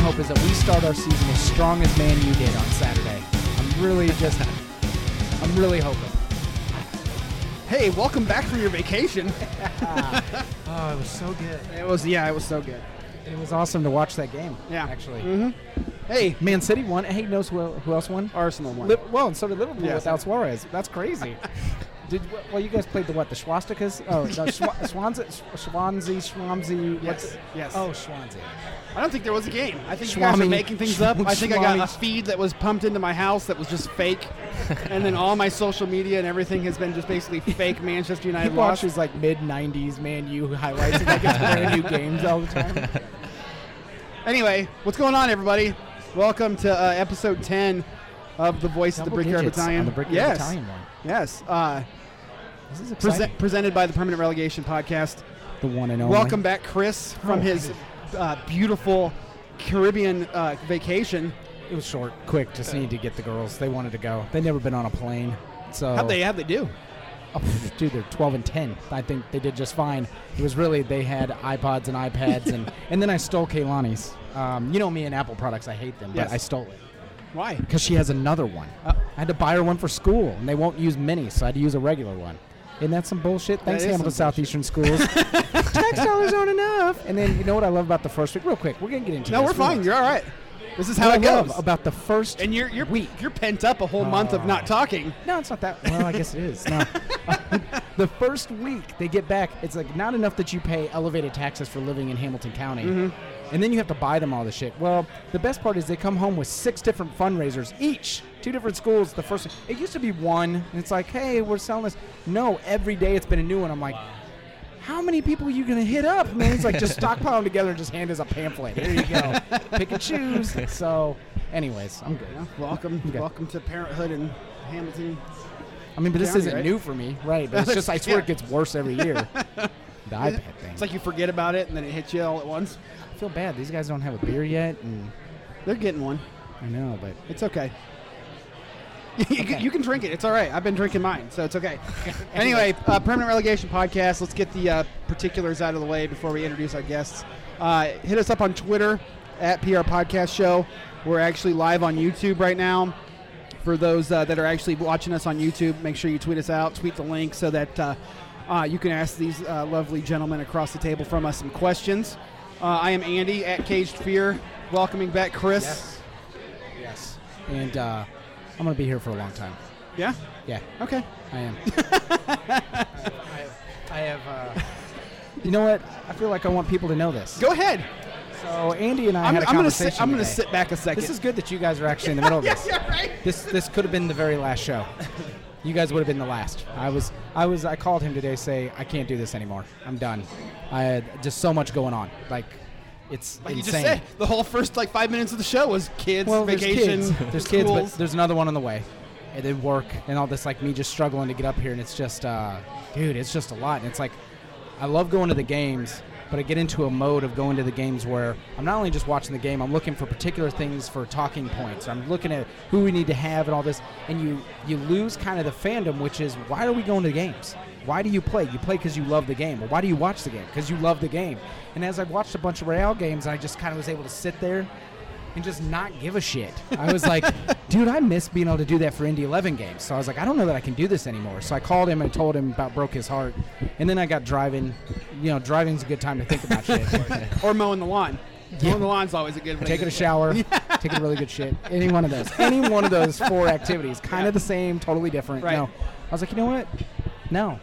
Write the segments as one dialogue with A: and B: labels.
A: hope is that we start our season as strong as Man U did on Saturday. I'm really just, I'm really hoping.
B: Hey, welcome back from your vacation.
A: Oh, it was so good.
B: It was yeah, it was so good.
A: It was awesome to watch that game.
B: Yeah. Mm-hmm.
A: actually.
B: Hey,
A: Man City won. Hey, knows who, el- who else won?
B: Arsenal won.
A: Liv- well, and so did Liverpool
B: Yeah.
A: without Suarez. That's crazy. did wh- well? You guys played the what? The swastikas? Oh, the Swa- Swansea, Swansea, Swansea. What's
B: Yes, yes.
A: Oh, Swansea.
B: I don't think there was a game. I think you guys are
A: Schwami.
B: making things up. I think I got a
A: Schwami.
B: feed that was pumped into my house that was just fake, and then all my social media and everything has been just basically fake Manchester
A: He
B: United losses.
A: watches like mid '90s Man U highlights of like his brand new games all the time.
B: Anyway, what's going on, everybody? Welcome to uh, episode 10 of The Voice of the
A: Double
B: Brickyard
A: digits
B: Battalion.
A: on the Brickyard
B: yes.
A: Battalion one.
B: Yes. Uh,
A: This is exciting.
B: present, presented by the Permanent Relegation Podcast.
A: the one and only.
B: Welcome back, Chris, from
A: Oh,
B: his uh, beautiful Caribbean uh, vacation.
A: It was short, quick. Just need to get the girls. They wanted to go. They never been on a plane, so
B: How'd they, how'd they do?
A: Oh, pff, dude, they're 12 and 10. I think they did just fine. It was really they had iPods and iPads, and and then I stole Kaylani's. Um, you know me and Apple products, I hate them, but
B: Yes.
A: I stole it
B: Why?
A: because she has another one.
B: Uh,
A: I had to buy her one for school, and they won't use mini, so I had to use a regular one. Isn't that some bullshit? Thanks,
B: is some
A: Hamilton
B: bullshit.
A: Southeastern Schools. Tax dollars aren't enough. And then you know what I love about the first week? Real quick, we're gonna get into
B: no,
A: this.
B: we're
A: We
B: fine.
A: will.
B: You're all right. This is how
A: What I
B: it goes. Uh,
A: love about the first
B: and you're you're
A: week.
B: you're pent up a whole month of not talking.
A: No, it's not that. Well, I guess it is. No. the first week they get back, it's like not enough that you pay elevated taxes for living in Hamilton County, and then you have to buy them all the shit. Well, the best part is they come home with six different fundraisers each, two different schools. The first it used to be one, and it's like, hey, we're selling this. No, every day it's been a new one. I'm like. How many people are you gonna hit up, man? It's like just stockpile them together and just hand us a pamphlet. Here you go, pick and choose. So, anyways, I'm good.
B: Yeah, welcome,
A: Okay.
B: welcome to parenthood in Hamilton.
A: I mean, but this
B: County,
A: isn't
B: right?
A: new for me, right? But it's just I swear it
B: Yeah.
A: gets worse every year. the iPad thing.
B: It's like you forget about it and then it hits you all at once.
A: I feel bad. These guys don't have a beer yet, and
B: They're getting one.
A: I know, but
B: It's okay. you, can-
A: Okay.
B: you can drink it. It's all right. I've been drinking mine, so it's okay. anyway, uh, permanent relegation podcast. Let's get the uh, particulars out of the way before we introduce our guests. Uh, hit us up on Twitter at PR Podcast Show. We're actually live on YouTube right now. For those uh, that are actually watching us on YouTube, make sure you tweet us out, tweet the link so that uh, uh, you can ask these uh, lovely gentlemen across the table from us some questions. Uh, I am Andy at Caged Fear, welcoming back Chris.
A: yes, and uh, I'm gonna be here for a long time.
B: Yeah?
A: Yeah,
B: Okay.
A: I am. I have. Uh, you know what? I feel like I want people to know this.
B: Go ahead.
A: So Andy and I
B: I'm,
A: had a
B: I'm gonna
A: conversation.
B: sit. I'm gonna
A: today.
B: sit back a second.
A: This is good that you guys are actually in the middle of this.
B: yeah, right.
A: This this could have been the very last show. You guys would have been the last. I was I was I called him today say I can't do this anymore. I'm done. I had just so much going on. Like it's
B: Like you
A: insane.
B: just said, the whole first like five minutes of the show was kids,
A: well,
B: vacation,
A: there's kids, there's kids but
B: schools.
A: there's another one on the way. And then work and all this like me just struggling to get up here and it's just uh dude, it's just a lot and it's like I love going to the games, but I get into a mode of going to the games where I'm not only just watching the game, I'm looking for particular things for talking points. I'm looking at who we need to have and all this, and you you lose kind of the fandom, which is why are we going to the games? Why do you play? You play because you love the game. Well, why do you watch the game? Because you love the game. And as I've watched a bunch of Real games, I just kind of was able to sit there and just not give a shit. I was like, dude, I miss being able to do that for Indy 11 games. So I was like, I don't know that I can do this anymore. So I called him and told him about broke his heart. And then I got driving. You know, driving's a good time to think about shit.
B: or mowing the lawn.
A: Yeah.
B: Mowing the lawn's always a good. one.
A: Taking a shower, taking a really good shit. Any one of those. Any one of those four activities. Kind of the same, totally different.
B: Right.
A: No. I was like, you know what? No.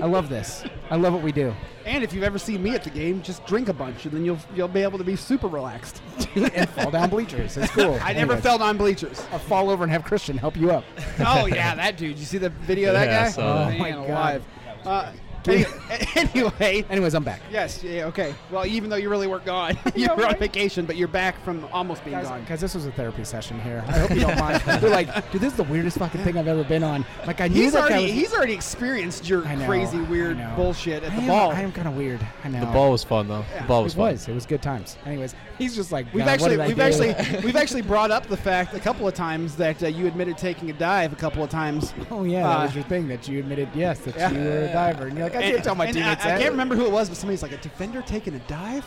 A: I love this. I love what we do.
B: And if you've ever seen me at the game, just drink a bunch, and then you'll you'll be able to be super relaxed.
A: and fall down bleachers. It's cool.
B: I never
A: Anyways,
B: fell on bleachers.
A: I'll fall over and have Christian help you up.
B: oh yeah, that dude. You see the video of that
C: Yeah, I
B: guy?
C: saw that.
A: Oh, my
B: Man
A: God.
B: alive. Uh, any- anyway,
A: Anyways, I'm back.
B: Yes. Yeah. Okay. Well, even though you really weren't gone, you
A: Yeah,
B: were on
A: right.
B: vacation, but you're back from almost being
A: Guys,
B: gone.
A: guys, this was a therapy session here. I hope you don't mind. They're like, dude, this is the weirdest fucking thing I've ever been on. Like, I knew
B: He's
A: that guy
B: already
A: was-
B: he's already experienced your
A: I know,
B: crazy
A: I
B: weird
A: know.
B: bullshit at
A: I
B: the
A: am-
B: ball.
A: I am kind of weird. I know.
C: The ball was fun though. The ball was
A: It
C: fun.
A: was. It was good times. Anyways, he's just like,
B: We've
A: "God, what
B: actually
A: did I
B: we've
A: do?"
B: actually we've actually brought up the fact a couple of times that uh, you admitted taking a dive a couple of times.
A: Oh yeah, that
B: Uh,
A: was your thing that you admitted. Yes, that
B: Yeah.
A: you were a diver, and you're like, I can't tell my
B: And
A: teammates
B: I, I
A: that.
B: can't remember who it was, but somebody's like a defender taking a dive.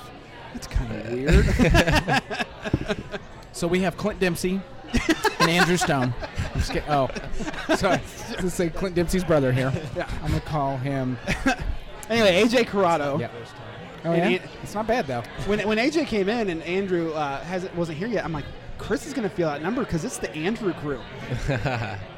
A: That's kind of weird. so we have Clint Dempsey and Andrew Stone. I'm just kidding. Oh, sorry. Let's say Clint Dempsey's brother here.
B: Yeah.
A: I'm gonna call him.
B: Anyway, AJ Corrado.
A: Yeah. Oh
B: And
A: yeah.
B: he-
A: It's not bad though.
B: When, when AJ came in and Andrew uh, hasn't wasn't here yet, I'm like, Chris is going to feel outnumbered because it's the Andrew crew.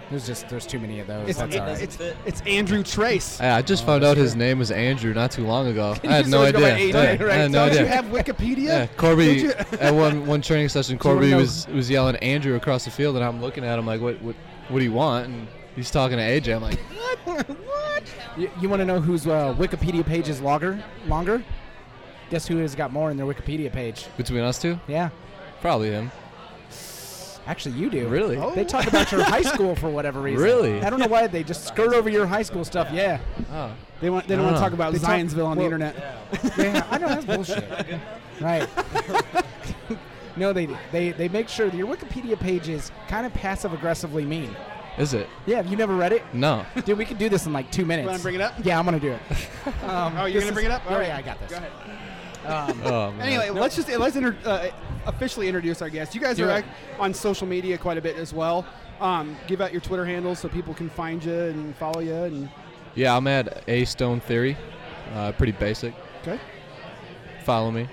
A: There's just there's too many of those.
B: It's,
A: That's all right.
B: it's, it's Andrew Trace.
C: Yeah, I just found out his name was Andrew not too long ago. I had
B: You
C: no
B: sort of go by
C: idea.
B: AJ,
C: Yeah,
B: right?
C: I had
B: So
C: no
B: did
C: idea.
B: you have Wikipedia?
C: yeah,
B: Don't
C: Corby
B: you-
C: at one one training session,
A: Someone
C: Corby
A: knows-
C: was was yelling Andrew across the field, and I'm looking at him like, what what what do you want? And he's talking to AJ. I'm like,
A: You, want to know whose uh, Wikipedia page is longer? Longer? Guess who has got more in their Wikipedia page?
C: between us two,
A: Yeah,
C: probably him.
A: actually, you do.
C: Really?
B: Oh.
A: They talk about your high school for whatever reason.
C: Really?
A: I don't know why they just skirt over your high school stuff. Yeah.
C: Oh.
B: They want. They don't want
C: Ah.
B: to talk about
A: Uh-huh. They talk-
B: Zionsville on the
A: well-
B: internet.
A: Yeah, I know that's bullshit. right. no, they, they they make sure that your Wikipedia page is kind of passive aggressively mean.
C: Is it?
A: Yeah, have you never read it?
C: No.
A: Dude, we could do this in like two minutes.
B: wanna bring it up?
A: Yeah, I'm gonna do it. Um,
B: Oh, you're
A: this
B: gonna
A: is-
B: bring it up?
A: yeah,
B: All right.
A: yeah, I got this.
B: Go ahead.
A: Um,
C: Oh, man.
B: Anyway, let's just let's inter- uh, officially introduce our guest. You guys
A: Do
B: are
A: it.
B: act- on social media quite a bit as well. Um, give out your Twitter handles so people can find you and follow you. And
C: Yeah, I'm at A Stone Theory. Uh, pretty basic.
B: okay,
C: Follow me.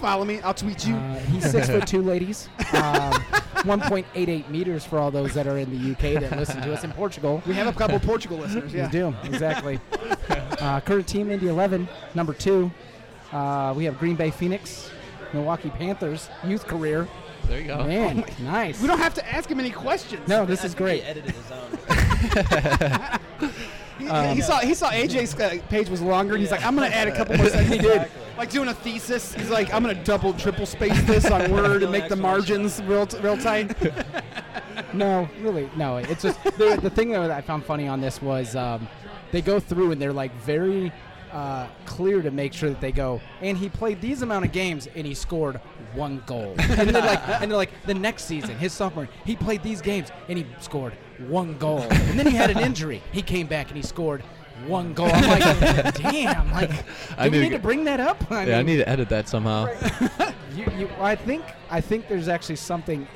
B: follow me. I'll tweet you.
A: Uh, he's six foot two, ladies. Um, 1.88 meters for all those that are in the UK that listen to us in Portugal.
B: we have a couple Portugal listeners. Yeah.
A: We do exactly. uh, current team Indy 11, number two. Uh, we have Green Bay Phoenix, Milwaukee Panthers youth career.
C: There you go.
A: Man, nice.
B: Oh. We don't have to ask him any questions.
A: no, this is great.
D: He edited his own.
B: He, he saw he saw AJ's uh, page was longer. and He's like, I'm gonna add a couple more. sentences. He did.
D: Exactly.
B: Like doing a thesis. He's like, I'm gonna double, triple space this on Word and
D: No
B: make the
D: explanation.
B: margins real, t- real tight.
A: No, really, no. It's just the, the thing that I found funny on this was um, they go through and they're like very uh, clear to make sure that they go. And he played these amount of games and he scored one goal. and they're like, and they're like, the next season, his sophomore, he played these games and he scored one goal. And then he had an injury. He came back and he scored one goal. I'm like, damn, like, do
C: I
A: we
C: knew-
A: need to bring that up? I
C: Yeah, I
A: mean,
C: need to edit that somehow.
A: you, you, I think I think there's actually something.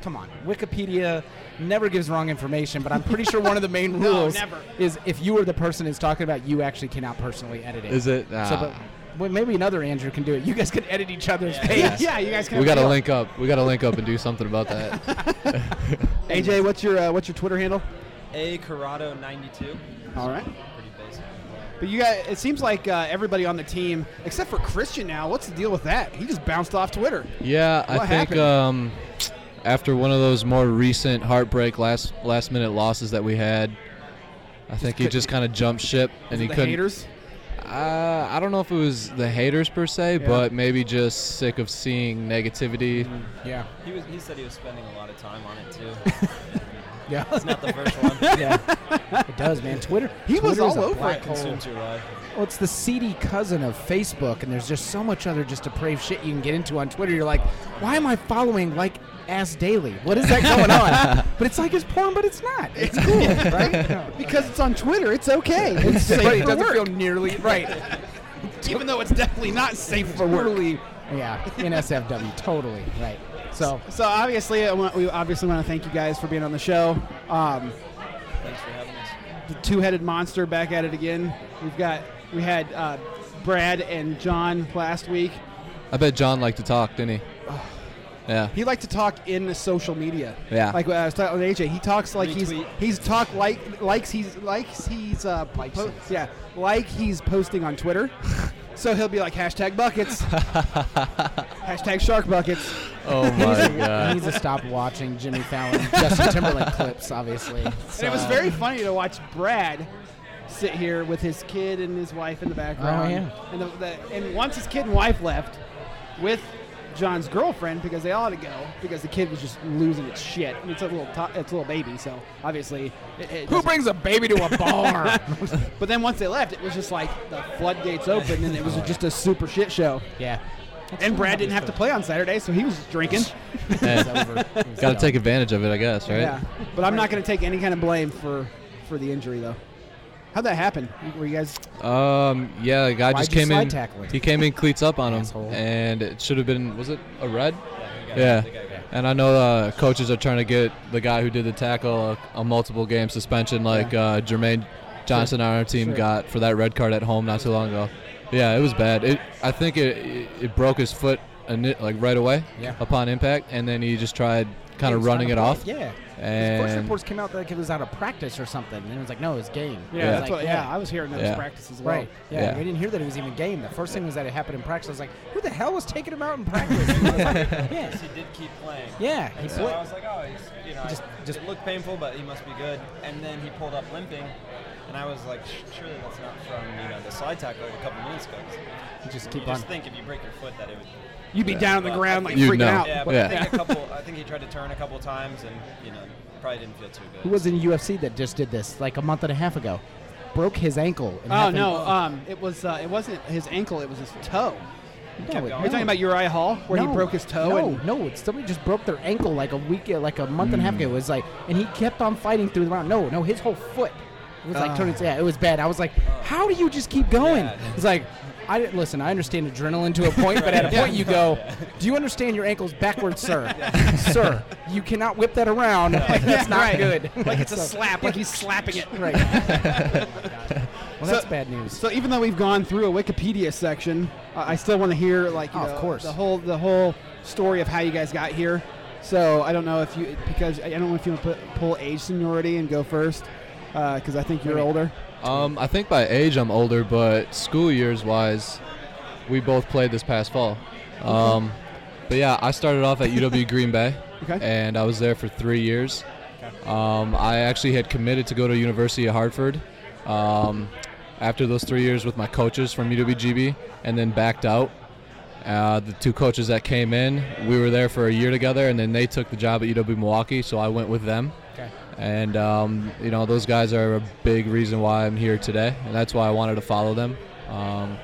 A: Come on, Wikipedia never gives wrong information, but I'm pretty sure one of the main
B: No,
A: rules
B: never.
A: is if you are the person who's talking about, you actually cannot personally edit it.
C: Is it?
A: So,
C: Ah.
A: but well, maybe another Andrew can do it. You guys can edit each other's
D: Yeah.
A: page.
B: Yeah, you guys can.
C: we
B: have
C: gotta
B: a-
C: link up. We gotta link up and do something about that.
B: AJ, what's your uh, what's your Twitter handle?
D: A Corrado 92.
B: All right.
D: Pretty basic.
B: But you got. It seems like uh, everybody on the team, except for Christian now. What's the deal with that? He just bounced off Twitter.
C: Yeah, I
B: What
C: think
B: happened?
C: um, after one of those more recent heartbreak last last minute losses that we had, I think he
B: couldn't-
C: just kind of jumped ship and he
B: the
C: couldn't.
B: haters.
C: Uh, I don't know if it was the haters per se,
B: Yeah.
C: but maybe just sick of seeing negativity.
B: Mm-hmm.
A: Yeah.
D: He was. He said he was spending a lot of time on it too.
A: Yeah.
D: It's not the first one.
A: yeah. It does, man. Twitter.
B: He was
A: Twitter's
B: all
A: a
B: over
A: black
B: it.
A: hole.
D: Consumes your life.
A: Well, it's the seedy cousin of Facebook, and there's just so much other just depraved shit you can get into on Twitter. You're like, why am I following like ass daily? What is that going on? but it's like it's porn, but it's not. It's cool, right? No.
B: Because it's on Twitter, it's okay. It's safe
A: Right, it
B: for
A: doesn't
B: work,
A: feel nearly right.
B: even though it's definitely not safe for work.
A: totally, yeah. NSFW, totally right. So
B: So obviously, I want, we obviously want to thank you guys for being on the show. Um,
D: Thanks for having us.
B: the two-headed monster back at it again. We've got we had uh, Brad and John last week.
C: I bet John liked to talk, didn't he? Yeah.
B: He liked to talk in the social media.
C: Yeah.
B: Like I was talking with AJ, he talks like
D: Retweet.
B: he's he's talk like likes he's likes he's uh
A: Likes
B: po-
A: it.
B: yeah like he's posting on Twitter. so he'll be like hashtag buckets, hashtag shark buckets.
C: Oh my
A: he
C: god.
A: needs to stop watching Jimmy Fallon, Justin Timberlake clips, obviously.
B: And it was very funny to watch Brad sit here with his kid and his wife in the background.
A: Oh, yeah.
B: And, the, the, and once his kid and wife left with John's girlfriend because they all had to go because the kid was just losing its shit. And it's a little to- it's a little baby, so obviously. It, it
A: Who
B: doesn't-
A: brings a baby to a bar?
B: but then once they left, it was just like the floodgates opened and it was just a super shit show.
A: yeah.
B: And Brad didn't have to play on Saturday, so he was just drinking.
A: It's
C: Yeah.
A: over. It's
C: Gotta
A: done.
C: take advantage of it, I guess, right?
B: Yeah. But I'm not going to take any kind of blame for for the injury though. How'd that happen? Were you guys?
C: Um, yeah, the guy
A: Why'd
C: just
A: you
C: came
A: slide
C: in.
A: tackle him?
C: He came in cleats up on him,
A: Asshole.
C: and it should have been was it a red?
D: Yeah. he got it.
C: Yeah.
D: The guy got it.
C: And I know uh, coaches are trying to get the guy who did the tackle a, a multiple game suspension, like uh, Jermaine Johnson on our team
A: Sure.
C: got for that red card at home not too long ago. Yeah, it was bad. It I think it it, it broke his foot ini- like right away
A: Yeah.
C: upon impact, and then he just tried kind
A: He
C: of
A: was
C: running
A: out
C: it
A: play.
C: off.
A: Yeah. His first
C: And
A: reports came out like it was out of practice or something, and it was like, no, it was game.
B: Yeah,
A: It was
B: That's
A: like,
B: what, yeah. I was hearing those
C: Yeah.
B: practice as well.
A: Right. Yeah,
C: Yeah.
A: We didn't hear that it was even game. The first thing was that it happened in practice. I was like, who the hell was taking him out in practice? And I was like, yeah.
D: Yes, he did keep playing.
A: Yeah. He
D: And so I
A: played.
D: was like, oh, he's, you know,
A: Just-
D: just,
A: just-
D: it looked painful, but he must be good. And then he pulled up limping, and I was like, "Sh- surely that's not from you know the slide tackle a couple minutes ago. 'Cause
A: Just
D: you
A: keep on.
D: just think if you break your foot that it would.
B: You'd be down on the
D: Well,
B: ground like
C: You'd
B: freaking
C: know.
B: out.
D: Yeah, but
C: Yeah.
D: I think a couple. I think he tried to turn a couple times, and you know probably didn't feel too good.
A: Who was in UFC that just did this like a month and a half ago? Broke his ankle. And
B: Oh
A: happened-
B: no, um, it was uh, it wasn't his ankle, it was his toe.
A: No,
D: Are
B: Are you talking about Uriah Hall where he broke his toe?
A: No,
B: and-
A: no, it's somebody just broke their ankle like a week, like a month and a half ago. It was like, and he kept on fighting through the round. No, no, his whole foot was like
B: Ah.
A: turning. Yeah, it was bad. I was like, how do you just keep going?
D: Yeah.
A: It's like. I didn't, listen. I understand adrenaline to a point, but at a
D: Yeah.
A: point you go, "Do you understand your ankle's backwards, sir? sir, you cannot whip that around. Like, that's not good.
B: like it's a
A: So-
B: slap, like he's slapping it.
A: Right. well, that's
B: So-
A: bad news.
B: So even though we've gone through a Wikipedia section, I I still want to hear like you
A: Oh, of
B: know,
A: course.
B: the whole the whole story of how you guys got here. So I don't know if you because I I don't know if you want to pull age seniority and go first because I think you're
A: Wait a
B: older.
C: um, I think by age I'm older, but school years wise, we both played this past fall. Um, but yeah, I started off at UW Green Bay.
B: Okay.
C: and I was there for three years. Um, I actually had committed to go to University of Hartford um, after those three years with my coaches from UWGB, and then backed out. Uh, the two coaches that came in, we were there for a year together, and then they took the job at UW Milwaukee, so I went with them.
A: Okay.
C: And um, you know, those guys are a big reason why I'm here today, and that's why I wanted to follow them. Um,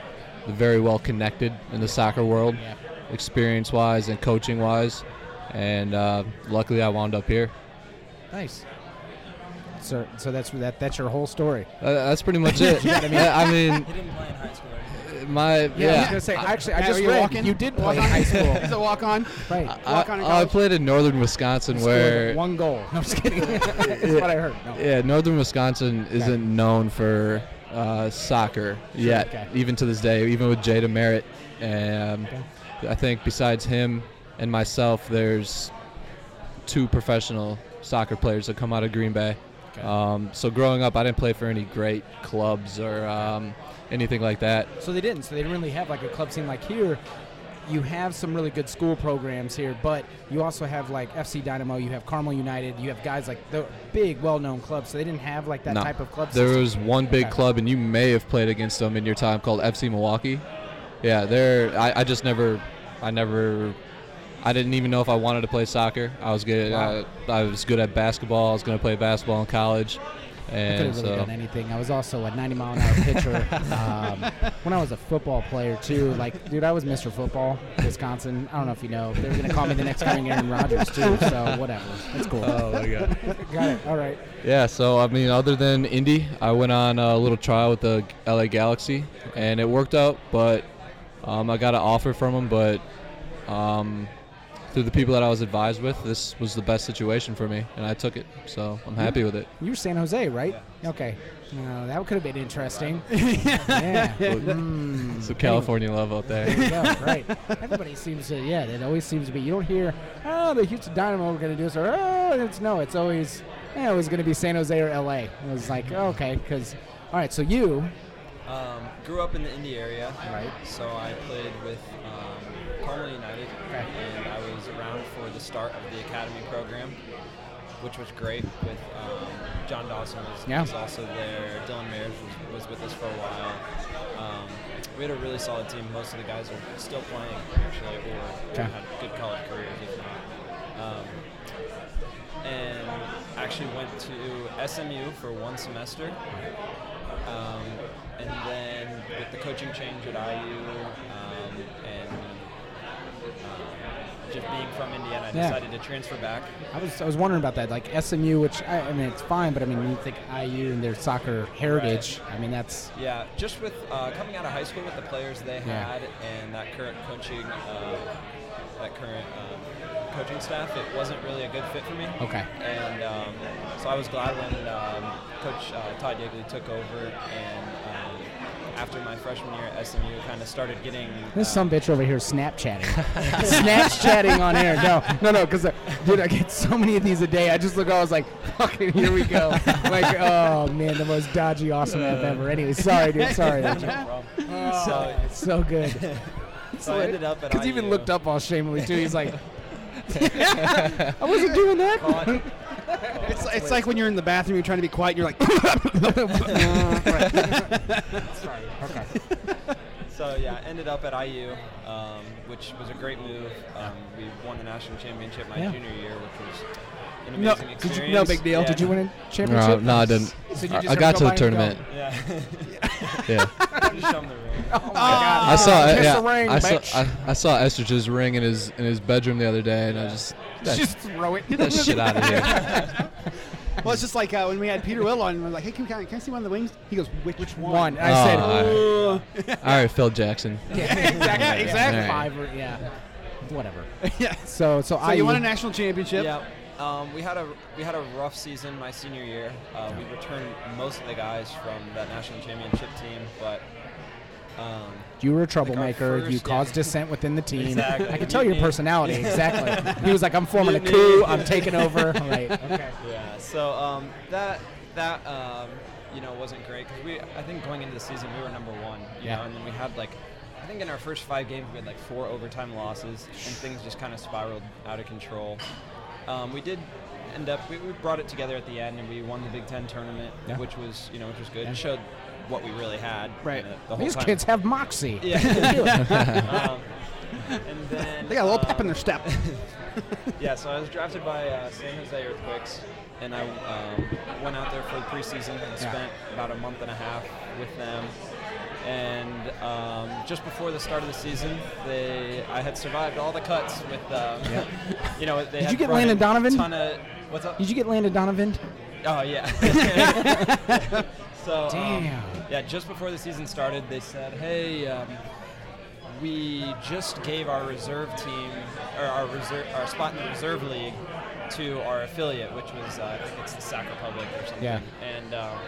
C: they're very well connected in the soccer world
A: yeah.
C: experience wise and coaching wise. And uh, luckily, I wound up here.
A: Nice. So, so that's that. That's your whole story.
C: Uh, that's pretty much it. yeah, I mean,
D: He didn't play in high school.
C: my
A: I was
C: yeah.
A: gonna say. Actually, I
B: Matt,
A: just
B: were you
A: read
B: walking?
A: you did play
B: Walk
A: in
B: on?
A: high school.
B: Is it walk on?
A: right.
C: I,
B: walk on in
C: I
B: college?
C: played in northern Wisconsin,
A: Scored
C: where
A: one goal. No, I'm just kidding. That's what I heard. No.
C: yeah, northern Wisconsin isn't known for uh, soccer yet,
A: okay.
C: even to this day. Even with Jada Merritt, um, I think besides him and myself, there's two professional soccer players that come out of Green Bay. Um, so growing up, I didn't play for any great clubs or um, anything like that.
A: So they didn't. So they didn't really have like a club scene like here. You have some really good school programs here, but you also have like FC Dynamo, you have Carmel United, you have guys like the big, well-known clubs. So they didn't have like that
C: No.
A: type of club.
C: There
A: system.
C: was one big
A: Okay.
C: club, and you may have played against them in your time called FC Milwaukee. Yeah, there. I, I just never, I never, I didn't even know if I wanted to play soccer. I was good. uh,
A: Wow.
C: I, I was good at basketball. I was going to play basketball in college,
A: I could
C: and
A: have really
C: so
A: done anything. I was also a 90 mile an hour pitcher. um, when I was a football player too, like dude, I was Mr. Football, Wisconsin. I don't know if you know. They were gonna call me the next coming Aaron Rodgers too. So whatever, that's cool.
C: Oh my god.
A: Got it. All right.
C: Yeah, so I mean, other than Indy, I went on a little trial with the LA Galaxy, and it worked out. But um, I got an offer from them, but um, through the people that I was advised with, this was the best situation for me, and I took it. So I'm happy with it.
A: You were San Jose, right? Okay. No, that could have been interesting. yeah. Mm.
C: It's the California love out there.
A: There you go. Right. Everybody seems to. Yeah, it always seems to be. You don't hear, oh, the Houston Dynamo are going to do this, or oh, it's no, it's always, yeah, it was going to be San Jose or L.A. I was like, okay, because, all right, so you,
D: Um, grew up in the Indy area.
A: Right.
D: So I played with um, Carmel United,
A: Okay.
D: and I was around for the start of the academy program, which was great. With um, John Dawson was,
A: Yeah.
D: was also there. Dylan Mayers was, was with us for a while. Um, we had a really solid team. Most of the guys are still playing, actually, or
A: Okay.
D: had good college careers, if not. Um, and actually went to SMU for one semester. Um, and then with the coaching change at IU um, and um, just being from Indiana. I
A: Yeah.
D: decided to transfer back.
A: I was, I was wondering about that. Like SMU, which I, I mean, it's fine, but I mean, when you think IU and their soccer heritage, I mean, that's
D: Yeah, just with uh, coming out of high school with the players they
A: Yeah.
D: had and that current coaching, uh, that current um, coaching staff, it wasn't really a good fit for me.
A: okay.
D: And um, so I was glad when um, Coach uh, Todd Yeagley took over, and um, after my freshman year at SMU, kind of started getting.
A: This
D: uh,
A: some bitch over here Snapchatting, Snapchatting on air. No, no, no, because dude, I get so many of these a day. I just look, I was like, fucking, here we go. like, oh man, the most dodgy awesome app ever. Anyway, sorry, dude, sorry. dude.
D: no problem.
A: Oh, it's so good.
D: So I ended up at.
A: Because he even
D: IU.
A: looked up all shamefully too. He's like, I wasn't doing that.
D: Caught-
B: It's, it's like when you're in the bathroom, you're trying to be quiet, and you're like,
A: Okay.
D: So yeah, ended up at IU, um, which was a great move. Um, we won the national championship my
A: Yeah.
D: junior year, which was an
B: No,
D: amazing
B: did
D: experience.
B: you- no big deal.
D: Yeah.
A: Did you win a
C: No,
A: championship?
C: no, I didn't.
A: So you
C: I-
A: just
C: I
A: have
C: got
A: go
C: to
A: by
C: the
A: and go?
C: tournament.
D: Yeah.
C: Yeah.
D: Just show 'em the ring.
A: Oh my god.
C: I saw.
A: Kiss
C: yeah,
A: the ring,
C: I saw.
A: bitch.
C: I, I saw Estridge's ring in his in his bedroom the other day, and I just that,
A: just throw it.
C: get that shit out of here.
B: well, it's just like uh, when we had Peter Will on, and we're like, hey, can, we, can I- can I see one of the wings? He goes, which,
A: One.
B: one?
A: I said.
C: Oh, All right, Phil Jackson.
A: exactly.
C: exactly. Right.
A: Five or, yeah. Whatever.
B: yeah.
A: So, so,
B: So
A: IU,
B: you won a national championship.
D: Yeah. Um, we had a we had a rough season my senior year. Uh, We returned most of the guys from that national championship team, but um,
A: you were a
D: our
A: troublemaker.
D: first-
A: you caused dissent within the team.
D: Exactly.
A: I could tell your
D: Mutiny.
A: personality. Exactly. he was like, I'm forming a
D: Mutiny.
A: coup. I'm taking over. All right. Okay.
D: yeah. So um, that that um, you know wasn't great because we I think going into the season we were number one. You
A: Yeah.
D: Know, and then we had like I think in our first five games we had like four overtime losses and things just kind of spiraled out of control. Um, we did end up we, we brought it together at the end and we won the Big Ten tournament,
A: Yeah.
D: which was you know which was good.
A: Yeah.
D: It showed what we really had.
B: Right.
D: you know, the whole
A: These
D: time.
A: kids have moxie.
D: Yeah. um, and then
B: They got a little
D: um,
B: pep in their step.
D: Yeah, so I was drafted by uh, San Jose Earthquakes, and I um, went out there for the preseason and spent about a month and a half with them. And um, just before the start of the season, they I had survived all the cuts with, um, you know, they
A: Did
D: had
A: you get
D: brought in
A: Landon Donovan?
D: Ton of, what's up?
A: Did you get Landon Donovan?
D: Oh yeah. so um,
A: Damn.
D: yeah, just before the season started, they said, "Hey, um, we just gave our reserve team or our reserve our spot in the reserve league to our affiliate, which was uh, I think it's the Sac Republic or something."
A: Yeah.
D: And um,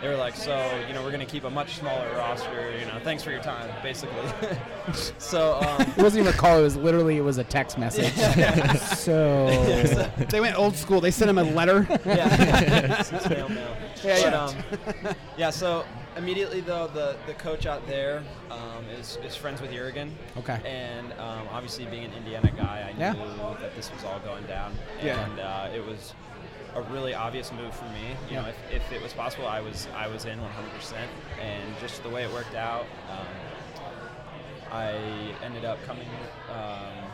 D: they were like, "So you know, we're going to keep a much smaller roster. You know, thanks for your time, basically." so. Um,
A: It wasn't even a call. It was literally, it was a text message. so,
B: they went old school. They sent him a letter.
D: yeah. It's snail mail.
B: Yeah,
D: But,
B: yeah.
D: um, yeah, so immediately though the, the coach out there um, is, is friends with Jurgen.
A: Okay.
D: And um, obviously being an Indiana guy, I
A: Yeah.
D: knew that this was all going down.
B: Yeah.
D: And uh, it was a really obvious move for me. You know,
A: Yeah.
D: if, if it was possible, I was I was in 100%. And just the way it worked out, um, I ended up coming. Um,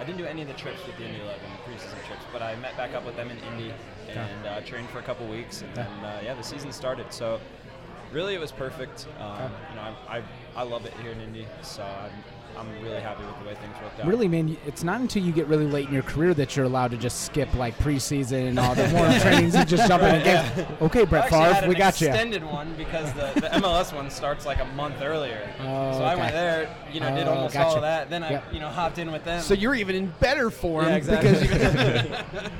D: I didn't do any of the trips with the Indy 11 preseason trips, but I met back up with them in Indy and uh, trained for a couple weeks, and then uh, yeah, the season started. So really, it was perfect. Um, you know, I, I, I love it here in Indy, so I'm, I'm really happy with the way things worked out.
A: really, man, you- it's not until you get really late in your career that you're allowed to just skip like preseason and all the warm trainings and just jump in the
D: yeah.
A: games. Okay,
D: I
A: Brett
D: actually had
A: Favre,
D: an
A: we got you.
D: extended one because the, the MLS one starts like a month earlier.
A: Oh,
D: so I
A: okay.
D: went there, you know, did
A: Oh,
D: almost all
A: gotcha.
D: of that. Then I,
A: Yep.
D: you know, hopped in with them.
B: So you're even in better form
D: Yeah, exactly.
B: because you.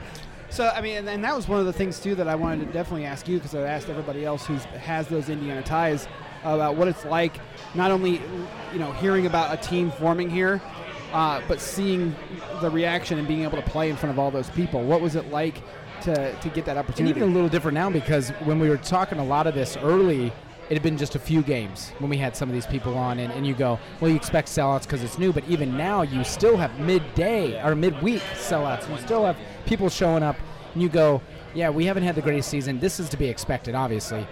B: so I mean, and, and that was one of the things too that I wanted to definitely ask you because I asked everybody else who has those Indiana ties about what it's like, not only you know hearing about a team forming here, uh, but seeing the reaction and being able to play in front of all those people. What was it like to to get that
A: And
B: opportunity?
A: even a little different now because when we were talking a lot of this early, it had been just a few games when we had some of these people on, and, and you go, well, you expect sellouts because it's new, but even now you still have midday or midweek sellouts. You still have people showing up, and you go, yeah, we haven't had the greatest season. This is to be expected, obviously,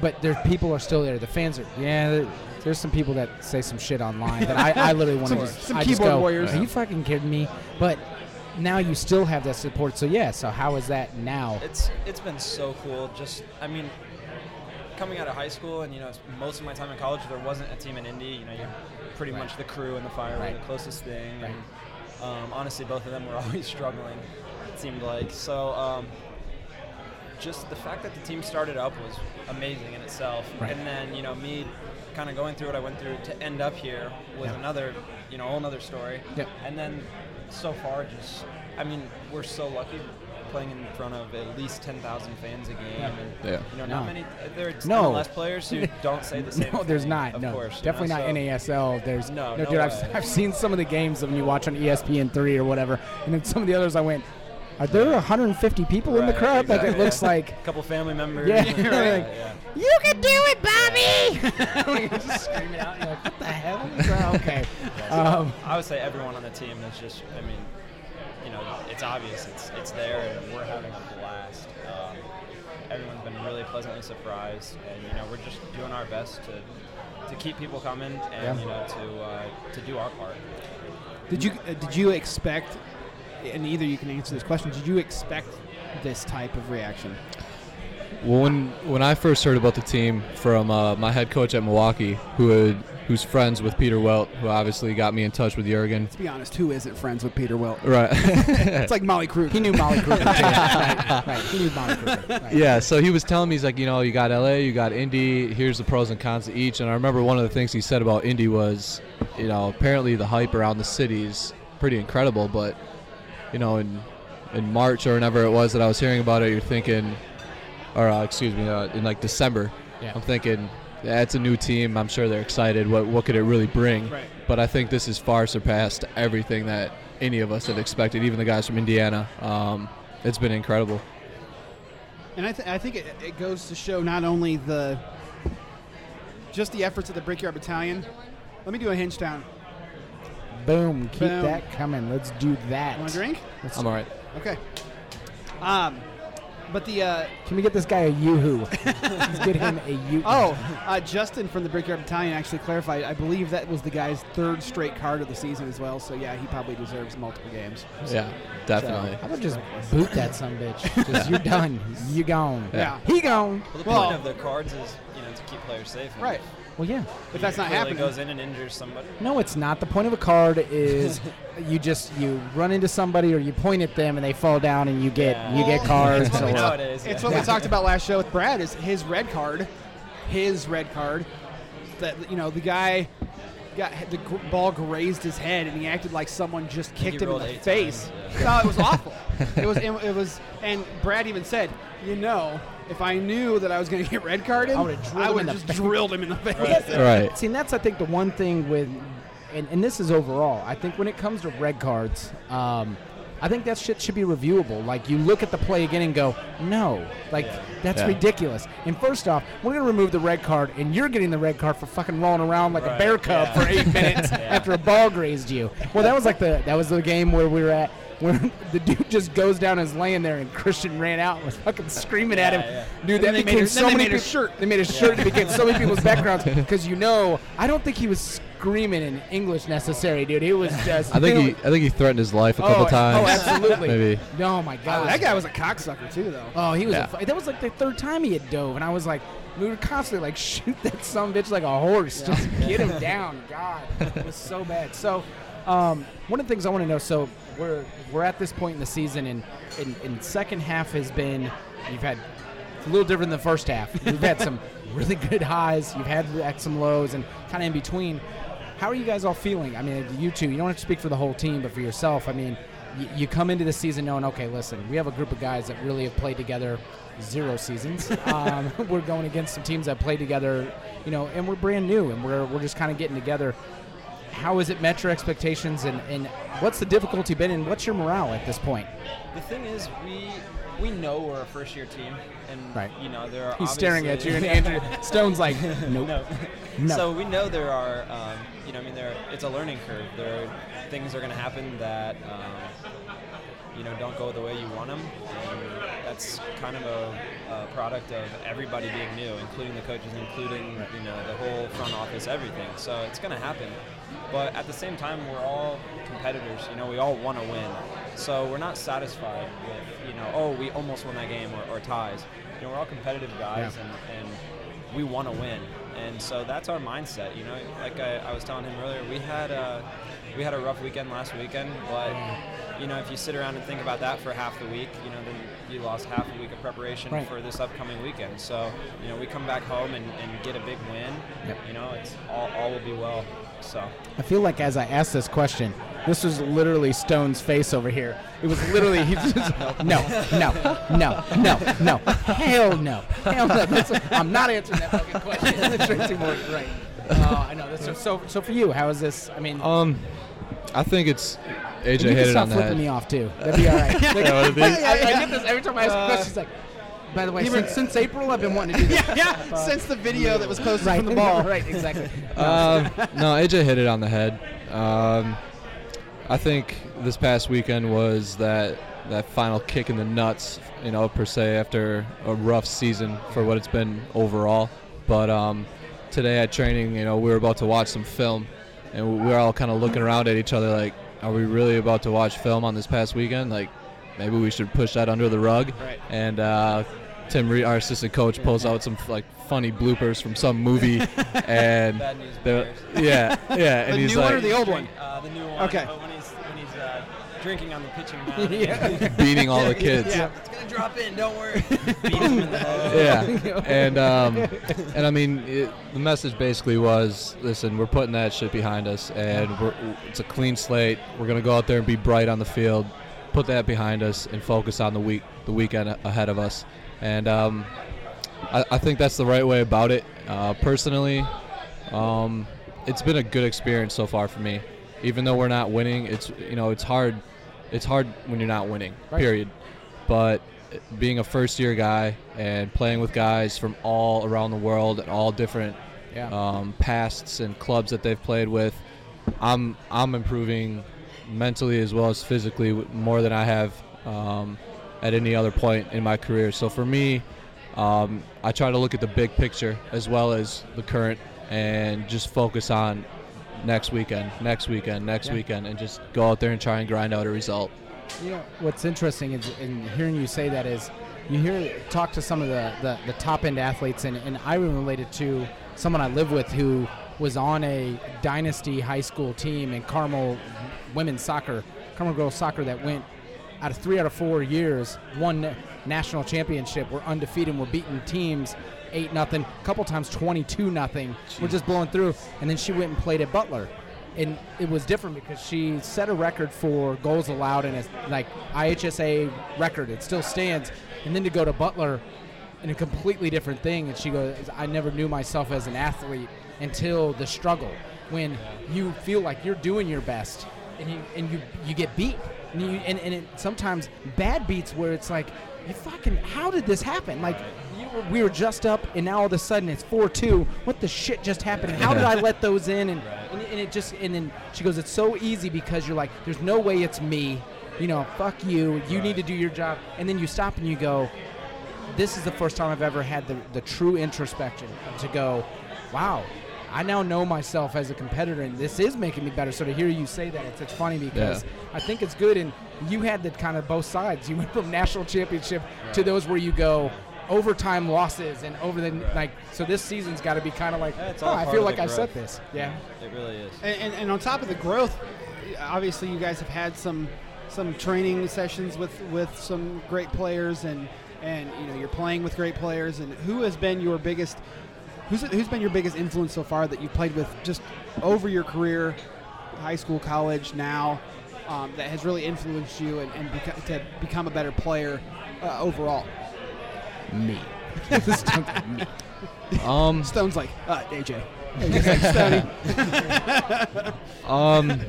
A: but there people are still there. The fans are, yeah. there- There's some people that say some shit online that I, I literally want to
B: Some-
A: just
B: some
A: I just
B: keyboard
A: go,
B: warriors.
A: Are you fucking kidding me? But now you still have that support. So yeah. So how is that now?
D: It's it's been so cool. Just I mean, coming out of high school and you know most of my time in college, there wasn't a team in Indy. You know, you're pretty much the crew and the fire were
A: Right.
D: the closest thing.
A: Right.
D: And Um, honestly, both of them were always struggling. It seemed like so. Um, just the fact that the team started up was amazing in itself,
A: Right.
D: and then you know me kind of going through what I went through to end up here was
A: Yeah.
D: another you know whole another story.
A: Yep.
D: And then so far, just I mean, we're so lucky playing in front of at least 10,000 fans a game, and
C: Yeah.
D: you know, not
A: No.
D: many. There are
A: No.
D: less players who don't say the same.
A: No, there's
D: thing,
A: not.
D: Of
A: no,
D: course, you
A: definitely
D: know,
A: not
D: so-
A: NASL. There's
D: No,
A: no,
D: no
A: dude. I've,
D: way.
A: I've seen some of the games when you watch on E ESPN three or whatever, and then some of the others I went, are there 150 people in the
D: Right,
A: crowd? Like it
D: exactly.
A: looks like
D: A couple family members.
A: Yeah,
D: and-
A: right.
D: yeah.
A: you can do it, Bobby. just screaming out. You're like, what the hell? is that?" okay. Um,
D: I would say everyone on the team is just. I mean, you know, it's obvious. It's it's there, and we're having a blast. Um, everyone's been really pleasantly surprised, and you know, we're just doing our best to to keep people coming, and
A: Yeah.
D: you know, to uh, to do our part.
B: Did you uh, did you expect? And either you can answer this question. Did you expect this type of reaction?
C: Well, when when I first heard about the team from uh, my head coach at Milwaukee, who had, who's friends with Peter Welt, who obviously got me in touch with Jurgen.
B: To be honest, who isn't friends with Peter Wilt?
C: Right.
B: It's like Molly Crew.
A: he knew Molly Cooper. Too. right, right. He knew Molly Cooper. Right.
C: yeah. So he was telling me, he's like, you know, you got LA, you got Indy. Here's the pros and cons of each. And I remember one of the things he said about Indy was, you know, apparently the hype around the city is pretty incredible, but you know, in in March or whenever it was that I was hearing about it, you're thinking, or uh, excuse me, uh, in like December,
A: Yeah.
C: I'm thinking that's a new team. I'm sure they're excited. What what could it really bring?
B: Right.
C: But I think this has far surpassed everything that any of us had expected. Even the guys from Indiana, um, it's been incredible.
B: And I, th- I think it, it goes to show not only the just the efforts of the Brickyard Battalion. Let me do a hinge down.
A: Boom. Keep
B: Boom.
A: that coming. Let's do that.
B: Want a drink?
A: Let's-
C: I'm all right.
B: Okay. Um, but the uh,
A: Can we get this guy a yoo-hoo? Let's get him a yoo.
B: oh, uh, Justin from the Brickyard Battalion actually clarified. I believe that was the guy's third straight card of the season as well. So yeah, he probably deserves multiple games.
C: Yeah, definitely.
A: How about just boot that son bitch? Just you're done. You gone.
B: Yeah.
A: He gone.
D: Well, the
B: Well-
D: point of the cards is you know to keep players safe. and
B: Right.
A: Well, yeah.
D: if
B: If that's
D: he
B: not
D: clearly
B: happening,
D: goes in and injures somebody.
A: No, it's not. The point of a card is you just you run into somebody or you point at them and they fall down and you get
D: Yeah.
A: you get
B: Well,
A: cards.
D: it's what we
A: or-
D: know it is.
B: It's
D: yeah.
B: what we talked about last show with Brad. Is his red card, his red card, that you know the guy got the g- ball grazed his head and he acted like someone just
D: he
B: kicked him in
D: rolled
B: the
D: eight
B: face.
D: times,
B: No, it was awful. it was it, it was and Brad even said, you know, if I knew that I was going to get red carded,
A: I would've drilled
B: I
A: him
B: would
A: in the
B: have
A: face."
B: just drilled him in the face.
D: Right.
C: Right.
A: See, and that's I think the one thing with, and, and this is overall. I think when it comes to red cards, um, I think that shit should be reviewable. Like you look at the play again and go, no, like
D: Yeah.
A: that's
C: Yeah.
A: ridiculous. And first off, we're gonna remove the red card, and you're getting the red card for fucking rolling around like a
D: Right,
A: bear cub
D: yeah.
A: for eight minutes
D: Yeah.
A: after a ball grazed you. Well, that was like the that was the game where we were at. Where the dude just goes down and is laying there, and Christian ran out and was fucking screaming at
D: Yeah,
A: him.
D: yeah.
A: Dude,
B: And
A: that
B: then they made
A: became
B: her-
A: so
B: then they
A: many
B: made her
A: peop-
B: shirt.
A: they made a shirt that became so many people's backgrounds because you know I don't think he was screaming in English necessary, dude. He was just.
C: I think he,
A: feeling-
C: I think he threatened his life a couple
A: oh,
C: times.
A: Oh, absolutely.
C: Maybe.
A: No, my god.
B: That guy was a cocksucker too, though.
A: Oh, he was. a
C: Yeah.
A: fu- that was like the third time he had dove, and I was like, we were constantly like, shoot that some bitch like a horse, just get him down. God, it was so bad. So, um, one of the things I want to know. So we're we're at this point in the season, and and, and second half has been you've had it's a little different than the first half. You've had some really good highs, you've had like, some lows, and kind of in between. How are you guys all feeling? I mean, you two, you don't have to speak for the whole team, but for yourself, I mean, you, you come into the season knowing, okay, listen, we have a group of guys that really have played together zero seasons. um, we're going against some teams that play together, you know, and we're brand new, and we're, we're just kind of getting together. How has it met your expectations, and, and what's the difficulty been, and what's your morale at this point?
D: The thing is, we we know we're a first year team, and
A: Right.
D: you know there are.
A: He's staring at you,
D: obviously-
A: and Andrew Stone's like, nope.
D: no.
A: No.
D: So we know there are, um, you know, I mean, there it's a learning curve. There are things are going to happen that, um, you know, don't go the way you want them. And that's kind of a, a product of everybody being new, including the coaches, including you know the whole front office, everything. So it's going to happen. But at the same time, we're all competitors. You know, we all want to win. So we're not satisfied with, you know, oh, we almost won that game or, or ties. You know, we're all competitive guys,
A: Yeah.
D: and, and we want to win. And so that's our mindset, you know. Like I, I was telling him earlier, we had uh, we had a rough weekend last weekend, but you know, if you sit around and think about that for half the week, you know, then you lost half a week of preparation
A: Right.
D: for this upcoming weekend. So, you know, we come back home and, and get a big win.
A: Yep.
D: You know, it's all, all will be well. So,
A: I feel like as I asked this question, this was literally Stone's face over here. It was literally he just no, no, no, no, no, hell no, hell no. That's, I'm not answering that fucking question. Tracy Morgan, right? Uh, I know. That's so, so. So for you, how is this? I
B: Oh,
A: mean,
C: Um, I think it's AJ
A: you
C: hit
A: can
C: it
A: stop
C: on
A: flipping
C: that.
A: me off too. That'd be all right. Like,
C: Yeah, what it is.
A: I, I get this every time I ask a question. She's like, by the way, since, since April, I've been wanting to do this.
B: yeah, yeah. Since the video that was posted
A: Right,
B: from the ball.
A: right, exactly.
C: Um, no, AJ hit it on the head. Um, I think this past weekend was that that final kick in the nuts, you know, per se, after a rough season for what it's been overall. But um, today at training, you know, we were about to watch some film, and we were all kind of looking around at each other like, "Are we really about to watch film on this past weekend? Like, maybe we should push that under the rug."
B: Right.
C: And uh, Tim Reed, our assistant coach, pulls out some like funny bloopers from some movie, and
D: Bad news
C: they're- yeah, yeah. And
B: The
C: he's
B: new one
C: like
B: or the old one?
D: uh, the new one.
B: Okay.
D: but when he's, when he's uh, drinking on the pitching mound.
A: Yeah.
C: beating all the kids.
B: Yeah.
C: Yeah.
D: It's going to drop in, don't worry. Beat him in the head.
C: And um, and I mean, it, the message basically was, listen, we're putting that shit behind us, and we're, it's a clean slate. We're gonna go out there and be bright on the field, put that behind us, and focus on the week, the weekend ahead of us. And um, I, I think that's the right way about it. Uh, personally, um, it's been a good experience so far for me. Even though we're not winning, it's you know it's hard, it's hard when you're not winning.
A: Right.
C: Period. But being a first year guy and playing with guys from all around the world and all different
A: Yeah.
C: um, pasts and clubs that they've played with, I'm I'm improving mentally as well as physically w- more than I have um, at any other point in my career. So for me, um, I try to look at the big picture as well as the current and just focus on next weekend, next weekend, next
A: Yeah.
C: weekend, and just go out there and try and grind out a result.
A: You know, what's interesting is in hearing you say that is you hear talk to some of the, the, the top end athletes, and, and I related to someone I live with who was on a dynasty high school team in Carmel women's soccer, Carmel girls soccer that went out of three out of four years, won na- national championship. We're undefeated. and We're beating teams eight nothing, a couple times twenty two nothing. We're just blowing through, and then she went and played at Butler, and it was different because she set a record for goals allowed in a like IHSA record. It still stands, and then to go to Butler in a completely different thing. And she goes, I never knew myself as an athlete until the struggle when you feel like you're doing your best and you and you you get beat and you and, and it sometimes bad beats where it's like you fucking how did this happen like you were, we were just up and now all of a sudden it's 4-2 what the shit just happened how did i let those in and, and, and it just and then she goes it's so easy because you're like there's no way it's me you know fuck you you need to do your job and then you stop and you go this is the first time I've ever had the, the true introspection to go, wow, I now know myself as a competitor, and this is making me better. So to hear you say that, it's, it's funny because
C: Yeah.
A: I think it's good. And you had the kind of both sides. You went from national championship to those where you go overtime losses and over the like. So this season's got to be kind of like,
D: Yeah, it's
A: oh,
D: all
A: I
D: part
A: feel
D: of
A: like
D: the
A: I said
D: growth.
A: this.
B: Yeah.
D: It really is.
B: And, and, and on top of the growth, obviously you guys have had some some training sessions with with some great players, and and you know you're playing with great players. And who has been your biggest? Who's who's been your biggest influence so far that you've played with just over your career, high school, college, now, um, that has really influenced you and, and beco- to become a better player uh, overall?
A: Me. me.
C: Um,
B: Stone's like uh, AJ.
C: um,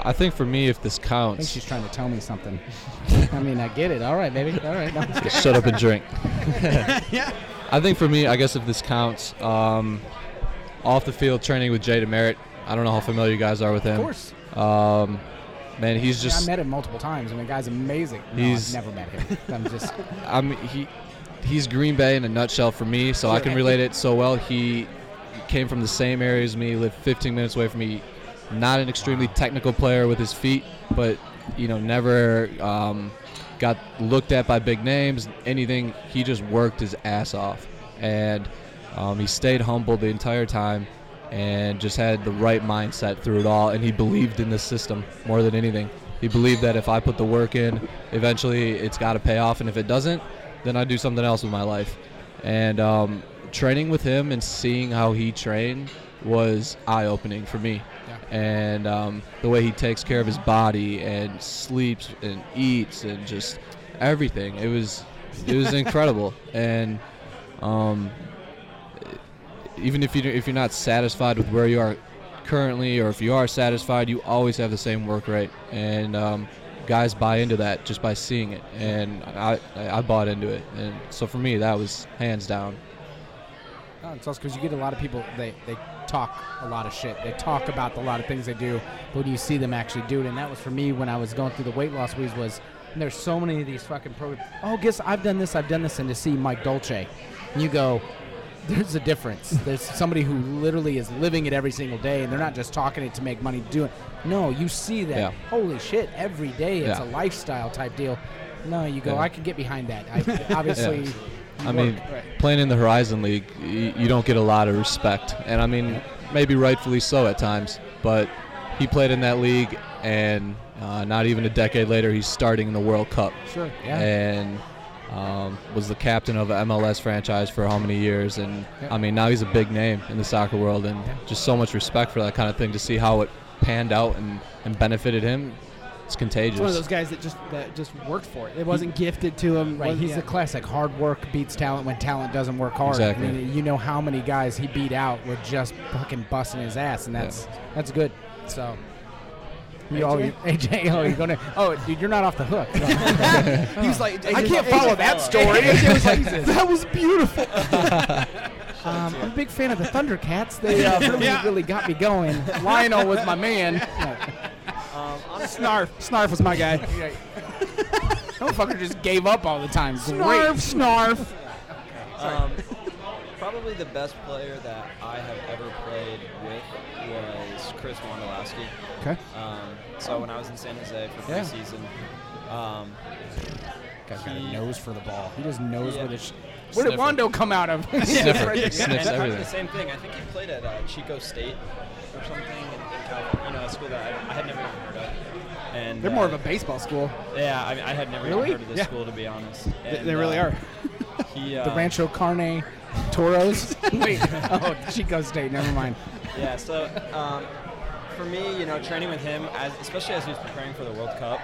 C: I think for me, if this
A: I think
C: counts,
A: she's trying to tell me something. I mean, I get it. All right, baby. All right. No, I'm just kidding.
C: shut up and drink.
B: yeah.
C: I think for me, I guess if this counts, um, off the field training with Jay Demerit. I don't know how familiar you guys are with him.
A: of course.
C: Um, man, he's
A: Yeah, I
C: just.
A: met him multiple times. I mean, the guy's amazing. No,
C: He's-
A: I've never met him. I'm just
C: I'm he. He's Green Bay in a nutshell for me, so I can relate it so well. He came from the same area as me, lived 15 minutes away from me. Not an extremely technical player with his feet, but you know, never um, got looked at by big names. Anything. He just worked his ass off, and um, he stayed humble the entire time. and just had the right mindset through it all. And he believed in this system more than anything. He believed that if I put the work in, eventually it's got to pay off. And if it doesn't, then I do something else with my life. And um, training with him and seeing how he trained was eye opening for me.
A: Yeah.
C: And um, the way he takes care of his body and sleeps and eats and just everything. It was it was incredible. And um, even if you if you're not satisfied with where you are currently, or if you are satisfied, you always have the same work rate, and um, guys buy into that just by seeing it, and I I bought into it, and so for me that was hands down.
A: No, Oh, it's also because you get a lot of people. They they talk a lot of shit. They talk about a lot of things they do, but when you see them actually do it, and that was for me when I was going through the weight loss weeds was. And there's so many of these fucking programs. Oh, guess I've done this. I've done this, and to see Mike Dolce, and you go. There's a difference. There's somebody who literally is living it every single day, and they're not just talking it to make money doing. it. No, you see that.
C: Yeah.
A: Holy shit! Every day, it's
C: Yeah.
A: a lifestyle type deal. No, you go.
C: Yeah.
A: I can get behind that. I, obviously,
C: Yeah.
A: you
C: I mean,
A: work- right.
C: playing in the Horizon League, y- you don't get a lot of respect, and I mean, maybe rightfully so at times. But he played in that league, and uh, not even a decade later, he's starting in the World Cup,
A: sure, yeah.
C: and um, was the captain of an MLS franchise for how many years? And
A: Yeah.
C: I mean, now he's a big name in the soccer world, and
A: Yeah.
C: just so much respect for that kind of thing. To see how it panned out and, and benefited him, it's contagious.
B: It's one of those guys that just that just worked for it. It wasn't gifted to him.
A: Right,
B: wasn't-
A: he's
B: yeah.
A: the classic hard work beats talent when talent doesn't work hard.
C: Exactly.
A: I mean, you know how many guys he beat out with just fucking busting his ass, and that's that's good. So. You
B: AJ?
A: all, AJ, oh, you're gonna, oh, dude, you're not off the hook.
B: He was like,
A: I can't follow that story.
B: AJ was like, that was beautiful.
A: Um, I'm a big fan of the Thundercats. They uh, really,
B: Yeah.
A: really got me going. Lionel was my man.
D: Um, honestly,
B: Snarf. Snarf was my guy.
A: No, fucker just gave up all the time.
B: Snarf, snarf.
D: Um, probably the best player that I have ever played with was Chris Wondolowski.
A: Okay.
D: Um, so when I was in San Jose for
A: Yeah.
D: preseason, um,
A: Guy's got a nose for the ball. He just knows
D: Yeah.
A: where the. Sh- where did
C: Sniffer.
A: Wando come out of?
C: Sniffer.
A: Right
C: He
A: there.
D: yeah, and
C: sniffs
D: kind of
C: everything.
D: the same thing. I think he played at uh, Chico State or something in, in California, you know, a school that I, I had never even heard of. And
B: They're
D: uh,
B: more of a baseball school.
D: yeah. I, mean, I had never
A: Really?
D: even heard of this
B: Yeah.
D: school to be honest.
B: They-
D: And,
B: they really
D: uh,
B: are.
D: He, uh,
A: the Rancho Carne Toros. Wait, oh, Chico State. Never mind.
D: Yeah, so um, for me, you know, training with him, as, especially as he was preparing for the World Cup,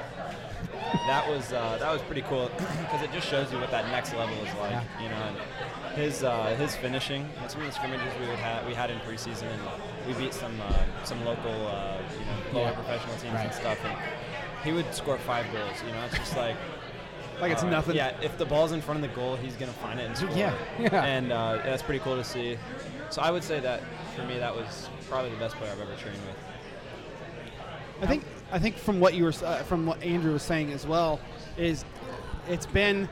D: that was uh, that was pretty cool because it just shows you what that next level is like.
A: Yeah.
D: You know, and his uh, his finishing and some of the scrimmages we would have we had in preseason, and we beat some uh, some local uh, you know lower
A: Yeah.
D: professional teams
A: Right.
D: and stuff. And he would score five goals. You know, it's just like.
B: Like it's
D: uh,
B: nothing.
D: Yeah, if the ball's in front of the goal, he's gonna find it and score.
A: Yeah, yeah.
D: And uh, that's pretty cool to see. So I would say that for me, that was probably the best player I've ever trained with.
B: I think I think from what you were uh, from what Andrew was saying as well is it's been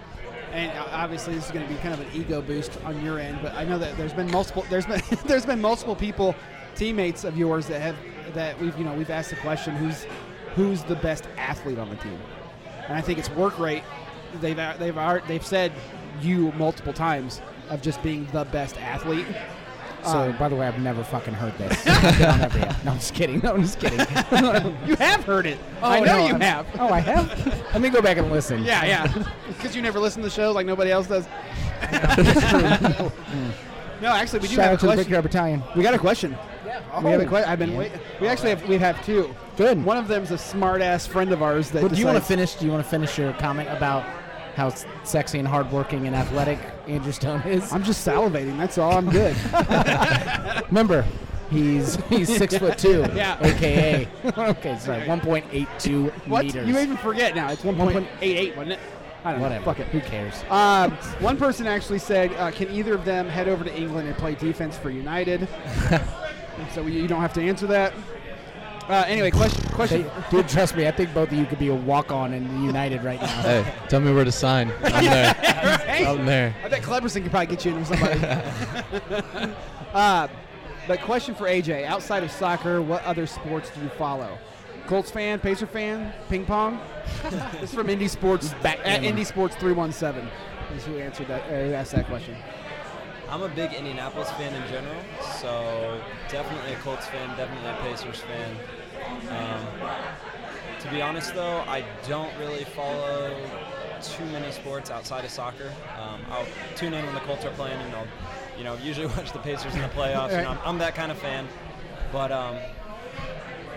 B: and o- obviously this is going to be kind of an ego boost on your end but I know that there's been multiple there's been there's been multiple people teammates of yours that have that we've you know we've asked the question who's who's the best athlete on the team and I think it's work rate they've a- they've ar- they've said you multiple times of just being the best athlete
A: So,
B: Um,
A: Uh, by the way, I've never fucking heard this. Get on over here. no, I'm just kidding. No, I'm just kidding.
B: you have heard it I
A: Oh,
B: know
A: no,
B: you
A: I'm-
B: have
A: Oh, I have. Let me go back and listen.
B: Yeah, yeah. Because you never listen to the show like nobody else does. no, actually, we do
A: Shout out
B: have a
A: to the Big
B: question. Oh.
A: Yard Battalion.
B: We got a question.
A: Oh.
B: We have a question. I've been
A: Yeah.
B: wait. We actually have. We have two.
A: Good.
B: One of them's a smart ass friend of ours that.
A: Well, do you want to
B: decides-
A: finish? Do you want to finish your comment about how s- sexy and hardworking and athletic Andrew Stone is?
B: I'm just salivating. That's all. I'm good.
A: Remember, he's he's six foot two.
B: Yeah.
A: AKA. Okay, sorry. One point eight two
B: what?
A: meters.
B: You even forget now. It's 1.88, wasn't it? I don't
A: Whatever.
B: know. Fuck it.
A: Who cares?
B: Um, one person actually said, uh, "Can either of them head over to England and play defense for United?" so you you don't have to answer that. Uh, anyway, question. Question.
A: They, dude, trust me. I think both of you could be a walk-on in United right now.
C: hey, tell me where to sign. I'm there.
B: Right?
C: I'm there.
B: I bet Cleberson could probably get you in with somebody. uh, but question for AJ: Outside of soccer, what other sports do you follow? Colts fan, Pacer fan, ping pong. this is from Indie Sports. At
A: Backgammon.
B: Indie Sports three one seven is who answered that. Uh, who asked that question?
D: I'm a big Indianapolis fan in general, so definitely a Colts fan, definitely a Pacers fan. Um, to be honest, though, I don't really follow too many sports outside of soccer. Um, I'll tune in when the Colts are playing, and I'll, you know, usually watch the Pacers in the playoffs. and I'm, I'm that kind of fan, but um,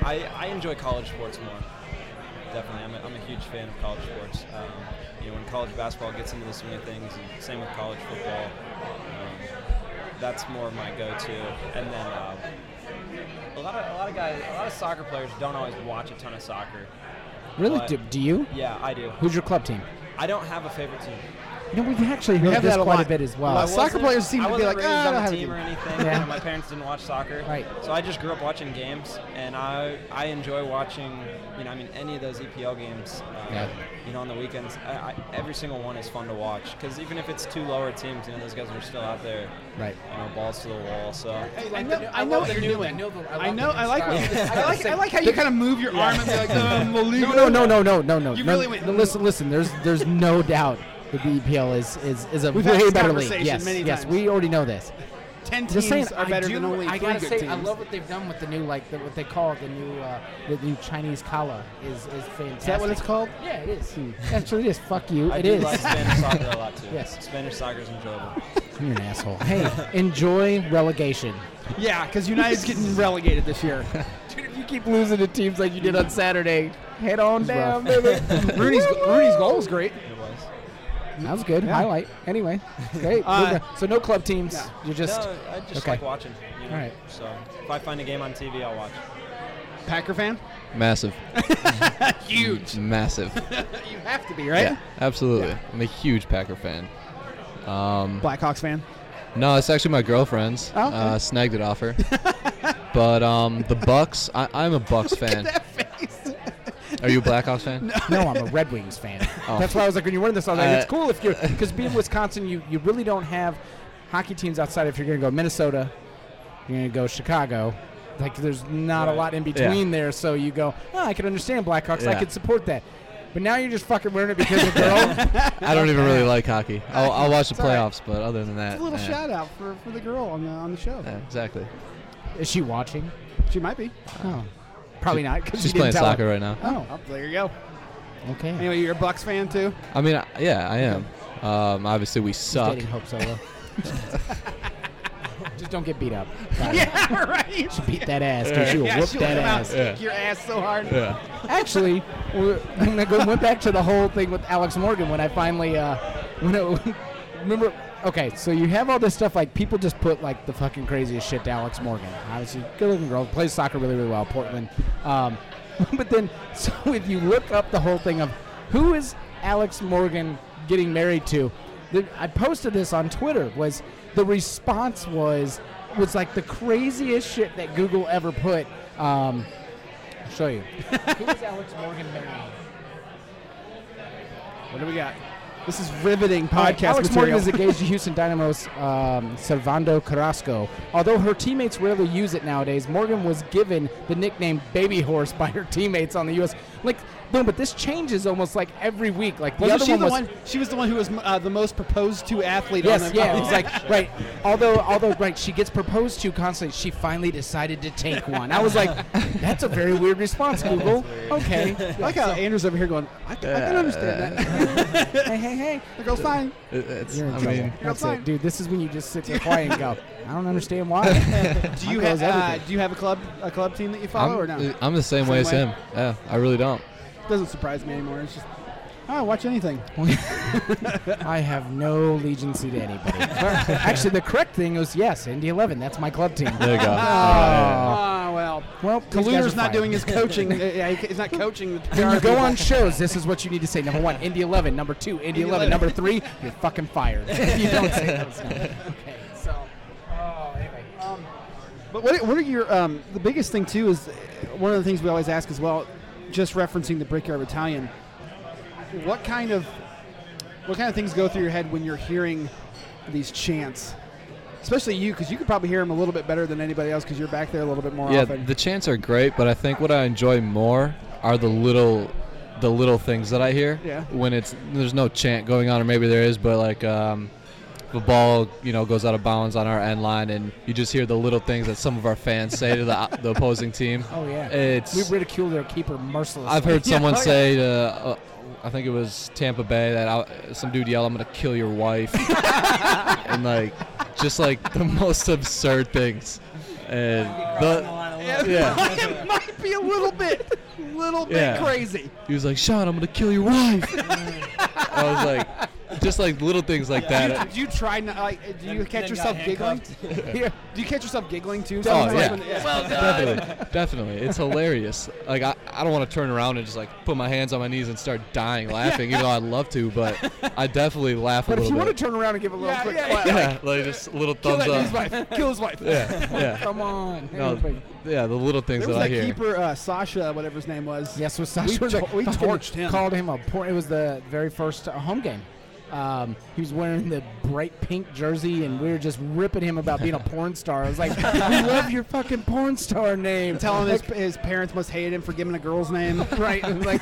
D: I, I enjoy college sports more definitely. I'm a, I'm a huge fan of college sports. Um, you know, when college basketball gets into the swing of things, and same with college football. Um, that's more my go-to. And then uh, a lot of a lot of guys, a lot of soccer players don't always watch a ton of soccer.
A: Really?
D: But-
A: Do, do you?
D: Yeah, I do.
A: Who's your club team?
D: I don't have a favorite team.
A: You know, we've actually heard
B: have
A: this
B: that a
A: quite
B: lot.
A: a bit as well.
B: Uh,
D: I
B: soccer
D: wasn't-
B: players seem
D: I
B: to be
D: wasn't
B: like,
D: raised
B: "Ah, I
D: on
B: don't
D: the
B: have a
D: team
B: team."
D: or anything.
A: Yeah.
D: My parents didn't watch soccer,
A: Right.
D: So I just grew up watching games, and I I enjoy watching. You know, I mean, any of those EPL games. Uh,
C: Yeah.
D: You know, on the weekends, I, I, every single one is fun to watch because even if it's two lower teams, you know, those guys are still out there.
A: Right.
D: You know, balls to the wall. So.
B: I know, I know what you're doing. I know. I like. what you
A: what
B: did. I like. I like how you kind of move your arm and be like, um, we'll leave
A: No,
B: it
A: no,
B: over."
A: no, no, no, no, no.
B: You
A: no,
B: really went-
A: no, Listen, listen. There's, there's no doubt that the EPL is is, is a
B: We've had
A: way
B: this
A: better
B: conversation
A: league. Yes,
B: many
A: yes.
B: times.
A: We already know this.
B: Ten teams
A: Just saying,
B: are better
A: I do,
B: than only
A: I
B: three
A: gotta
B: good
A: say,
B: teams.
A: I love what they've done with the new, like the, what they call the new, uh, the new Chinese collar is is fantastic.
B: Is that what it's called? Hmm.
A: Yeah, it is. Actually, it is. Fuck you.
D: I
A: It
D: do
A: is.
D: like Spanish soccer a lot too.
A: Yes.
D: Spanish soccer is enjoyable.
A: You're an asshole. Hey, enjoy relegation.
B: Yeah, because United's getting relegated this year.
A: Dude, if you keep losing to teams like you did on Saturday, head on
B: down,
A: baby.
B: Rooney's Rooney's goal was great.
D: It was.
A: That was good.
B: Yeah.
A: Highlight. Anyway, great.
B: Uh,
A: Moving on. so no club teams.
B: no.
A: You're just
D: no, I just
A: okay.
D: like watching. You know?
A: All right.
D: So if I find a game on TV, I'll watch.
B: Packer fan?
C: Massive.
B: Huge.
C: Massive.
A: Mm-hmm.
B: you have to be, right?
C: Yeah, absolutely. I'm a huge Packer fan.
A: Mm-hmm.
C: Um,
B: Blackhawks fan.
C: no, it's actually my girlfriend's.
B: Oh, okay.
C: Uh, snagged it off her. but um, the Bucks. I, I'm a Bucks fan.
B: That face.
C: Are you a Blackhawks fan?
A: no. I'm a Red Wings fan.
C: Oh.
A: That's why I was like, when you're wearing this, I was like,
C: Uh,
A: it's cool if you're because being Wisconsin, you you really don't have hockey teams outside. If you're gonna go Minnesota, you're gonna go Chicago. Like, there's not a
D: Right.
A: lot in between there, so you go. Oh, I can understand Blackhawks. I
C: Yeah.
A: could support that. But now you're just fucking wearing it because of girl.
C: I don't even really like hockey. I'll, I'll watch the
B: It's all right.
C: playoffs, but other than that,
B: a
A: Uh,
B: little
C: eh.
B: shout out for, for the girl on the, on the show.
C: Yeah, exactly.
A: Is she watching?
B: She might be.
A: Oh, probably not. 'cause
C: She's
A: you didn't
C: playing
A: tell her.
C: soccer right now.
A: Oh,
B: there you go.
A: okay.
B: Anyway, you're a Bucks fan too.
C: I mean, I- yeah, I am. Um, obviously, we suck.
A: Dating Hope Solo. Just don't get beat up.
B: yeah, right.
A: Beat that ass, dude. She will
B: yeah,
A: whoop
B: she'll
A: that
B: come out,
A: ass.
B: kick your ass so hard.
C: Yeah.
A: Actually, we're- when I go, went back to the whole thing with Alex Morgan when I finally, uh, when it, remember, okay, so you have all this stuff like people just put like the fucking craziest shit to Alex Morgan. Obviously, good-looking girl, plays soccer really, really well, Portland. Um, but then, so if you look up the whole thing of who is Alex Morgan getting married to, the, I posted this on Twitter. Was the response was was like the craziest shit that Google ever put. Um, I'll show you. Who is Alex Morgan marrying?
B: What do we got? This is riveting podcast
A: Alex Morgan
B: material.
A: is engaged to Houston Dynamo's um, Servando Carrasco. Although her teammates rarely use it nowadays, Morgan was given the nickname "Baby Horse" by her teammates on the U.S. Like, boom! But this changes almost like every week. Like the
B: Wasn't
A: other
B: she
A: one
B: the
A: was.
B: one? She was the one who was uh, the most proposed to athlete. on
A: Yes,
B: the,
A: yeah,
B: on
A: it
B: the-
A: was like right. Although, although, right, she gets proposed to constantly. She finally decided to take one. I was like, "That's a very weird response, Google." Okay,
B: I like how Andrew's over here going. I, can- I can understand that.
A: hey, hey, hey.
B: The girl's fine.
C: It- it's-
A: You're in
C: I
A: trouble.
C: mean,
A: That's
B: fine.
A: it, dude. This is when you just sit there quiet and go, I don't understand why.
B: Do you
A: Mine
B: have
A: goes
B: uh,
A: everything.
B: do you have a club a club team that you follow
C: I'm,
B: or not? It
C: I'm the same, way as
B: way.
C: him. Yeah, I really don't.
B: doesn't surprise me anymore. It's just I don't watch anything.
A: I have no allegiance to anybody. Actually, the correct thing was yes, Indy 11. That's my club team.
C: There you go.
A: Oh.
B: Ah, well,
A: Well, these guys
B: Kaluter's
A: are
B: not
A: fired.
B: doing his coaching. uh, yeah, he- he's not coaching. The
A: When you
B: PR
A: go
B: people.
A: on shows, this is what you need to say. Number one, Indy 11. Number two, Indy
B: Indy
A: 11.
B: 11.
A: Number three, you're fucking fired. If you don't say those numbers. Okay, so. Oh, anyway. Um,
B: But what, what are your um, the biggest thing too is uh, one of the things we always ask as well, just referencing the Brickyard Battalion. What kind of what kind of things go through your head when you're hearing these chants? Especially you, because you could probably hear them a little bit better than anybody else, because you're back there a little bit more
C: yeah,
B: often.
C: the chants are great, but I think what I enjoy more are the little, the little things that I hear.
B: Yeah.
C: When it's there's no chant going on, or maybe there is, but like um, the ball, you know, goes out of bounds on our end line, and you just hear the little things that some of our fans say to the, the opposing team.
A: Oh yeah,
C: It's-
A: we ridicule their keeper mercilessly.
C: I've heard someone
B: oh, yeah.
C: say to, uh, I think it was Tampa Bay, that I, some dude yelled, "I'm gonna kill your wife," and like, just like the most absurd things. And the, yeah,
B: it might be a little bit, little bit
C: Yeah.
B: crazy.
C: he was like, "Sean, I'm gonna kill your wife." I was like, just like little things like that.
B: Do you try not? Like, do you catch yourself giggling? Yeah. Do you catch yourself giggling too?
C: Oh,
B: Sometimes,
C: yeah.
B: like, when-
D: Well done.
C: Definitely, definitely. It's hilarious. Like I, I don't want to turn around and just like put my hands on my knees and start dying laughing, even though I'd love to, but I definitely laugh
A: but
C: a
A: if you
C: little
A: want to
C: bit.
A: turn around and give a little
B: Yeah,
A: quick
B: yeah,
A: clap,
B: yeah.
C: yeah, like just little
B: Kill
C: thumbs
B: that dude's
C: up.
B: wife. Kill his wife.
C: Yeah, yeah.
A: come on.
C: No,
A: everybody.
C: yeah, the little things
B: There
C: that
B: was
C: I
B: that
C: hear.
B: keeper uh, Sasha, whatever his name was.
A: Yes, with Sasha.
B: We
A: was like-
B: tor- we
A: the
B: torched him.
A: Called him a porn. It was the very first uh, home game. Um, he was wearing the bright pink jersey, and we were just ripping him about being a porn star. I was like, "We love your fucking porn star name."
B: Telling his,
A: like,
B: his parents must hate him for giving a girl's name.
A: right, it was like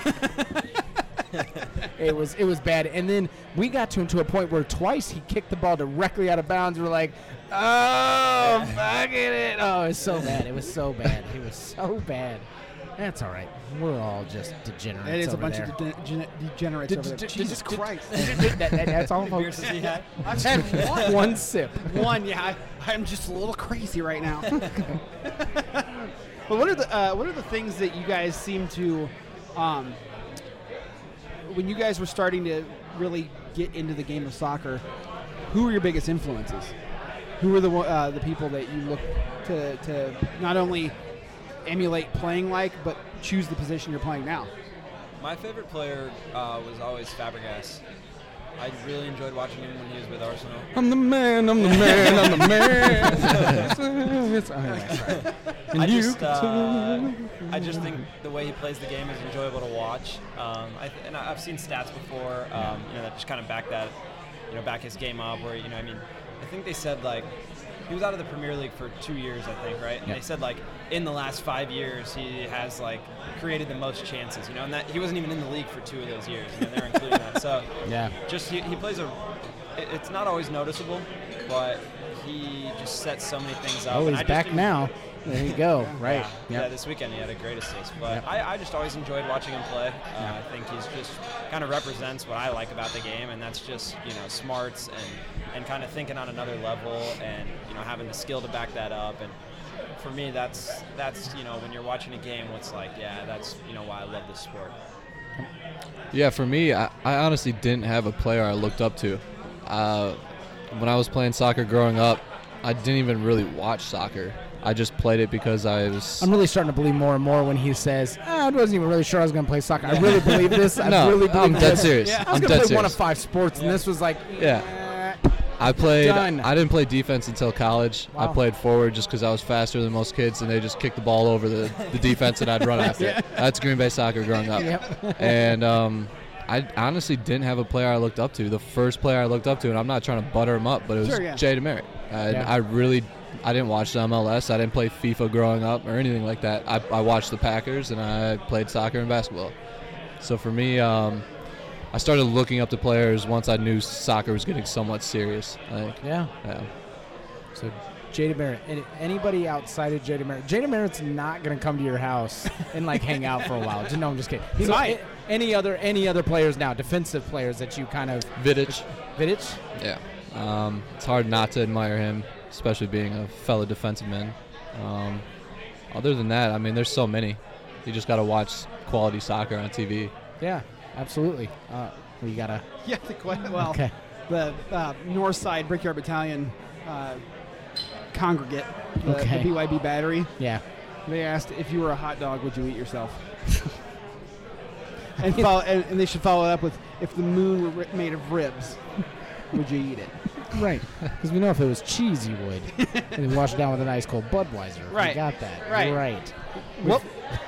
A: it was it was bad. And then we got to him to a point where twice he kicked the ball directly out of bounds. We're like, "Oh, fucking it!" Oh, it's so bad. It was so bad. It was so bad. That's all right. We're all just degenerates.
B: It is a
A: over
B: bunch
A: there.
B: of de- de- degenerates over there. Jesus Christ.
A: that, that, that's all, folks.
B: I've had one.
A: One sip.
B: One, yeah. I, I'm just a little crazy right now. but what are the uh, what are the things that you guys seem to, um, when you guys were starting to really get into the game of soccer, who were your biggest influences? Who were the one- uh, the people that you look to to not only emulate playing like, but choose the position you're playing now?
D: My favorite player uh, was always Fabregas. I really enjoyed watching him when he was with Arsenal.
A: I'm the man. I'm the man. I'm the man.
D: I just, uh, I just think the way he plays the game is enjoyable to watch. Um, I th- and I- I've seen stats before, um, you know, that just kind of back that, you know, back his game up. Where you know, I mean, I think they said like he was out of the Premier League for two years, I think, right? And
A: Yeah.
D: they said like in the last five years he has like created the most chances, you know, and that he wasn't even in the league for two of those years, and they're including that. So
A: Yeah.
D: just he, he plays a. it- It's not always noticeable, but he just sets so many things up.
A: Oh,
D: and
A: he's
D: I just
A: back
D: didn't-
A: now. There you go. Right.
D: yeah,
A: Yeah.
D: this weekend he had a great assist. But I, I just always enjoyed watching him play. Uh, I think he's just kind of represents what I like about the game, and that's just you know smarts and and kind of thinking on another level, and you know having the skill to back that up. And for me, that's that's you know when you're watching a game, what's like, yeah, that's you know why I love this sport.
C: Yeah, for me, I, I honestly didn't have a player I looked up to. Uh, when I was playing soccer growing up, I didn't even really watch soccer. I just played it because I was.
A: I'm really starting to believe more and more when he says, "Ah, "I wasn't even really sure I was going to play soccer." I really believe this. I
C: no,
A: really believe
C: I'm dead
A: this.
C: serious.
A: I was
C: I'm
A: gonna
C: dead
A: play
C: serious.
A: one of five sports, and this was like,
B: Uh,
C: Yeah.
A: "Eh."
C: I played.
A: Done.
C: I didn't play defense until college.
A: Wow.
C: I played forward just because I was faster than most kids, and they just kicked the ball over the, the defense, and I'd run after it. That's Green Bay soccer growing up.
A: Yep.
C: And um, I honestly didn't have a player I looked up to. The first player I looked up to, and I'm not trying to butter him up, but it was
B: Sure, yeah.
C: Jay Demerit. And
A: Yeah.
C: I really, I didn't watch the MLS. I didn't play FIFA growing up or anything like that. I, I watched the Packers, and I played soccer and basketball. So for me, um, I started looking up to players once I knew soccer was getting somewhat serious. Like, uh,
A: yeah.
C: yeah.
A: So Jada Merritt, and anybody outside of Jada Merritt, Jada Merritt's not gonna come to your house and like hang out for a while. Just- No, I'm just kidding. He's
B: might.
A: Any other any other players now, defensive players that you kind of
C: Vidic.
A: Vidic?
C: Yeah. Um, it's hard not to admire him, especially being a fellow defenseman. Um, other than that, I mean, there's so many. You just got to watch quality soccer on TV.
A: Yeah, absolutely. Uh, we gotta.
B: Yeah, the que- well,
A: Okay.
B: the uh, North Side Brickyard Battalion uh, congregate, the, the
A: Okay.
B: BYB battery.
A: Yeah.
B: They asked if you were a hot dog, would you eat yourself? and, follow, and, and they should follow it up with if the moon were ri- made of ribs, would you eat it?
A: Right. Because we know if it was cheese, you would. and then wash it down with an ice cold Budweiser.
B: Right.
A: We got that.
B: Right.
A: Right.
B: Well,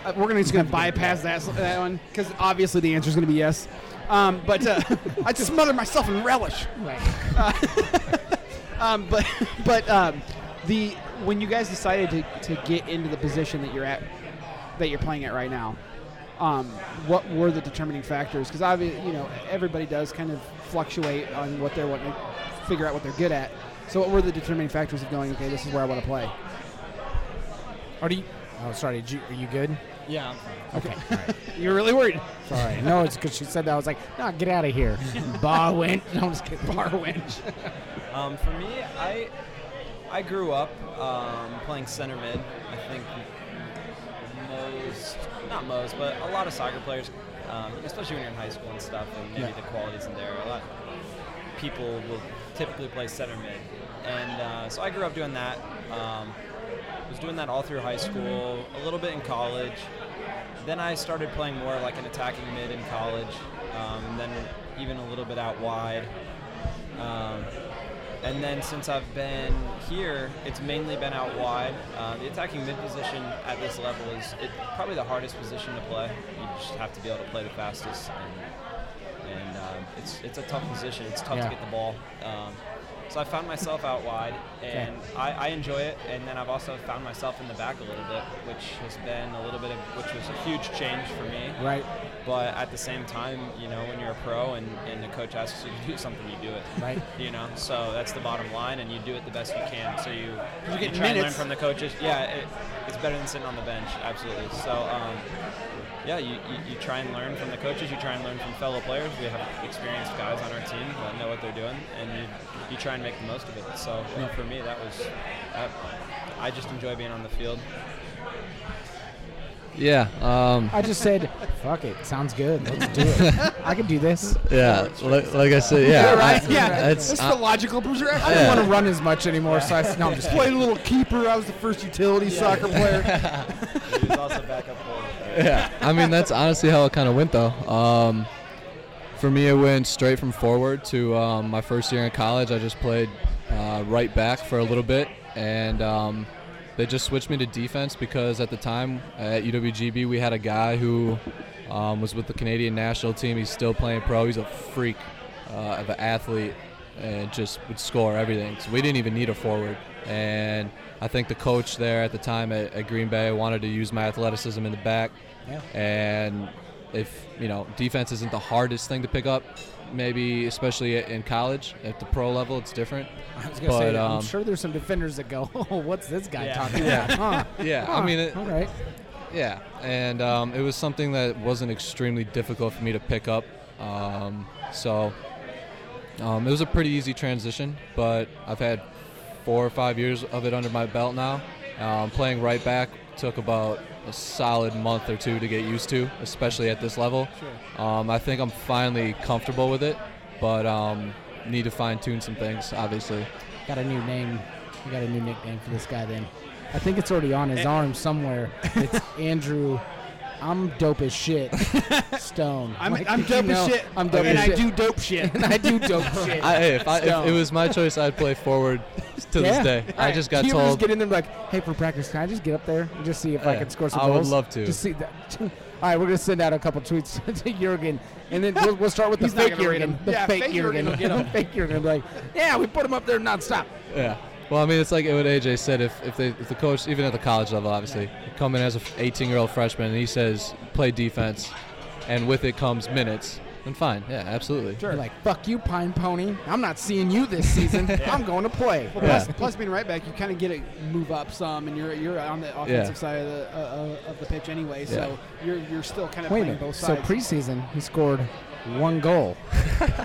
B: uh, we're gonna just gonna bypass that s- that one because obviously the answer is gonna be yes. Um, but uh, I'd smother myself in relish.
A: Right.
B: Um, but but um, the when you guys decided to, to get into the position that you're at that you're playing at right now, um, what were the determining factors? Because obviously, you know, everybody does kind of fluctuate on what they're wanting to figure out what they're good at. So, what were the determining factors of going? Okay, this is where I want to play.
A: Are you? Oh, sorry. Did you, are you good?
D: Yeah, I'm fine.
A: Okay. all right.
B: You're really worried.
A: Sorry. No, it's because she said that. I was like, no, get out of here. Bar went. No, I'm just kidding. Bar went.
D: Um, for me, I I grew up um, playing center mid. I think most, not most, but a lot of soccer players, um, especially when you're in high school and stuff, and maybe
A: Yeah.
D: the quality's in there. A lot people will typically play center mid, and uh, so I grew up doing that. Um, was doing that all through high school, a little bit in college. Then I started playing more like an attacking mid in college, um, then even a little bit out wide. Um, and then since I've been here, it's mainly been out wide. Uh, the attacking mid position at this level is it, probably the hardest position to play. You just have to be able to play the fastest, and, and um, it's it's a tough position. It's tough
A: Yeah.
D: to get the ball. Um, so I found myself out wide, and I, I enjoy it. And then I've also found myself in the back a little bit, which has been a little bit of which was a huge change for me.
A: Right.
D: But at the same time, you know, when you're a pro and, and the coach asks you to do something, you do it.
A: Right.
D: You know, so that's the bottom line, and you do it the best you can. So you, you
B: getting
D: try and learn
B: minutes.
D: from the coaches. Yeah, it, it's better than sitting on the bench, absolutely. So, um, yeah, you, you, you try and learn from the coaches. You try and learn from fellow players. We have experienced guys on our team that know what they're doing, and you, you try and make the most of it. So yeah, for me, that was, that, I just enjoy being on the field.
C: Yeah. Um,
A: I just said, fuck it. Sounds good. Let's do it. I can do this.
C: yeah. Like, like I said. Yeah.
B: right.
C: I-
B: yeah.
C: It's,
B: That's the logical perspective.
A: I don't
C: Yeah.
A: want to run as much anymore, so I, s- no, I'm just
B: Played a little keeper. I was the first utility soccer player.
D: He was also backup goalie.
C: yeah. I mean, that's honestly how it kind of went, though. Um, for me, it went straight from forward to um, my first year in college. I just played uh, right back for a little bit, and um, they just switched me to defense because at the time at UWGB we had a guy who um, was with the Canadian national team. He's still playing pro. He's a freak uh, of an athlete and just would score everything. So we didn't even need a forward. And I think the coach there at the time at, at Green Bay wanted to use my athleticism in the back
A: Yeah.
C: and if you know defense isn't the hardest thing to pick up maybe especially i- in college at the pro level it's different
A: I was gonna say,
C: But,
A: I'm
C: um,
A: sure there's some defenders that go, "Oh, what's this guy
D: Yeah.
A: talking
C: Yeah.
A: about?" Huh.
C: yeah
A: Huh.
C: i mean it,
A: all right.
C: yeah and um, it was something that wasn't extremely difficult for me to pick up um, so um, it was a pretty easy transition but i've had four or five years of it under my belt now um, playing right back took about a solid month or two to get used to especially at this level Um, I think I'm finally comfortable with it, but um, need to fine tune some things, obviously.
A: Got a new name. We got a new nickname for this guy. Then, I think it's already on his arm somewhere. It's Andrew. I'm dope as shit. Stone.
B: I'm,
A: Like,
B: I'm
A: you
B: dope
A: know,
B: as shit.
A: I'm dope
B: and
A: as shit.
B: I do dope shit.
A: and I do dope shit.
C: I, if, I, if it
A: Stone.
C: was my choice, I'd play forward to
A: Yeah.
C: this day. I just got
A: you ever Just
C: told.
A: get in there, and be like, hey, for practice, can I just get up there and just see if I
C: Yeah.
A: can score some
C: I would
A: goals?
C: love to.
A: Just see that. All right, we're gonna send out a couple tweets to Jurgen, and then we'll, we'll start with the
B: He's not
A: fake
B: gonna read 'em.
A: Jurgen. The
B: Yeah,
A: fake,
B: fake
A: Jurgen.
B: Jurgen will get 'em.
A: fake Jurgen. will be like, yeah, we put him up there nonstop.
C: Yeah. Well, I mean, it's like what AJ said. If, if, they, if the coach, even at the college level, obviously, come in as an 18 year old freshman and he says play defense, and with it comes minutes, then fine. Yeah, absolutely.
A: You're like, fuck you, Pine Pony. I'm not seeing you this season. I'm going to play.
B: Well,
C: Yeah.
B: plus, plus being right back, you kind of get to move up some, and you're you're on the offensive side of the uh, uh, of the pitch anyway, so you're you're still kind of
A: Wait a
B: playing
A: minute.
B: both
A: So
B: sides.
A: preseason, he scored one goal.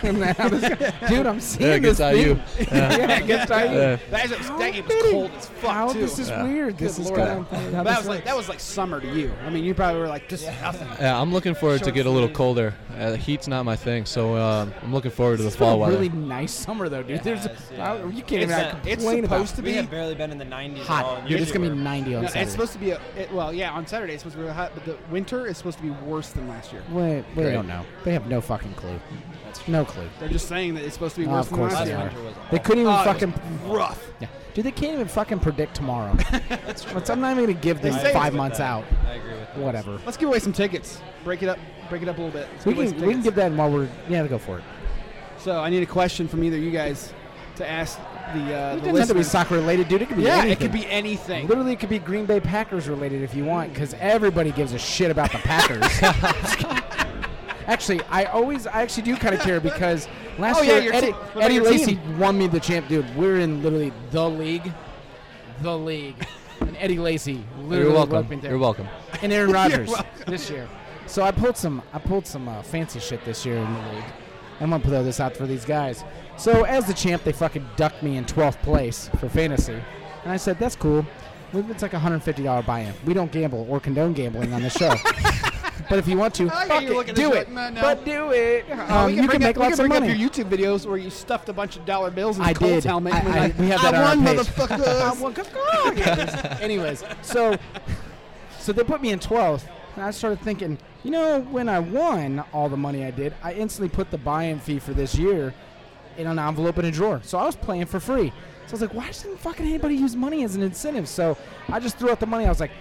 A: And now this guy- Dude, I'm seeing
C: Yeah,
A: this
C: against
A: thing.
C: IU. Yeah.
A: yeah, against IU.
C: Yeah.
B: that, is, that game was
A: fitting.
B: cold as fuck
A: How
B: too.
A: this is
C: Yeah.
A: weird. This
B: Good
A: is
B: lord.
A: kind of how
B: that
A: this
B: was like
A: works.
B: that was like summer to you. I mean, you probably were like just nothing.
C: Yeah, I'm looking forward to
B: Short
C: get a little
B: sleeve.
C: colder. Uh, the heat's not my thing, so um, I'm looking forward to the
A: It's been
C: fall
A: a
C: weather.
A: really nice summer though, dude. There's
D: Yes, yeah.
A: I- you can't even
B: It's
D: a-
A: complain
B: it's
A: about
B: supposed to
D: We
B: be
D: have barely been in the 90s at all.
A: hot.
D: and
A: Dude, it's gonna be
D: usually we're-
A: 90 on
B: No,
A: Saturday.
B: it's supposed to be a it, well, yeah. On Saturday it's supposed to be really hot, but the winter is supposed to be worse than last year.
A: wait, we
C: Great.
A: don't know. They have no fucking clue.
D: That's true.
A: No clue.
B: They're just saying that it's supposed to be
A: Oh,
B: worse
A: of
B: than
A: course
B: last
A: they
B: year.
A: are.
D: winter was
A: They couldn't even
B: Oh, it was
A: fucking.
B: rough.
A: Yeah. Dude, they can't even fucking predict tomorrow.
D: That's true.
A: But I'm not even gonna give them
B: They say
A: five
B: it's-
A: months out.
D: I agree with that.
A: Whatever.
B: Let's give away some tickets. Break it up. Break it up a little bit. Let's
A: We
B: give away
A: can
B: some
A: we can
B: tickets.
A: give that while we're yeah go for it.
B: So I need a question from either of you guys. to ask the uh,
A: It
B: the
A: doesn't have to be
B: listeners.
A: soccer related, dude. It could be
B: yeah,
A: anything.
B: it could be anything.
A: Literally, it could be Green Bay Packers related if you want, because everybody gives a shit about the Packers. actually, I always, I actually do kind of care because last
B: Oh, yeah,
A: year
B: your
A: Eddie,
B: team. What about
A: Eddie
B: your
A: Lacy
B: team?
A: won me the champ, dude. We're in literally the league, the league, and Eddie Lacy literally
C: You're
A: rubbed me
C: welcome.
A: there.
C: You're welcome.
A: And Aaron Rodgers this year. So I pulled some, I pulled some uh, fancy shit this year in the league. I'm gonna throw this out for these guys. So as the champ, they fucking ducked me in 12th place for fantasy, and I said, "That's cool. We- It's like a $150 buy-in. We don't gamble or condone gambling on the show, but if you want to,
B: I get
A: fuck
B: you looking
A: it,
B: at
A: do
B: this
A: it.
B: like, no, no.
A: But do it.
B: Uh,
A: Um,
B: we
A: you can
B: bring
A: make
B: up, we
A: lots
B: can
A: of
B: bring
A: money.
B: up your YouTube videos where you stuffed a bunch of dollar bills in
A: I
B: Colts
A: did.
B: helmet.
A: I-
B: and went
A: I-
B: like,
A: we have that
B: I
A: on
B: won,
A: our page."
B: motherfuckers.
A: Um, well, good God. Yeah, Anyways, so so they put me in 12th, and I started thinking, you know, when I won all the money I did, I instantly put the buy-in fee for this year in an envelope in a drawer. So I was playing for free. So I was like, why doesn't fucking anybody use money as an incentive? So I just threw out the money. I was like,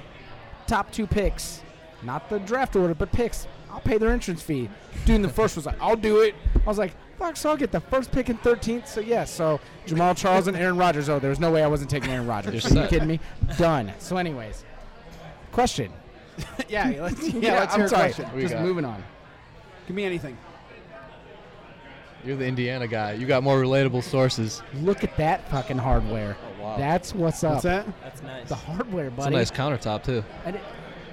A: top two picks, not the draft order, but picks. I'll pay their entrance fee. Dude, in the first was like, I'll do it. I was like, fuck, so I'll get the first pick in 13th. So, yeah, so Jamal Charles and Aaron Rodgers. Oh, there was no way I wasn't taking Aaron Rodgers.
C: You're
A: Are you
C: set.
A: kidding me? Done. So, anyways, question.
B: yeah, let's, yeah, let's
A: I'm
B: hear a
A: sorry.
B: question.
C: We
A: Just
C: got-
A: moving on.
B: Give me anything.
C: You're the Indiana guy. You got more relatable sources.
A: Look at that fucking hardware.
D: wow.
A: That's what's up.
B: What's that?
D: That's nice.
A: The hardware,
C: Oh, It's a
A: buddy.
C: nice countertop too.
A: I, did,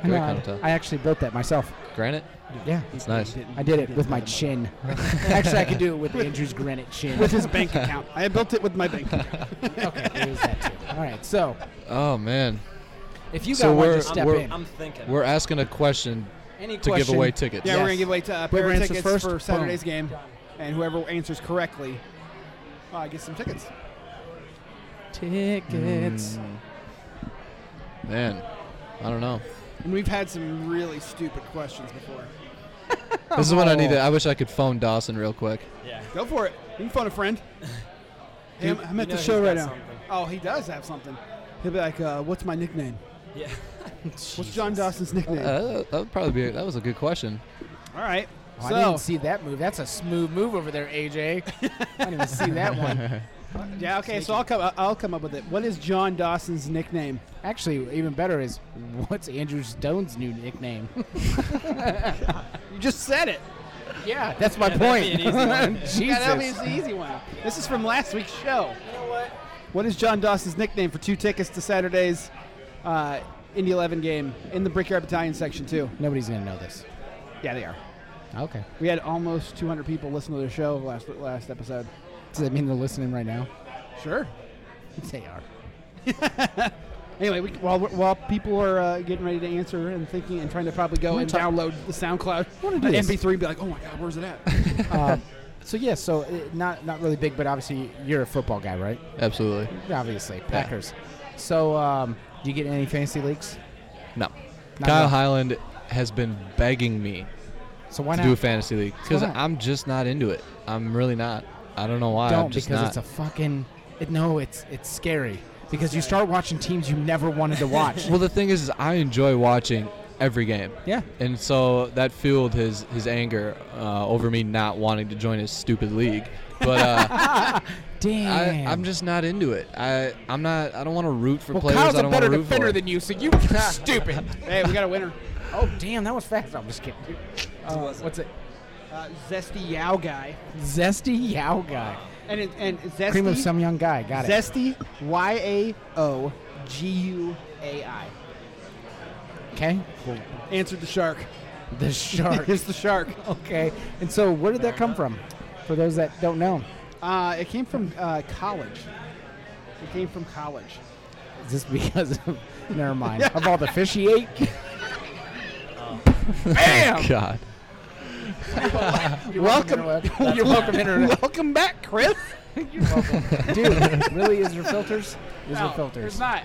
A: I,
C: Great
A: know, I-
C: countertop.
A: I actually built that myself.
C: Granite.
A: Yeah.
C: It's nice.
A: I did it with my chin. actually, I could do it with Andrew's granite chin.
B: With his bank account. I built it with my bank account.
A: okay, there is that too. All right, so
C: Oh man.
A: if you got
C: So
A: one,
C: we're-
A: just step
C: we're-
A: in.
D: I'm thinking.
C: We're asking a question
A: Any
C: to
A: question?
C: give away tickets.
B: Yeah,
A: Yes.
B: we're going to give away t- uh,
A: Whoever
B: pair of
A: answers
B: tickets
A: first,
B: for
A: boom.
B: Saturday's game. And whoever answers correctly uh, gets some tickets.
A: tickets.
C: Mm. Man, I don't know.
B: And we've had some really stupid questions before.
C: This is what I need. To, I wish I could phone Dawson real quick.
D: yeah.
B: Go for it. You can phone a friend. Hey, I'm, I'm
D: You
B: at
D: know
B: the
D: he's
B: show right
D: got
B: now.
D: something.
B: Oh, he does have something. He'll be like, uh, "What's my nickname?
D: Yeah.
B: What's John Dawson's
C: Uh,
B: nickname?"
C: that would probably be. That was a good question.
B: All right.
A: Oh, I
B: so
A: didn't see that move. That's a smooth move over there, AJ. I didn't even see that one.
B: yeah, okay. So I'll come. I'll come up with it. What is John Dawson's nickname?
A: Actually, even better is what's Andrew Stone's new nickname?
B: You just said it.
A: yeah, that's my
D: Yeah, that'd
A: point.
D: be an
A: Jesus.
B: Yeah, that was the easy one. This is from last week's show.
D: You know what?
B: What is John Dawson's nickname for two tickets to Saturday's uh, Indy 11 game in the Brickyard Battalion section too?
A: Nobody's gonna know this.
B: Yeah, they are.
A: Okay.
B: We had almost 200 people listen to the show last last episode.
A: Does that mean they're listening right now?
B: Sure.
A: They are.
B: Anyway, we, while we're- while people are uh, getting ready to answer and thinking and trying to probably go
A: Wanna
B: and
A: talk-
B: download the SoundCloud
A: Wanna do
B: uh,
A: this.
B: MP3, be like, oh my god, where's it at?
A: Uh, so yeah, so uh, not not really big, but obviously you're a football guy, right?
C: Absolutely.
A: Obviously, Packers. So, um, do you get any fantasy leagues?
C: No.
A: Not
C: Kyle
A: yet.
C: Highland has been begging me
A: So why
C: to
A: not?
C: do a fantasy league because
A: Why not?
C: I'm just not into it. I'm really not. I don't know why.
A: Don't
C: I'm just
A: because
C: not.
A: it's a fucking. It, no, it's it's scary because you start watching teams you never wanted to watch.
C: well, the thing is, is I enjoy watching every game.
A: yeah,
C: And so that fueled his his anger uh, over me not wanting to join his stupid league. But uh, I,
A: damn.
C: I'm just not into it. I I'm not. I don't want to root for
A: Well,
C: players.
A: Kyle's
C: I
A: a
C: don't want
A: better
C: to root
A: defender
C: for.
A: than you, so you stupid.
B: hey, we got a winner.
A: Oh damn, that was fast. I'm just kidding. Uh, what's it?
B: Uh, zesty Yao guy,
A: Zesty Yao guy,
B: and it, and zesty
A: cream of some young guy. Got it.
B: zesty Y A O G U A I.
A: Okay,
B: Answered the shark.
A: the shark.
B: it's the shark.
A: okay, and so where did that come from? For those that don't know,
B: Uh, it came from uh, college. It came from college.
A: is this because of? Never mind. Of all the fish he ate.
C: Bam! God.
A: You're
B: Welcome.
A: Internet. You're welcome, Internet.
B: Welcome back, Chris.
A: Dude, really, is there filters? Is there
B: There's
A: filters?
B: not.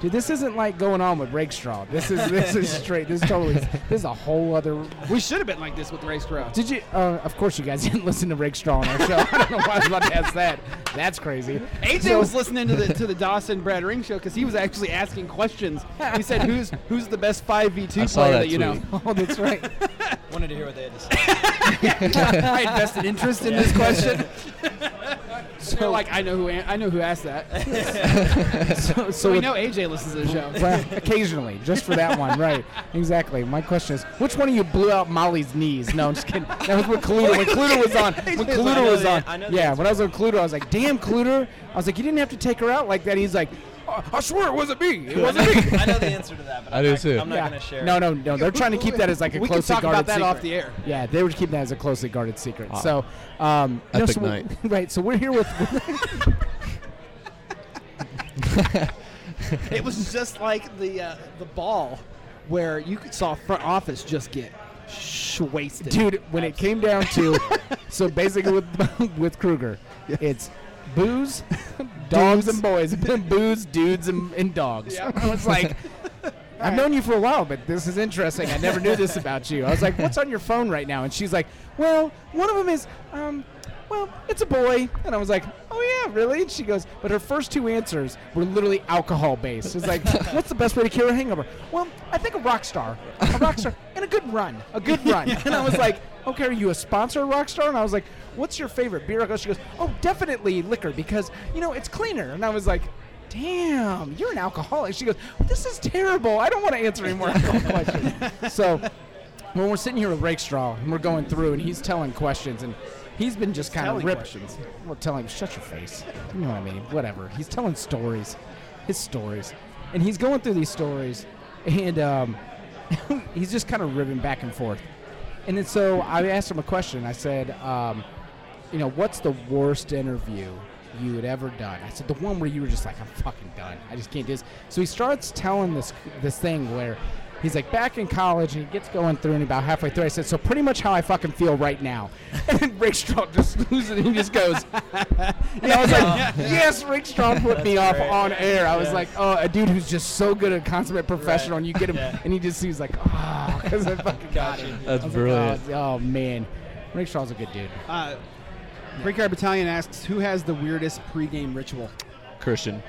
A: Dude, this isn't like going on with Rake Straw. This is this is straight. This is totally. This is a whole other.
B: We should have been like this with Race Crow.
A: Did you? Uh, of course, you guys didn't listen to Rake Straw on our show. I don't know why I was about to ask that. That's crazy.
B: AJ
A: So-
B: was listening to the to the Dawson Brad Ring show because he was actually asking questions. He said, "Who's who's the best five v two
C: I saw
B: player
C: that
B: that, you know?"
C: tweet.
A: Oh, that's right.
D: Wanted to hear what they had to say.
B: I invested interest in this question.
A: So
B: They're
A: so
B: like, I know who an- I know who asked that.
A: so,
B: So
A: so
B: we
A: with-
B: know AJ listens to the show.
A: well, occasionally, just for that one, right? Exactly. My question is, which one of you blew out Molly's knees? No, I'm just kidding. That was when Cluedo. When Cluedo was on. When
D: I know
A: Cluedo was
D: the-
A: on.
D: I know the
A: Yeah,
D: answer.
A: when I was on Cluedo, I was like, "Damn, Cluedo!" I was like, "You didn't have to take her out like that." He's like, "I I swear it wasn't me. It
D: I
A: wasn't me."
D: know, I know the answer to that, but
C: I
D: I'm
C: do
D: not,
C: too.
D: I'm not
A: Yeah.
D: gonna share.
A: No,
D: it.
A: no, no. They're trying to keep that as like a
B: we can
A: closely
B: talk
A: guarded
B: about that
A: secret.
B: off the air.
A: Yeah, they were keeping that as a closely guarded secret.
C: Ah.
A: So, um, no,
C: Epic
A: so we-
C: night.
A: right. So we're here with.
B: It was just like the uh, the ball where you could- saw front office just get sh- wasted.
A: dude when it came down to so basically with with kruger it's booze dogs and boys booze dudes and, and dogs
B: Yeah.
A: i was like i've
B: Alright.
A: known you for a while but this is interesting i never knew this about you i was like what's on your phone right now and she's like well one of them is um well, it's a boy, and I was like, "Oh yeah, really?" And she goes, "But her first two answers were literally alcohol-based." It's like, "What's the best way to cure a hangover?" Well, I think a rock star, a rock star, and a good run, a good run. And I was like, "Okay, are you a sponsor, rock star?" And I was like, "What's your favorite beer?" I go- She goes, "Oh, definitely liquor because you know it's cleaner." And I was like. Damn, you're an alcoholic. She goes, This is terrible. I don't want to answer any more alcohol questions. So, when we're sitting here with Rake Straw and we're going through and he's telling questions and he's been just kind of
B: telling
A: ripping.
B: questions.
A: Well, telling shut your face. You know what I mean? Whatever. He's telling stories, his stories, and he's going through these stories, and um, he's just kind of ribbing back and forth. And then so I asked him a question. I said, um, you know, what's the worst interview you had ever done? I said the one where you were just like, I'm fucking done. I just can't do this. So he starts telling this this thing where he's like back in college and he gets going through and about halfway through I said, so pretty much how I fucking feel right now. And then Rick Straw just loses it. He just goes, and I was like, yes, Rick Straw put me off
D: great.
A: on air. I was
D: Yeah.
A: like, oh, a dude who's just so good, a consummate professional, and you get him,
D: Yeah.
A: and he just seems like, oh, because I fucking got
D: Gotcha.
A: him.
C: That's
A: I was
C: brilliant.
A: Like, oh, oh, man, Rick Straw's a good dude.
B: Uh, Brickyard Battalion asks, who has the weirdest pregame ritual?
C: Christian.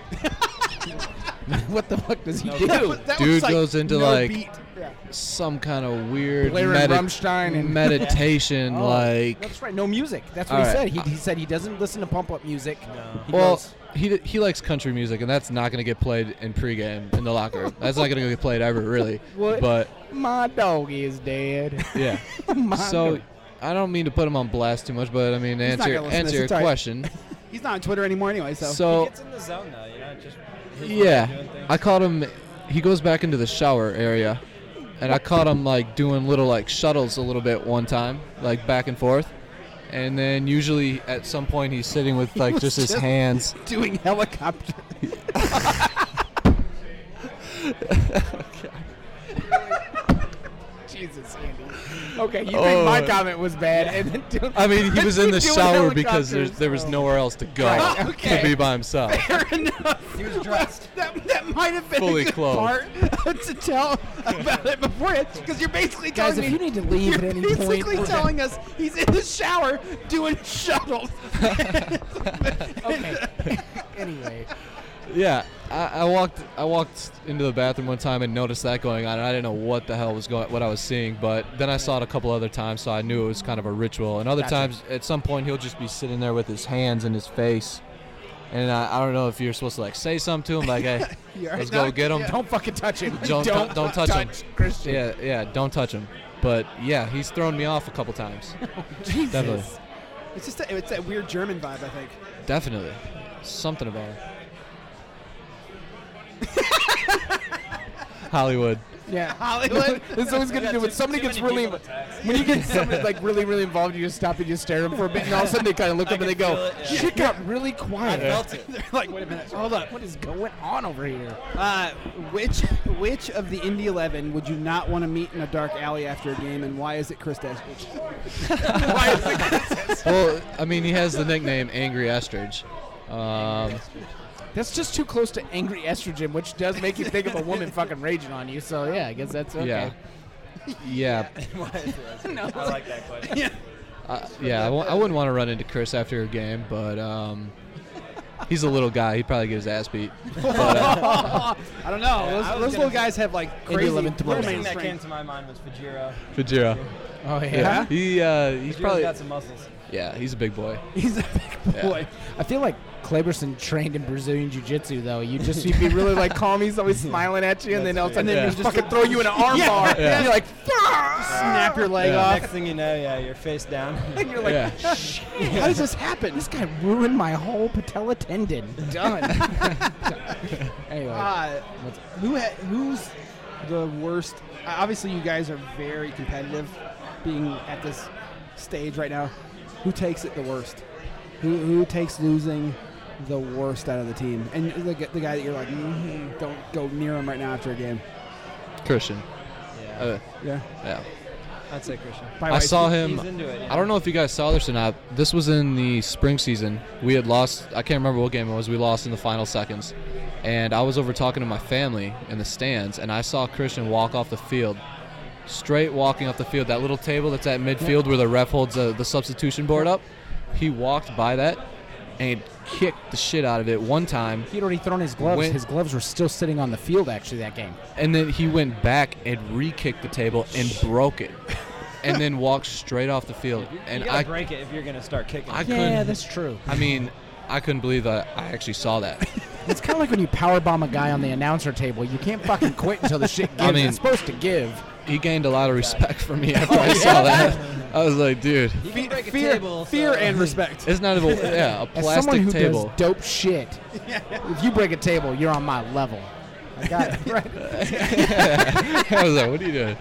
A: what the fuck does he
D: No,
A: do?
D: that
B: That
C: Dude
B: was like
C: goes into
B: no
C: like
B: beat. Yeah.
C: some kind of weird
A: Blair and
C: medi-
A: Rammstein and-
C: meditation,
A: Oh,
C: like.
A: that's right. No music. That's what
C: All
A: he
C: right.
A: said. He, he said he doesn't listen to pump up music.
D: No.
A: He
C: Well,
A: goes-
C: he, he likes country music, and that's not going to get played in pregame in the locker room. That's not going to get played ever, really.
A: What?
C: But
A: my dog is dead.
C: yeah.
A: My
C: so
A: dog-
C: I don't mean to put him on blast too much, but I mean to
B: He's not
C: answer
B: gonna listen to this,
C: answer your
B: it's all right.
C: question.
B: He's not on Twitter anymore anyway, so.
D: He
C: So
D: gets in the zone though, you know, just his way of
C: yeah,
D: doing things.
C: I caught him. He goes back into the shower area, and I caught him like doing little like shuttles a little bit one time, like back and forth. And then usually at some point he's sitting with like
B: was
C: just his
B: just-
C: hands.
B: doing helicopter.
A: Jesus, Andy. Okay, you think
C: Oh.
A: my comment was bad? And then dude,
C: I mean, he was in the
A: Doing
C: shower because there,
A: helicopters,
C: there was
A: so-
C: nowhere else to go
A: Right,
C: to
A: okay.
C: be by himself.
B: Fair enough.
D: He was dressed.
B: That, that might have been
C: Fully
B: a good
C: clothed.
B: part to tell about it before it, because you're basically
A: Guys,
B: telling
A: if you
B: me
A: need to leave
B: you're
A: at any point,
B: basically
A: we're
B: telling us he's in the shower doing shuttles.
A: Okay. anyway,
C: Yeah, I, I walked I walked into the bathroom one time and noticed that going on, and I didn't know what the hell was going what I was seeing. But then I saw it a couple other times, so I knew it was kind of a ritual. And other
A: Gotcha.
C: times, at some point, he'll just be sitting there with his hands in his face, and I, I don't know if you're supposed to like say something to him, like, "Hey,
B: You're
C: let's
B: not-
C: go get him."
A: don't fucking touch him.
C: Don't- don't- don't touch him.
A: Christian.
C: Yeah, yeah, don't touch him. But yeah, he's thrown me off a couple times.
A: Jesus.
C: Definitely.
B: It's just a, it's that weird German vibe, I think.
C: Definitely, something about it. Hollywood.
A: Yeah.
B: Hollywood.
A: It's always good
D: We
A: to
D: got
A: do when
D: too-
A: somebody
D: too
A: gets
D: many
A: really
D: people to text.
A: when you get somebody like really really involved, you just stop and you stare at them for a bit, and all of a sudden they kind of look
D: I
A: up and
D: can
A: they go,
D: feel it, yeah.
A: "Shit got really quiet."
D: it.
B: They're like, wait a minute, hold up.
A: What is going on over here?
B: Uh, which which of the Indy Eleven would you not want to meet in a dark alley after a game, and why is it Chris Destridge? why is it Chris Destridge?
C: Well, I mean, he has the nickname Angry Estridge. Um,
A: That's just too close to angry estrogen, which does make you think of a woman fucking raging on you. So yeah, I guess that's okay.
C: Yeah. Yeah,
D: Why is it? I like that question.
B: Yeah.
C: uh, yeah. I w- I wouldn't want to run into Chris after a game, but um, he's a little guy. He'd probably get his ass beat. uh,
B: I don't know. those
D: I was
B: those
D: gonna
B: little guys have like
A: Indy
B: crazy
A: 11 tomorrow.
B: little
D: First
B: man
D: thing that came
B: strength.
D: to my mind was Fajiro.
C: Fajiro.
A: Oh yeah.
C: He uh, he's
D: Fajiro's
C: probably
D: got some muscles.
C: Yeah, he's a big boy.
A: He's a big
C: Yeah.
A: boy. I feel like Claberson trained in Brazilian jiu-jitsu though. You just you'd be really like calm. He's always smiling at you, and then all of a sudden
C: Yeah.
A: they just fucking throw you in an arm bar.
C: Yeah.
A: And you're like,
B: Snap your leg
C: Yeah. Uh,
B: off.
D: Next thing you know, yeah, you're face down.
A: and you're like,
C: Yeah.
B: How does this happen?
A: this guy ruined my whole patella tendon. Done. anyway,
B: Uh,
A: what's-
B: who ha- who's the worst? uh, Obviously, you guys are very competitive, being at this stage right now. Who takes it the worst? Who who takes losing the worst out of the team? And the, g- the guy that you're like, mm don't go near him right now after a game.
C: Christian.
D: yeah,
C: Uh,
B: Yeah,
C: yeah.
D: I'd say Christian.
B: By the
C: I
B: way,
C: saw
D: He's
C: him.
D: into it. Yeah.
C: I don't know if you guys saw this or not. This was in the spring season. We had lost. I can't remember what game it was. We lost in the final seconds, and I was over talking to my family in the stands, and I saw Christian walk off the field, straight walking off the field. That little table that's at midfield where the ref holds the, the substitution board up. He walked by that and kicked the shit out of it one time,
A: he'd already thrown his gloves.
C: When-
A: his gloves were still sitting on the field actually that game.
C: and then he went back and re-kicked the table and broke it, and then walked straight off the field. And
D: you gotta
C: I
D: break it if you're gonna start kicking.
C: I
A: Yeah,
C: couldn't-
A: that's true.
C: I mean, I couldn't believe that I actually saw that.
A: It's kind of like when you power bomb a guy on the announcer table. You can't fucking quit until the shit gives.
C: I mean-
A: it's supposed to give.
C: He gained a lot of respect from
A: Oh,
C: me after I saw that. I was like, dude,
D: you can break a
B: fear,
D: table.
B: fear
D: so-
B: and respect.
C: it's not even yeah a
A: As someone
C: plastic
A: who
C: table.
A: does dope shit, if you break a table, you're on my level. I got it. right.
C: I was like, what are you doing?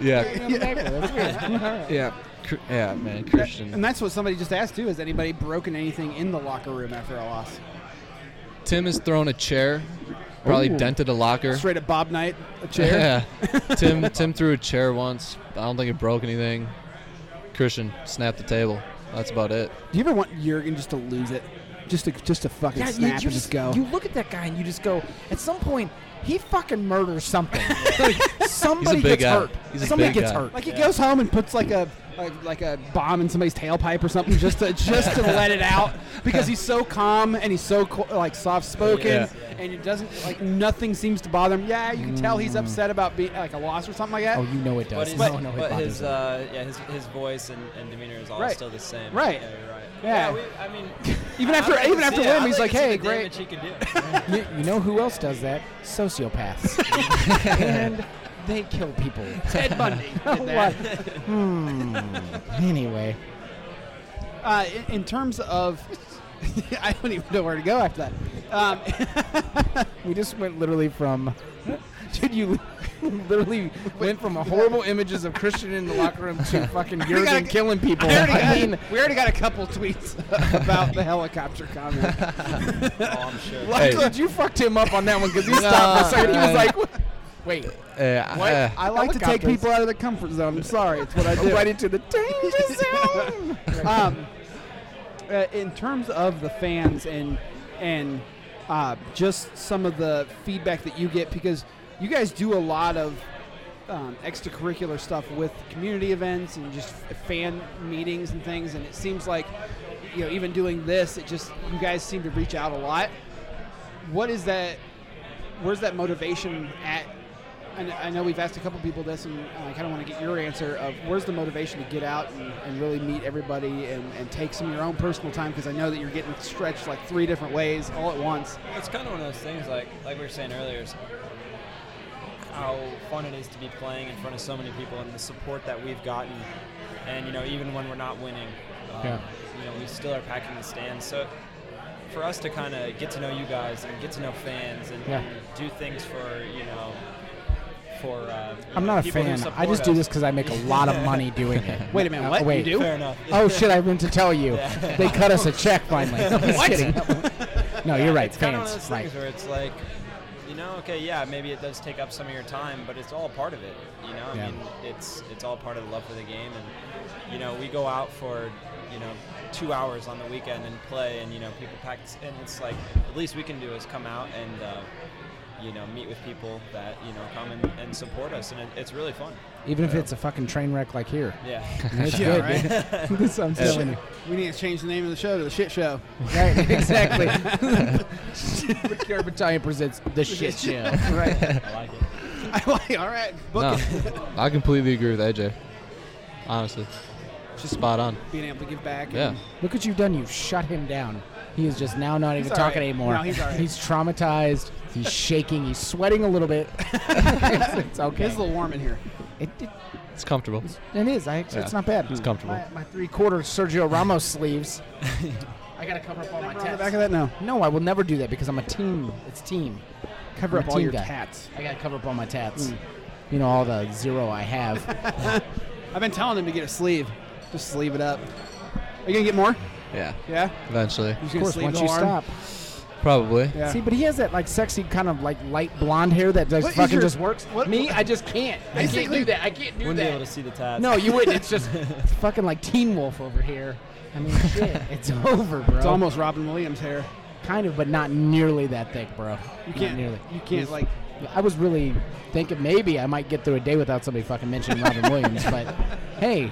C: Yeah,
A: That's good.
C: yeah, Cr- yeah, man,
B: And
C: Christian.
B: that's what somebody just asked too. Has anybody broken anything in the locker room after a loss?
C: Tim has thrown a chair, probably
A: Ooh.
C: dented a locker.
B: Straight at Bob Knight, a chair.
C: Yeah, Tim. Tim threw a chair once. I don't think it broke anything. Christian snapped the table. That's about it.
B: Do you ever want Jurgen just to lose it? Just to just to fucking
A: Yeah, you,
B: snap
A: you
B: and just go.
A: You look at that guy and you just go. At some point, he fucking murders something. Like, somebody
C: big
A: gets
C: guy.
A: hurt.
C: He's a
A: somebody
C: big
A: gets
C: guy.
A: hurt.
B: Like he goes home and puts like a, a like a bomb in somebody's tailpipe or something just to just to let it out because he's so calm and he's so co- like soft spoken
C: Yeah.
B: and it doesn't like nothing seems to bother him. Yeah, you can tell he's upset about being like a loss or something like that.
A: oh, you know it
D: But
A: does.
D: his,
A: no, no, it
D: but
A: bothers
D: his
A: him.
D: uh, yeah, his, his voice and, and demeanor is all
B: Right.
D: still the same.
B: Right.
D: Yeah, you're right.
B: Yeah.
D: we, I mean,
B: Even
D: I'd
B: after-
D: like to
B: even
D: see
B: after
D: it.
B: him,
D: I'd
B: he's like,
D: to see
B: "Hey,
D: the
B: great."
D: damage he could do.
A: You, you know who else does that? Sociopaths. and they kill people.
B: Ted Bundy. did
A: What?
B: that.
A: hmm. Anyway.
B: Uh, in, in terms of, I don't even know where to go after that. Um,
A: We just went literally from. Dude, you literally went from horrible images of Christian in the locker room to fucking Jurgen
B: gotta-
A: killing people.
B: I already
A: I
B: got-
A: mean,
B: we already got a couple tweets about the helicopter comment.
D: oh, I'm sure.
A: luckily you fucked him up on that one because he stopped for a second. He was like, "What?" wait,
C: Uh,
A: What?
C: uh,
B: I like to take
A: Helicopters.
B: people out of their comfort zone. I'm sorry, it's what I do.
A: right into the danger zone.
B: um, uh, in terms of the fans and and uh, just some of the feedback that you get because you guys do a lot of um, extracurricular stuff with community events and just f- fan meetings and things and it seems like you know even doing this it just you guys seem to reach out a lot what is that where's that motivation at I kn- I know we've asked a couple people this, and I kind of want to get your answer of where's the motivation to get out and, and really meet everybody and, and take some of your own personal time because I know that you're getting stretched like three different ways all at once.
D: It's kind of one of those things, like like we were saying earlier, is how fun it is to be playing in front of so many people and the support that we've gotten. And you know, even when we're not winning, um,
A: Yeah.
D: you know, we still are packing the stands. So for us to kind of get to know you guys and get to know fans and,
A: Yeah.
D: and do things for you know. For, uh,
A: I'm not a
D: people who
A: fan. I
D: support
A: just do
D: us.
A: this because I make a lot of money doing it.
B: Wait a minute,
A: Uh,
B: what? You
A: wait.
B: do?
D: Fair enough.
A: Oh shit! I meant to tell you, they cut us a check finally. Just kidding. No, Oh, you're right.
D: It's kind of one of
A: Fans,
D: those
A: right?
D: things where it's like, you know, okay, yeah, maybe it does take up some of your time, but it's all part of it. You know, I
A: Yeah.
D: mean, it's it's all part of the love for the game, and you know, we go out for you know two hours on the weekend and play, and you know, people pack, and it's like the least we can do is come out and. Uh, you know, meet with people that you know come and, and support us, and it, it's really fun.
A: Even if it's a fucking train wreck like here.
D: Yeah,
A: It's
B: Yeah,
A: good,
B: right?
A: dude. That's what I'm telling you.
B: We need to change the name of the show to the shit show.
A: Right, exactly. the Care Battalion presents the shit show. Right.
D: I like it.
B: I like, all right, book
C: no, I completely agree with AJ. Honestly, She's spot on.
B: being able to give back. and-
C: Yeah.
A: Look what you've done. You've shut him down. He is just now not
B: He's
A: even
B: all
A: talking
B: right.
A: anymore.
B: No, he's all right.
A: traumatized. He's shaking. He's sweating a little bit. it's, it's okay.
B: It's a little warm in here.
A: It, it,
C: It's comfortable.
A: it is. I, actually
C: Yeah.
A: It's not bad.
C: It's comfortable.
A: My, my three-quarter Sergio Ramos sleeves. I gotta cover up all my
B: Remember on the back
A: tats.
B: of that? No.
A: No, I will never do that because I'm a team. It's team.
B: Cover
A: I'm
B: up
A: a
B: all
A: team
B: your
A: guy.
B: tats.
A: I gotta cover up all my tats.
B: Mm.
A: You know all the zero I have.
B: I've been telling him to get a sleeve. Just sleeve it up. Are you gonna get more?
C: Yeah.
B: Yeah.
C: Eventually.
B: You're just
A: of
B: gonna
A: course,
B: sleeve
A: once
B: the
A: you stop.
B: arm?
C: Probably.
B: Yeah.
A: See, but he has that like sexy kind of like light blonde hair that just
B: What is
A: fucking
B: your-
A: just works.
B: what-
A: Me, I just can't. I can't do that. I can't do
D: Wouldn't be
A: that.
D: able to see the tabs.
A: No, you wouldn't. It's just fucking like Teen Wolf over here. I mean, shit, it's over, bro.
B: It's almost Robin Williams hair.
A: kind of, but not nearly that thick, bro.
B: You
A: Not
B: can't.
A: nearly.
B: You can't like.
A: I was really thinking maybe I might get through a day without somebody fucking mentioning Robin Williams, but hey,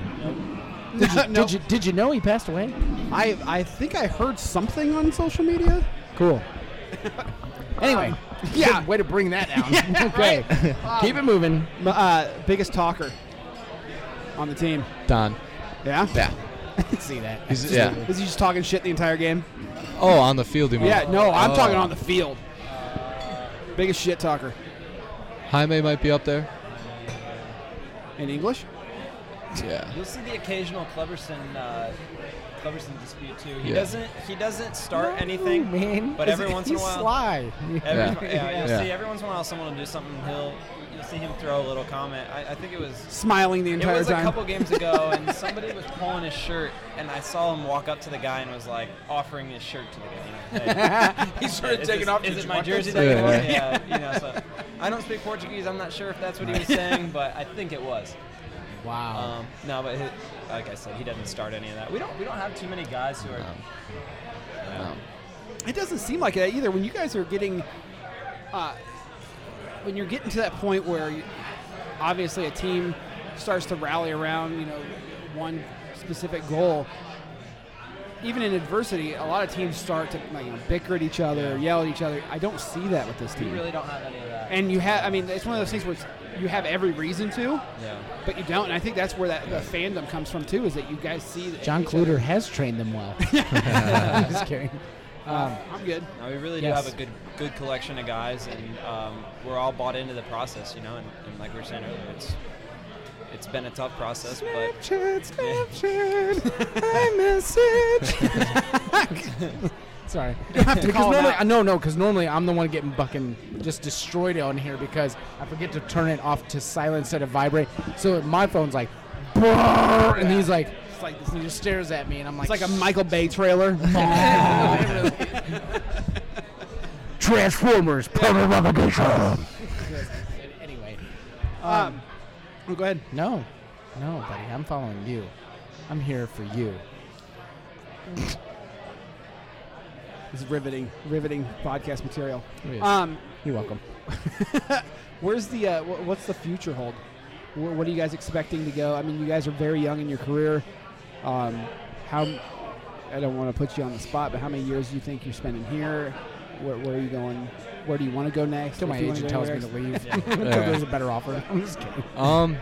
A: did you,
B: No.
A: did you did you know he passed away?
B: I I think I heard something on social media.
A: Cool. Anyway,
B: yeah.
A: good way to bring that down. okay, keep it moving.
B: M- Uh, biggest talker on the team.
C: Don.
B: Yeah.
C: Yeah.
A: See that?
C: He's, yeah.
B: Is he just talking shit the entire game?
C: Oh, on the field, you mean?
B: Yeah. No, I'm
C: Oh.
B: talking on the field. Biggest shit talker
C: Jaime might be up there.
B: in English.
C: Yeah.
D: You'll see the occasional Cleverson uh, Cleverson dispute too. He
C: Yeah.
D: doesn't he doesn't start
A: No,
D: anything,
A: man.
D: but
A: Is
D: every
A: it-
D: once in a
A: he's
D: while,
A: sly.
D: every,
C: Yeah.
D: yeah. you'll
C: Yeah.
D: see every once in a while someone will do something. He'll you'll see him throw a little comment. I, I think it was
B: Smiling the
D: it
B: entire
D: was
B: time.
D: a couple games ago, and somebody was pulling his shirt, and I saw him walk up to the guy and was like offering his shirt to the guy. You know, hey,
A: he started
D: is this- Is it my jersey that
C: Yeah,
D: you wore?
C: yeah.
D: Yeah, you know. So I don't speak Portuguese. I'm not sure if that's what he was saying, but I think it was.
A: Wow.
D: Um, no, but he, like I said, he doesn't start any of that. We don't we don't have too many guys who are.
C: No.
B: It doesn't seem like that either. When you guys are getting, uh, when you're getting to that point where, you, obviously, a team starts to rally around, you know, one specific goal. Even in adversity, a lot of teams start to like, you know, bicker at each other, yell at each other. I don't see that with this
D: We
B: team.
D: really don't have any of that.
B: and you have, I mean, it's one of those things where it's, you have every reason to,
D: yeah.
B: but you don't. And I think that's where that the fandom comes from too, is that you guys see that
A: John
B: each other-
A: Cluter has trained them well. I'm just kidding. Um,
B: I'm good.
D: No, we really
A: Yes.
D: do have a good good collection of guys, and um, we're all bought into the process, you know. And, and like we were saying earlier, it's it's been a tough process, but
A: sorry.
B: have to
A: because
B: call it
A: normally,
B: out.
A: I- no, no, because normally I'm the one getting fucking just destroyed on here because I forget to turn it off to silent instead of vibrate. So my phone's like, "Brrr," and he's like,
B: It's like
A: he just stares at me, and I'm like,
B: it's like a Michael Bay trailer.
A: Transformers. Power Revolution. anyway,
B: Um, oh, go ahead.
A: no, no, buddy, I'm following you. I'm here for you.
B: It's riveting, riveting podcast material.
A: It is.
B: Um,
A: You're welcome.
B: where's the uh, wh- what's the future hold? Wh- what are you guys expecting to go? I mean, you guys are very young in your career. Um, how I don't want to put you on the spot, but how many years do you think you're spending here? Where, where are you going? Where do you want to go next?
A: Till
B: If
A: my
B: you wanna
A: agent
B: go
A: tells me to
B: anywhere
A: leave.
D: Yeah.
A: Until there's a better offer. I'm just kidding.
C: Um,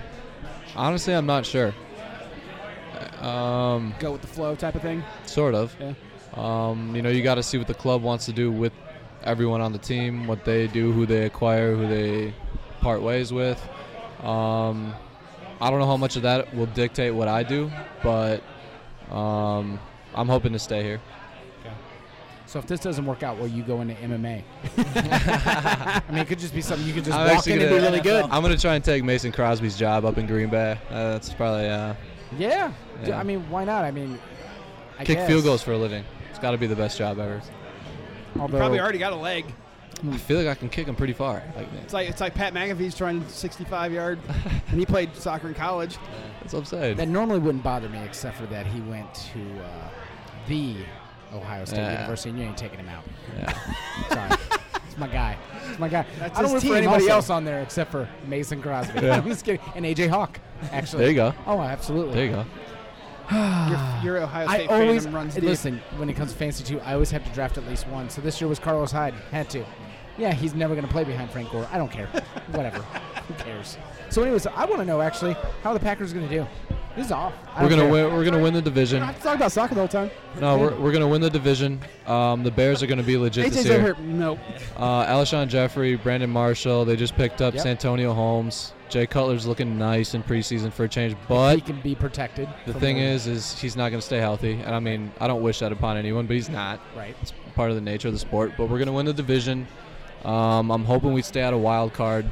C: honestly, I'm not sure. Um,
B: else? go with the flow type of thing.
C: sort of.
B: Yeah.
C: Um, you know, you got to see what the club wants to do with everyone on the team, what they do, who they acquire, who they part ways with. Um, I don't know how much of that will dictate what I do, but um, I'm hoping to stay here.
A: So if this doesn't work out, will you go into MMA? I mean, it could just be something you could just
C: I'm
A: walk
C: actually
A: in and be
C: gonna-
A: really good.
C: I'm gonna try and take Mason Crosby's job up in Green Bay. Uh, that's probably uh,
A: Yeah. D-
C: Yeah.
A: I mean, why not? I mean, I
C: kick
A: guess.
C: field goals for a living. It's got to be the best job ever.
A: Although,
B: already got a leg.
C: I feel like I can kick them pretty far. Like
B: It's like it's like Pat McAfee's trying 65 yard, and he played soccer in college.
C: that's what I'm saying.
A: that normally wouldn't bother me, except for that he went to uh, the Ohio State
C: Yeah.
A: University, and you ain't taking him out.
C: Yeah.
A: Sorry. it's my guy. It's my guy.
B: That's
A: I
B: his
A: don't root
B: team
A: for anybody
B: also.
A: else on there except for Mason Crosby.
C: Yeah.
A: I'm just kidding. And AJ Hawk, actually.
C: There you go.
A: Oh, absolutely.
C: There you go.
B: Your, your Ohio
A: I
B: State
A: always
B: fandom runs
A: and
B: deep.
A: listen when it comes to fantasy too. I always have to draft at least one. So this year was Carlos Hyde. Had to. Yeah, he's never going to play behind Frank Gore. I don't care. Whatever. Who cares? So, anyways, I want to know actually how the Packers going to do. This is off. I
C: We're
A: don't
C: gonna
A: care.
C: win. We're gonna win the
B: I
C: division.
B: have to talk about soccer the whole time.
C: No, we're, we're gonna win the division. Um, the Bears are gonna be legit this
B: AJ's
C: year.
B: over here. Nope.
C: Uh, Alshon Jeffrey, Brandon Marshall. They just picked up
A: Yep.
C: Santonio Holmes. Jay Cutler's looking nice in preseason for a change,
A: he
C: but
A: can be protected.
C: the
A: from
C: thing is, is he's not going to stay healthy. And I mean, I don't wish that upon anyone, but he's not.
A: right.
C: It's part of the nature of the sport. But we're going to win the division. Um, I'm hoping we stay out of wild card,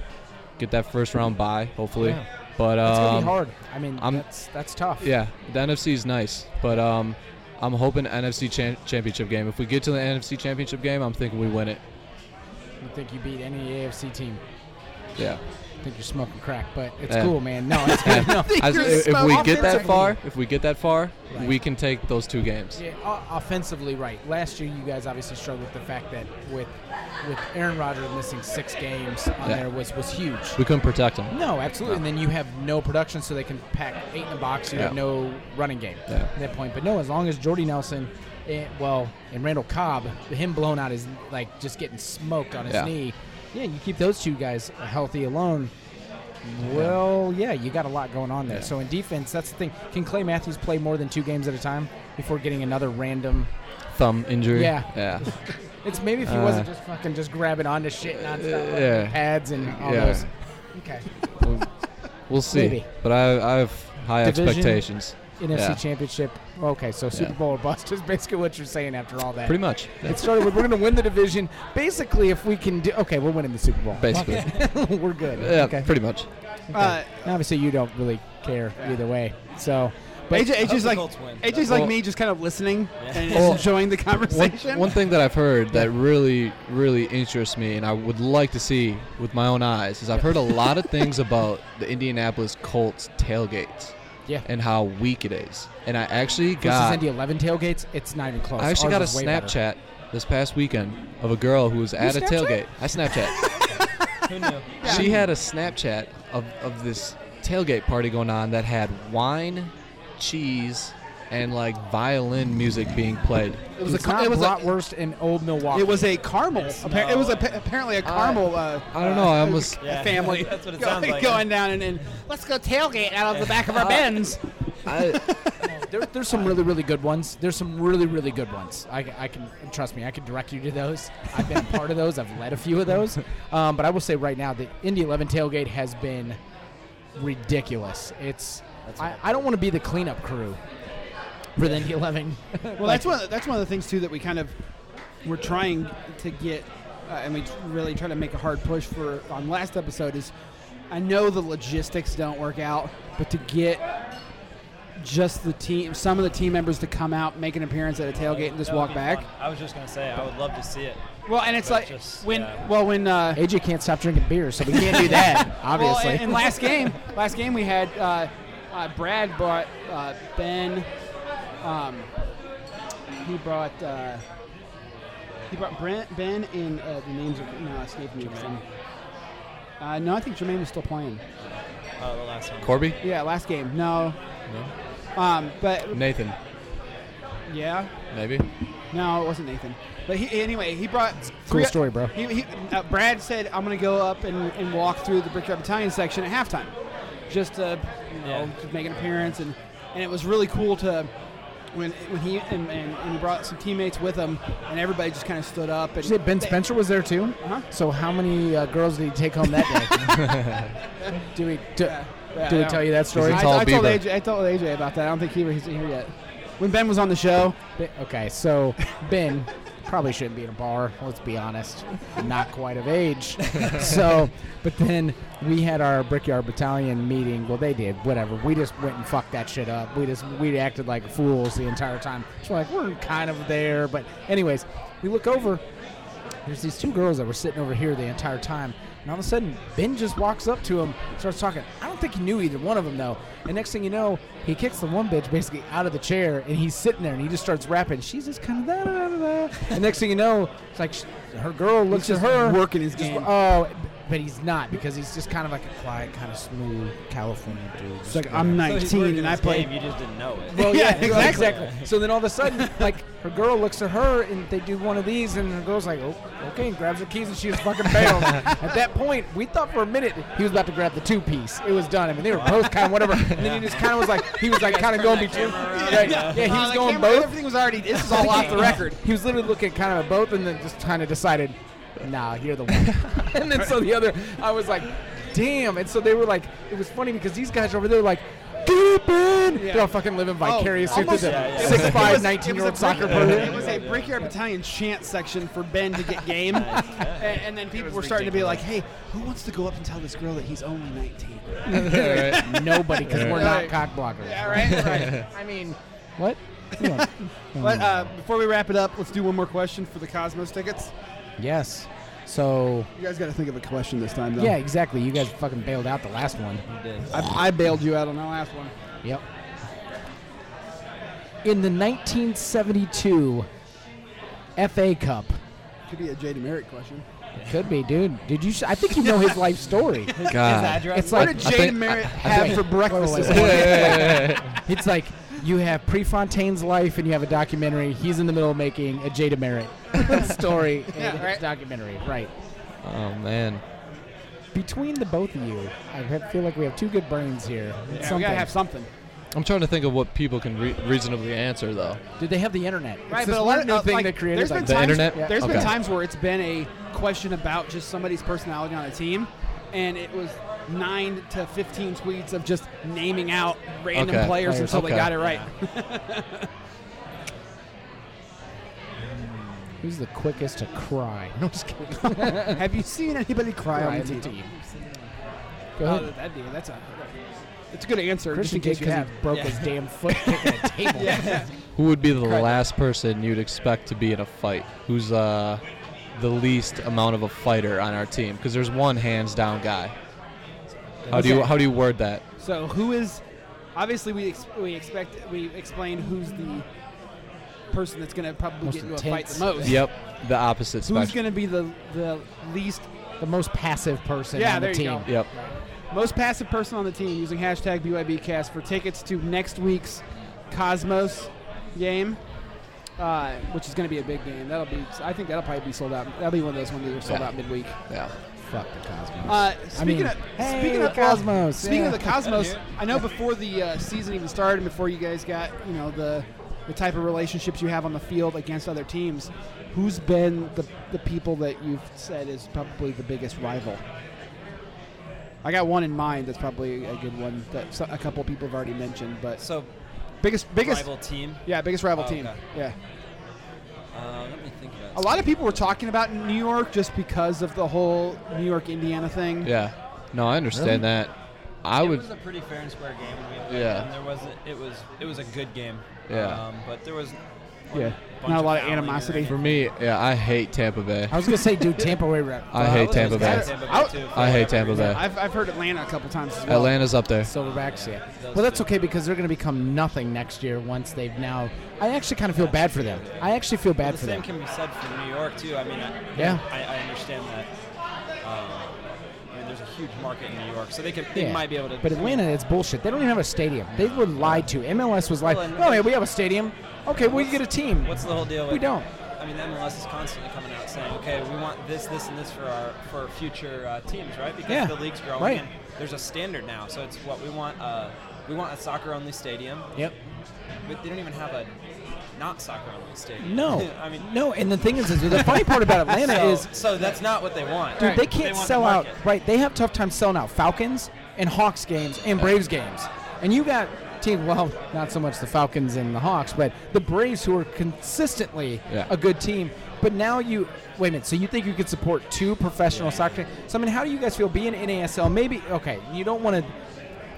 C: get that first round bye, hopefully.
A: Yeah.
C: But
A: That's gonna
C: um,
A: be hard. I mean,
C: I'm-
A: that's that's tough.
C: yeah, the NFC is nice, but um, I'm hoping NFC chan- championship game. If we get to the NFC championship game, I'm thinking we win it.
A: I think you beat any AFC team.
C: Yeah.
A: I think you're smoking crack, but it's
C: Yeah.
A: cool, man. No, it's good. No.
C: I-
B: You're
C: if if we
B: smoking
C: get that
B: crack.
C: far, if we get that far,
A: Right.
C: we can take those two games.
A: Yeah, o- offensively, right. Last year, you guys obviously struggled with the fact that with with Aaron Rodgers missing six games on
C: Yeah.
A: there was was huge.
C: We couldn't protect them.
A: No, absolutely. And then you have no production, so they can pack eight in the box. You have
C: Yeah.
A: no running game
C: Yeah.
A: at that point. But no, as long as Jordy Nelson, and, well, and Randall Cobb, him blown out is like just getting smoked on his
C: Yeah.
A: knee. Yeah, you keep those two guys healthy alone. Well, yeah, you got a lot going on there.
C: Yeah.
A: So in defense, that's the thing. Can Clay Matthews play more than two games at a time before getting another random?
C: Thumb injury.
A: Yeah.
C: Yeah.
A: It's maybe if he
C: Uh,
A: wasn't just fucking just grabbing onto shit nonstop, like
C: yeah.
A: pads and all
C: Yeah.
A: those. Okay.
C: we'll, we'll see.
A: Maybe.
C: But I, I have high
A: Division?
C: expectations.
A: NFC
C: Yeah.
A: Championship. Okay, so Super
C: Yeah.
A: Bowl or bust is basically what you're saying after all that.
C: Pretty much. Yeah.
A: It started with we're going to win the division. Basically, if we can do okay, we're winning the Super Bowl.
C: Basically.
A: we're good.
C: Yeah,
A: okay.
C: pretty much.
B: Uh,
A: And obviously, you don't really care either way. So, but
B: AJ,
D: hope
B: AJ's
D: the
B: like
D: Colts win.
B: AJ's
C: Well-
B: like me, just kind of listening and just
C: Well,
B: enjoying the
C: One,
B: conversation.
C: one thing that I've heard that really, really interests me and I would like to see with my own eyes is I've heard a lot of things about the Indianapolis Colts tailgates
A: yeah,
C: and how weak it is. And I actually
A: versus
C: got
A: Indy 11 tailgates, it's not even close.
C: I actually got a
A: Ours was way better.
C: Snapchat this past weekend of a girl who was at a
A: Snapchat?
C: tailgate. I Snapchat.
D: Who knew?
C: she had a Snapchat of, of this tailgate party going on that had wine, cheese, and like violin music being played.
B: it was a
A: it's
B: ca-
A: not
B: it was a
A: bratwurst in old Milwaukee.
B: it was a caramel. Appar- it was a,
D: not.
B: apparently a caramel. uh,
C: I don't know. I almost
D: Yeah.
B: family.
D: That's what it
B: going,
D: sounds like.
B: Going down and, and let's go tailgate out of the back
C: Uh,
B: of our bins.
C: I,
A: There, there's some really, really good ones. There's some really, really good ones. I, I can trust me. I can direct you to those. I've been a part of those. I've led a few of those. Um, but I will say right now, the Indy 11 tailgate has been ridiculous. It's. I, I don't want to be the cleanup crew for the Indy 11.
B: Well, that's one. Of the, that's one of the things too that we kind of we're trying to get, uh, and we t- really try to make a hard push for on last episode is. I know the logistics don't work out, but to get just the team, some of the team members to come out, make an appearance at a tailgate, and just
D: That would
B: walk
D: be
B: back.
D: fun. I was just gonna say I would love to see it.
B: Well, and it's
D: But
B: like
D: just-
B: when,
D: yeah.
B: well, when uh,
A: AJ can't stop drinking beer, so we can't do that.
B: Well,
A: Obviously.
B: and, and last game, last game we had uh, uh, Brad brought uh, Ben. Um, he brought uh, he brought Brent, Ben and uh, the names are no escaping me. 'cause I'm- Uh, no, I think Jermaine was still playing.
D: Oh, the last one.
C: Corby,
B: Yeah, last game. No. Um, but
C: Nathan,
B: yeah,
C: maybe.
B: no, it wasn't Nathan. But he, anyway, he brought
A: cool story, bro.
B: He, he, uh, Brad said, "I'm going to go up and, and walk through the Brickyard Battalion section at halftime, just to you know
D: Yeah.
B: to make an appearance." And, and it was really cool to when when he and, and, and he brought some teammates with him, and everybody just kind of stood up. And
A: Did you say Ben
B: they-
A: Spencer was there too?
B: Uh-huh.
A: So how many uh, girls did he take home that day? do we do,
B: Yeah,
A: do we
B: yeah.
A: tell you that
B: I,
A: story?
C: He's a tall
B: I told
C: beaver.
B: AJ, I told AJ about that. I don't think he was here yet. When Ben was on the show,
A: Ben- Okay, so Ben probably shouldn't be in a bar. Let's be honest, not quite of age. So, but then we had our Brickyard Battalion meeting. Well, they did whatever. We just went and fucked that shit up. We just we acted like fools the entire time. So like we're kind of there, but anyways, we look over. There's these two girls that were sitting over here the entire time, and all of a sudden Ben just walks up to him, starts talking. I don't think he knew either one of them though. And next thing you know, he kicks the one bitch basically out of the chair, and he's sitting there and he just starts rapping. She's just kind of da da da da. And next thing you know, it's like sh- her girl looks at
B: just
A: her
B: working his
A: just-
B: game.
A: Oh, but he's not because he's just kind of like a quiet, kind of smooth California dude.
B: It's
A: Just
B: like
A: kinda-
B: I'm
D: So he's
B: 19
D: working
B: and I
D: his
B: play.
D: game, You just didn't know it.
A: Well, yeah,
B: Yeah, exactly.
A: exactly. So then all of a sudden, like her girl looks at her, and they do one of these, and her girl's like, "Oh, okay," and grabs her keys, and she just fucking bails. at that point, we thought for a minute he was about to grab the two piece. It was done. I mean, they were both kind of whatever, and then he just kind of was like, he was like
D: guys
A: kind of
D: turned
A: going
D: that
A: between.
D: camera around,
A: Right.
D: yeah.
A: Yeah, he was
B: the
A: going
B: camera,
A: both.
B: Everything was already. This is all off the record.
A: He was literally looking kind of at both, and then just kind of decided, "Nah, you're the one." and then so the other, I was like, "Damn!" And so they were like, it was funny because these guys over there were like. Get up, man! They're all fucking living vicariously through
B: Oh, almost-
A: the
D: yeah, yeah.
B: it was-
A: six
B: it
A: five
B: was-
A: nineteen
B: it
A: year
B: was
A: old
B: a
A: soccer
B: brick-
A: player.
B: It was a Brickyard Battalion chant section for Ben to get game, and, and then people
D: was
B: were starting to be like, "Hey, who wants to go up and tell this girl that he's only 19?"
C: Alright.
A: Nobody, because we're not
B: Right.
A: cock blockers.
B: Yeah, right, right.
A: I mean, what?
B: but uh, before we wrap it up, let's do one more question for the Cosmos tickets.
A: Yes. So
B: You guys got to think of a question this time, though.
A: yeah, exactly. You guys fucking bailed out the last one.
B: I, I bailed you out on that last one.
A: Yep. In the 1972 FA Cup,
B: Could be a J. Merrick question.
A: could be, dude. Did you? s- I think you know his life story.
C: God.
A: It's
B: What
A: like
B: did
C: I
B: J.
C: think-
B: Merritt
C: I- I
B: have
A: think-
B: for breakfast?
A: Wait, wait,
B: this
A: wait.
B: morning?
A: uh, It's like you have Prefontaine's life and you have a documentary. He's in the middle of making a Jada Merritt story and
B: Yeah,
A: it's
B: right.
A: documentary. Right.
C: Oh man.
A: Between the both of you, I have- feel like we have two good brains here. It's
B: Yeah, we
A: something.
B: gotta have something.
C: I'm trying to think of what people can re- reasonably answer though.
A: Did they have the internet? It's
B: Right,
A: this
B: but a
A: one
B: lot of
A: new
B: uh,
A: thing
B: like,
A: that created
B: there's been
A: like,
C: The
B: times,
C: internet?
B: There's
A: Yeah.
B: been
C: Okay.
B: times where it's been a question about just somebody's personality on a team, and it was nine to fifteen tweets of just naming out random
C: Okay.
B: players
A: Players,
B: until they
C: okay.
B: got it right.
A: who's the quickest to cry? No, I'm just kidding. Cry
B: have you seen anybody cry on the team?
A: Go
B: Oh,
A: ahead.
B: that'd be- that's a that's a good answer.
A: Christian did
B: just in case you
A: because
B: have.
A: he broke his damn foot kicking a table.
C: Who would be the last person you'd expect to be in a fight? Who's uh, the least amount of a fighter on our team? Because there's one hands down guy. How do you
B: Okay.
C: how do you word that?
B: So who is? Obviously, we ex- we expect we explained who's the person that's going to probably
A: Most
B: get into a fight
A: intense.
B: the most.
C: Yep, the opposite
B: Who's
C: spectrum.
B: going to be the the least
A: The most passive person
B: Yeah,
A: on
B: there
A: the
B: you
A: team.
B: go.
C: Yep.
B: Most passive person on the team using hashtag BYBcast for tickets to next week's Cosmos game, uh, which is going to be a big game. That'll be, I think that'll probably be sold out. That'll be one of those ones that are sold
C: Yeah.
B: out midweek.
C: Yeah.
A: Fuck the Cosmos.
B: Uh, speaking
A: mean,
B: of
A: hey,
B: speaking of uh,
A: Cosmos,
B: speaking
A: yeah.
B: of the Cosmos, I know before the uh, season even started, before you guys got you know the the type of relationships you have on the field against other teams, who's been the the people that you've said is probably the biggest rival? I got one in mind that's probably a good one that so- a couple people have already mentioned, but
D: So
B: biggest biggest
D: rival team.
B: yeah biggest rival
D: Oh,
B: team
D: okay.
B: yeah.
D: Uh, let me think about.
B: A lot of people were talking about New York just because of the whole New York Indiana thing.
C: Yeah. No, I understand that. I
D: it
C: would.
D: was a pretty fair and square game. when we played
C: Yeah.
D: them. There wasn't. It was. It was a good game.
C: Yeah.
D: Um, but there was.
B: Yeah. Not
D: bunch
B: a lot of
D: fouling or
B: animosity.
D: anything.
C: for me, yeah, I hate Tampa Bay.
A: I was gonna say, dude, Tampa Bay uh, rep.
C: I
D: Well,
C: hate
D: was
C: Tampa
D: gonna
C: Bay.
D: say Tampa Bay,
B: I-
D: too, for
C: I hate
D: whatever
C: Tampa
D: reason.
C: Bay.
B: I've, I've heard Atlanta a couple times as well.
C: Atlanta's up there.
A: Silverbacks, yeah.
D: Those
A: Well, that's
D: two.
A: okay because they're going to become nothing next year once they've now. I actually kind of feel bad for them. I actually feel
D: Well,
A: bad
D: the
A: for
D: same
A: them.
D: can be said for New York too. I mean, I,
A: Yeah.
D: I, I understand that. Um, I mean, there's a huge market in New York, so they could. They
A: Yeah.
D: might be able to.
A: But Atlanta, it's bullshit. They don't even have a stadium. They were lied to. MLS was like,
D: Well, and-
A: oh, yeah, we have a stadium. Okay, well, you get a team.
D: What's the whole deal? With,
A: We don't.
D: I mean, the MLS is constantly coming out saying, "Okay, we want this, this, and this for our for future uh, teams, right?" Because
A: Yeah,
D: the league's growing.
A: right.
D: And there's a standard now, so it's what we want. Uh, we want a soccer-only stadium,
A: Yep.
D: but they don't even have a not soccer-only stadium.
A: No.
D: I mean,
A: no. And the thing is, is the funny part about Atlanta
D: so,
A: is,
D: so that's not what they want.
A: dude, they
D: They
A: can't
D: want
A: sell
D: the
A: out.
D: market.
A: Right. They have tough time selling out Falcons and Hawks games and Braves games. And you got team, well, not so much the Falcons and the Hawks, but the Braves who are consistently
C: Yeah.
A: a good team. But now you wait a minute. So you think you could support two professional soccer? So I mean, how do you guys feel being in ASL? Maybe okay, you don't want to,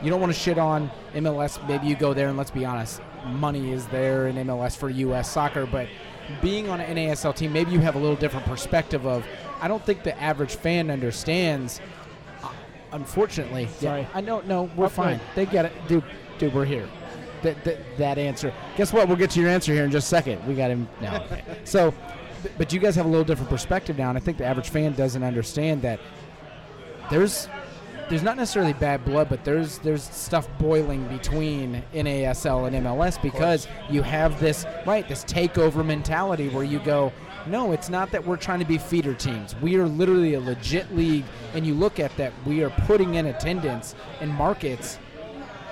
A: you don't want to shit on MLS. Maybe you go there and let's be honest, money is there in MLS for U.S. soccer. But being on an ASL team, maybe you have a little different perspective of. I don't think the average fan understands. uh, Unfortunately,
B: Sorry.
A: Yeah, I know. No, we're
B: Oh, go ahead.
A: fine. They get it, dude. Dude, we're here. That, that, that answer. Guess what? We'll get to your answer here in just a second. We got him now. Okay. so, b- but you guys have a little different perspective now, and I think the average fan doesn't understand that there's there's not necessarily bad blood, but there's there's stuff boiling between NASL and MLS because you have this right this takeover mentality where you go, no, it's not that we're trying to be feeder teams. We are literally a legit league, and you look at that, we are putting in attendance in markets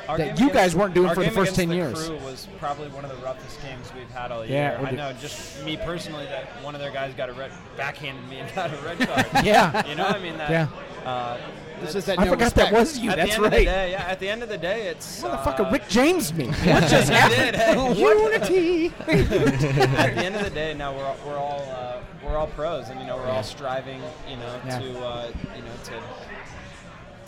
D: Our
A: that
D: game
A: you guys
D: against-
A: weren't doing
D: our
A: for the
D: game
A: first 10
D: against the
A: years.
D: Crew was probably one of the roughest games we've had all
A: Yeah,
D: year.
A: it
D: I
A: did.
D: know, just me personally, that one of their guys got a red backhanded me and got a red card.
A: Yeah.
D: you know, I mean that.
A: Yeah.
D: Uh,
B: It's
D: that's-
B: just that
A: I
B: no
A: forgot
B: respect.
A: that was you.
D: at
A: That's
D: the end Of the
A: right.
D: day, yeah, at the end of the day, it's
A: Motherfucker,
D: uh,
A: Rick James me. What just
D: You did, hey.
A: happened? Unity.
D: at the end of the day, now we're all, we're all uh, we're all pros, and you know we're all striving, you know,
A: Yeah.
D: to uh, you know to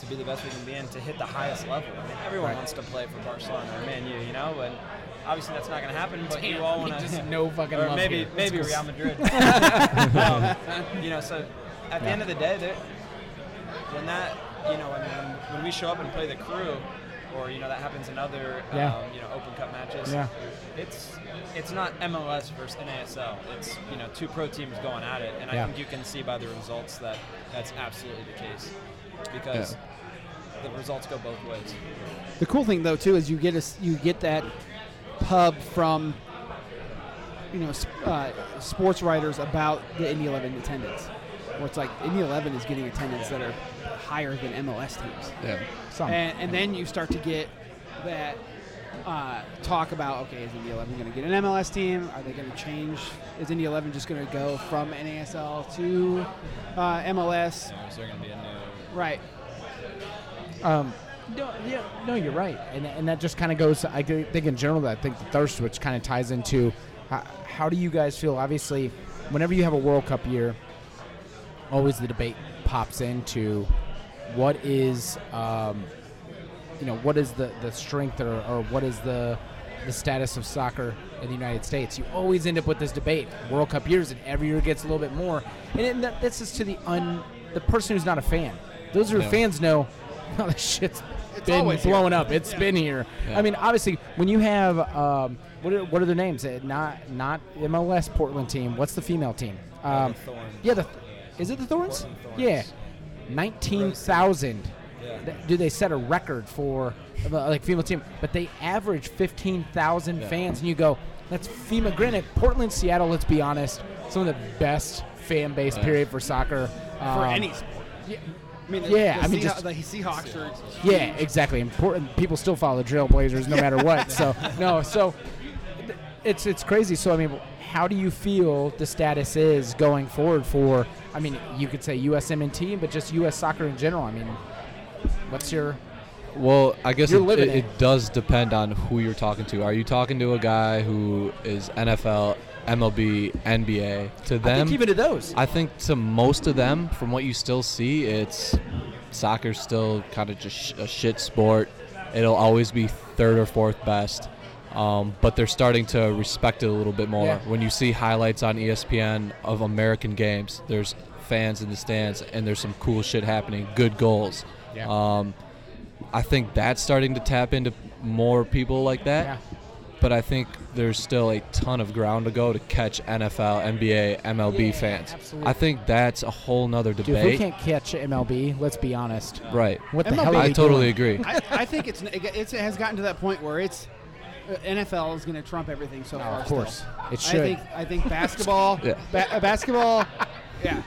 D: to be the best we can be and to hit the highest level. I mean, everyone
A: Right.
D: wants to play for Barcelona or Man U, you know, but obviously that's not going to happen. But you all want to
A: just no fucking
D: or
A: love
D: maybe
A: here. Let's
D: maybe
A: go
D: Real
A: s-
D: Madrid. um, you know, so at the end of the day, there- when that you know when, when, when we show up and play the crew, or you know that happens in other
A: Yeah.
D: um, you know Open Cup matches.
A: Yeah.
D: It's it's not MLS versus NASL. It's you know two pro teams going at it, and
A: Yeah.
D: I think you can see by the results that that's absolutely the case because the results go both ways.
B: The cool thing though too is you get a s you get that pub from you know sp- uh, sports writers about the Indy 11 attendance, where it's like Indy 11 is getting attendance that are higher than MLS teams,
C: Yeah.
A: Some.
B: and, and then you start to get that uh, talk about okay, is Indy 11 going to get an MLS team? Are they going to change? Is Indy 11 just going to go from NASL to uh, MLS?
D: You know, is there going to be a new
B: Right.
A: Um, no, yeah, no, you're right, and and that just kind of goes. I g- think in general that I think the thirst, which kind of ties into how, how do you guys feel? Obviously, whenever you have a World Cup year, always the debate pops into what is um, you know what is the, the strength or, or what is the the status of soccer in the United States. You always end up with this debate. World Cup years, and every year gets a little bit more. And, it, and that, this is to the un the person who's not a fan. Those who are
C: Yeah.
A: fans know, no, this shit's
B: It's
A: been
B: always here."
A: blown up. It's been here.
C: Yeah.
A: I mean, obviously, when you have um, what are, what are their names? Uh, Not not MLS Portland team. What's the female team? Um,
D: thorn?
A: yeah, the is it the Thorns?
D: Portland Thorns.
A: Yeah, nineteen thousand.
D: Yeah.
A: Th- Do they set a record for uh, like female team? But they average fifteen thousand
C: Yeah.
A: fans, and you go, that's FEMA. Granted, Portland, Seattle. Let's be honest, some of the best fan base
C: Yeah.
A: period for soccer
B: For
A: um,
B: any sport.
A: yeah,
B: I mean, the,
A: Yeah,
B: the
A: I mean,
B: Seahawks,
A: just-
B: the Seahawks are
A: yeah, exactly. Important people still follow the Trailblazers no matter what. So no, so th- it's it's crazy. So I mean, how do you feel the status is going forward for? I mean, you could say USMNT, but just U.S. soccer in general. I mean, what's your
C: Well, I guess
A: You're
C: it,
A: living
C: it,
A: it.
C: it does depend on who you're talking to. Are you talking to a guy who is NFL, MLB, NBA? To them,
A: I think even to those?
C: I think to most of them, from what you still see, it's soccer's still kind of just sh- a shit sport. It'll always be third or fourth best, um, but they're starting to respect it a little bit more.
A: Yeah.
C: When you see highlights on E ESPN of American games, there's fans in the stands and there's some cool shit happening, good goals.
A: Yeah.
C: Um, I think that's starting to tap into more people like that
A: Yeah.
C: but I think there's still a ton of ground to go to catch NFL, NBA, MLB
A: Yeah,
C: fans.
A: absolutely.
C: I think that's a whole nother
A: Dude, if we
C: debate.
A: can't catch MLB, let's be honest.
C: right.
A: What the
B: MLB
A: hell? Are
C: I
A: we
C: totally
A: doing?
C: agree.
B: I, I think it's, it's it has gotten to that point where it's uh, NFL is going to trump everything so far.
A: Oh, of course,
B: still.
A: it
B: I
A: should.
B: think I think basketball,
C: Yeah.
B: ba- uh, basketball, yeah.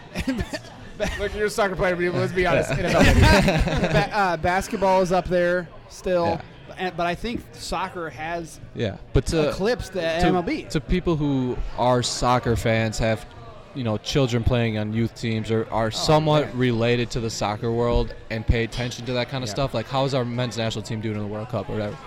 A: Look, you're a soccer player, but let's be honest.
B: Ba- uh, basketball is up there still,
C: Yeah.
B: and, but I think soccer has
C: Yeah. But uh, to
B: eclipsed the
C: to,
B: MLB.
C: to people who are soccer fans have you know children playing on youth teams or are somewhat
A: man.
C: related to the soccer world and pay attention to that kind of
A: Yeah.
C: stuff like how's our men's national team doing in the world cup or whatever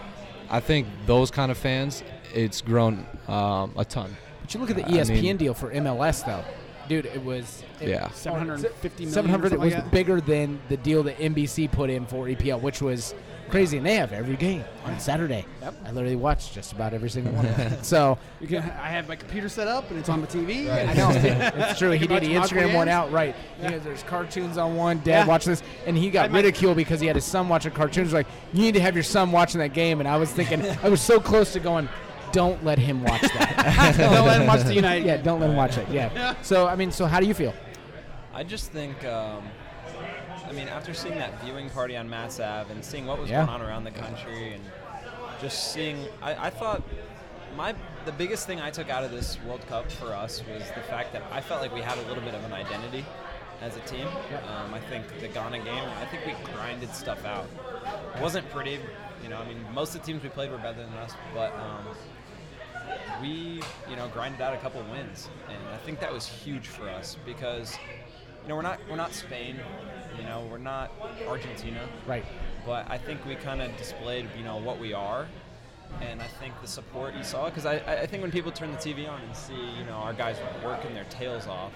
C: i think those kind of fans it's grown um, a ton
A: But you look at the E
C: I mean-
A: ESPN deal for MLS though, dude. It was it-
C: Yeah.
B: 750 million or
A: Seven hundred. It
B: something
A: was
B: like that.
A: bigger than the deal that NBC put in for EPL, which was crazy. And they have every game on Saturday.
B: Yep.
A: I literally watched just about every single one. of them. So
B: You can, I have my computer set up and it's on my TV.
A: I
B: I
A: know
B: know.
A: it's true. He
B: Like
A: did.
B: a
A: He
B: bunch of
A: Instagram one
B: Aquarians?
A: out right.
B: Yeah.
A: You know, there's cartoons on one. Dad,
B: Yeah.
A: watch this, and he got
B: might-
A: ridiculed because he had his son watching cartoons. Like you need to have your son watching that game. And I was thinking, I was so close to going, don't let him watch that.
B: Don't let him watch the United.
A: yeah, don't let him watch it. Yeah. So I mean, so how do you feel?
D: I just think, um, I mean, after seeing that viewing party on Matt's Ave and seeing what was
A: Yeah.
D: going on around the country and just seeing, I, I thought my the biggest thing I took out of this World Cup for us was the fact that I felt like we had a little bit of an identity as a team. Um, I think the Ghana game, I think we grinded stuff out. It wasn't pretty, you know. I mean, most of the teams we played were better than us, but. Um, we you know grinded out a couple wins and i think that was huge for us because you know we're not we're not spain you know we're not argentina
A: Right.
D: but i think we kind of displayed you know what we are and i think the support you saw because I, I I think when people turn the tv on and see you know our guys working their tails off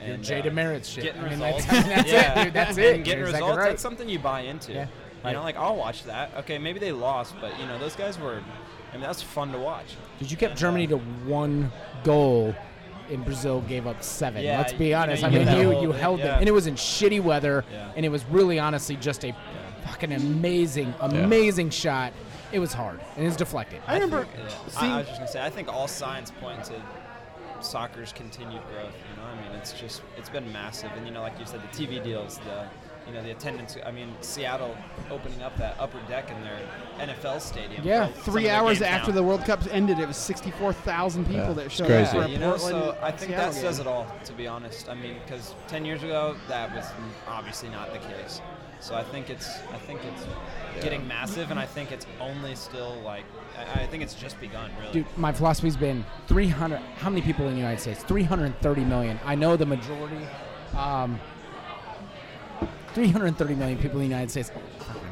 A: Your
D: and
A: Jada
D: uh,
A: Merritt's shit.
D: Getting
A: I mean,
D: results.
A: that's- that's it,
D: yeah.
A: dude, that's
D: And
A: it.
D: Getting
A: You're exactly
D: results.
A: right.
D: That's something you buy into.
A: Yeah,
D: You
A: right.
D: know, like I'll watch that. Okay, maybe they lost, but you know, those guys were. I mean, that's fun to watch.
A: Because you kept
D: And, uh,
A: Germany to one goal, and Brazil gave up seven.
D: Yeah,
A: Let's
D: you-
A: be
D: you
A: honest.
D: know,
A: I
D: you
A: mean,
D: get that
A: you,
D: whole
A: you
D: thing,
A: held
D: yeah.
A: them, and it was in shitty weather,
D: Yeah.
A: and it was really honestly just a fucking amazing, amazing shot. It was hard, and it's deflected.
B: I remember
D: Yeah.
B: seeing.
D: I, I was just gonna say, I think all signs point to soccer's continued growth. You know, I mean, it's just it's been massive, and you know, like you said, the TV deals, the you know, the attendance. I mean, Seattle opening up that upper deck in their NFL stadium.
A: Yeah,
D: for some of
B: Three
D: their
B: hours
D: games
B: after
D: now.
B: the World Cup ended, it was 64,000 people
C: Yeah,
B: that
C: it's
B: showed
C: crazy.
B: up for a
D: You know, so
B: Portland
D: I think
B: Seattle
D: that says
B: game.
D: it all, to be honest. I mean, because ten years ago, that was obviously not the case. So I think it's, I think it's getting massive, and I think it's only still like, I, I think it's just begun, really.
A: Dude, my philosophy's been 300. How many people in the United States? 330 million. I know the majority. Um, 330 million people in the United States. Fucking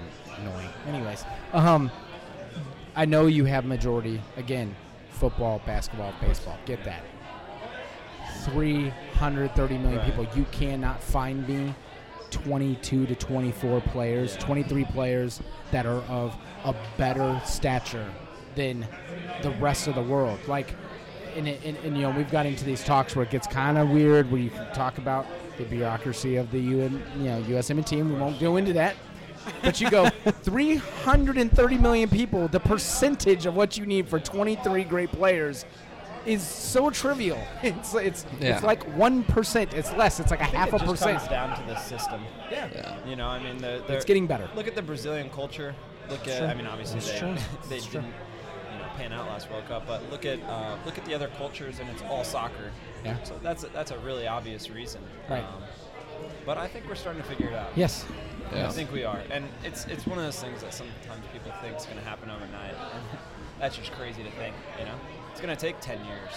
A: Annoying. Anyways, um, I know you have majority again. Football, basketball, baseball. Get that. 330 million
D: Right.
A: people. You cannot find me 22 to 24 players,
D: Yeah.
A: 23 players that are of a better stature than the rest of the world. Like, and, it- and, and you know, we've got into these talks where it gets kind of weird, where you can talk about the bureaucracy of the UN, you know, USM team. We won't go into that. But you go 330 million people. The percentage of what you need for 23 great players is so trivial. It's it's
C: Yeah.
A: it's like one percent. It's less. It's like a half
D: it
A: a
D: just
A: percent.
D: comes down to the system.
C: Yeah.
D: You know, I mean, the,
A: It's getting better.
D: Look at the Brazilian culture. Look at,
A: true.
D: I mean, obviously
A: It's
D: they,
A: true.
D: they
A: It's
D: didn't,
A: true.
D: you know, pan out last World Cup. But look at, uh, look at the other cultures, and it's all soccer.
A: Yeah.
D: So that's a, that's a really obvious reason. Um,
A: Right.
D: but I think we're starting to figure it out.
A: Yes.
D: I
C: Yeah.
D: think we are, and it's it's one of those things that sometimes people think is going to happen overnight, and that's just crazy to think. You know, it's going to take ten years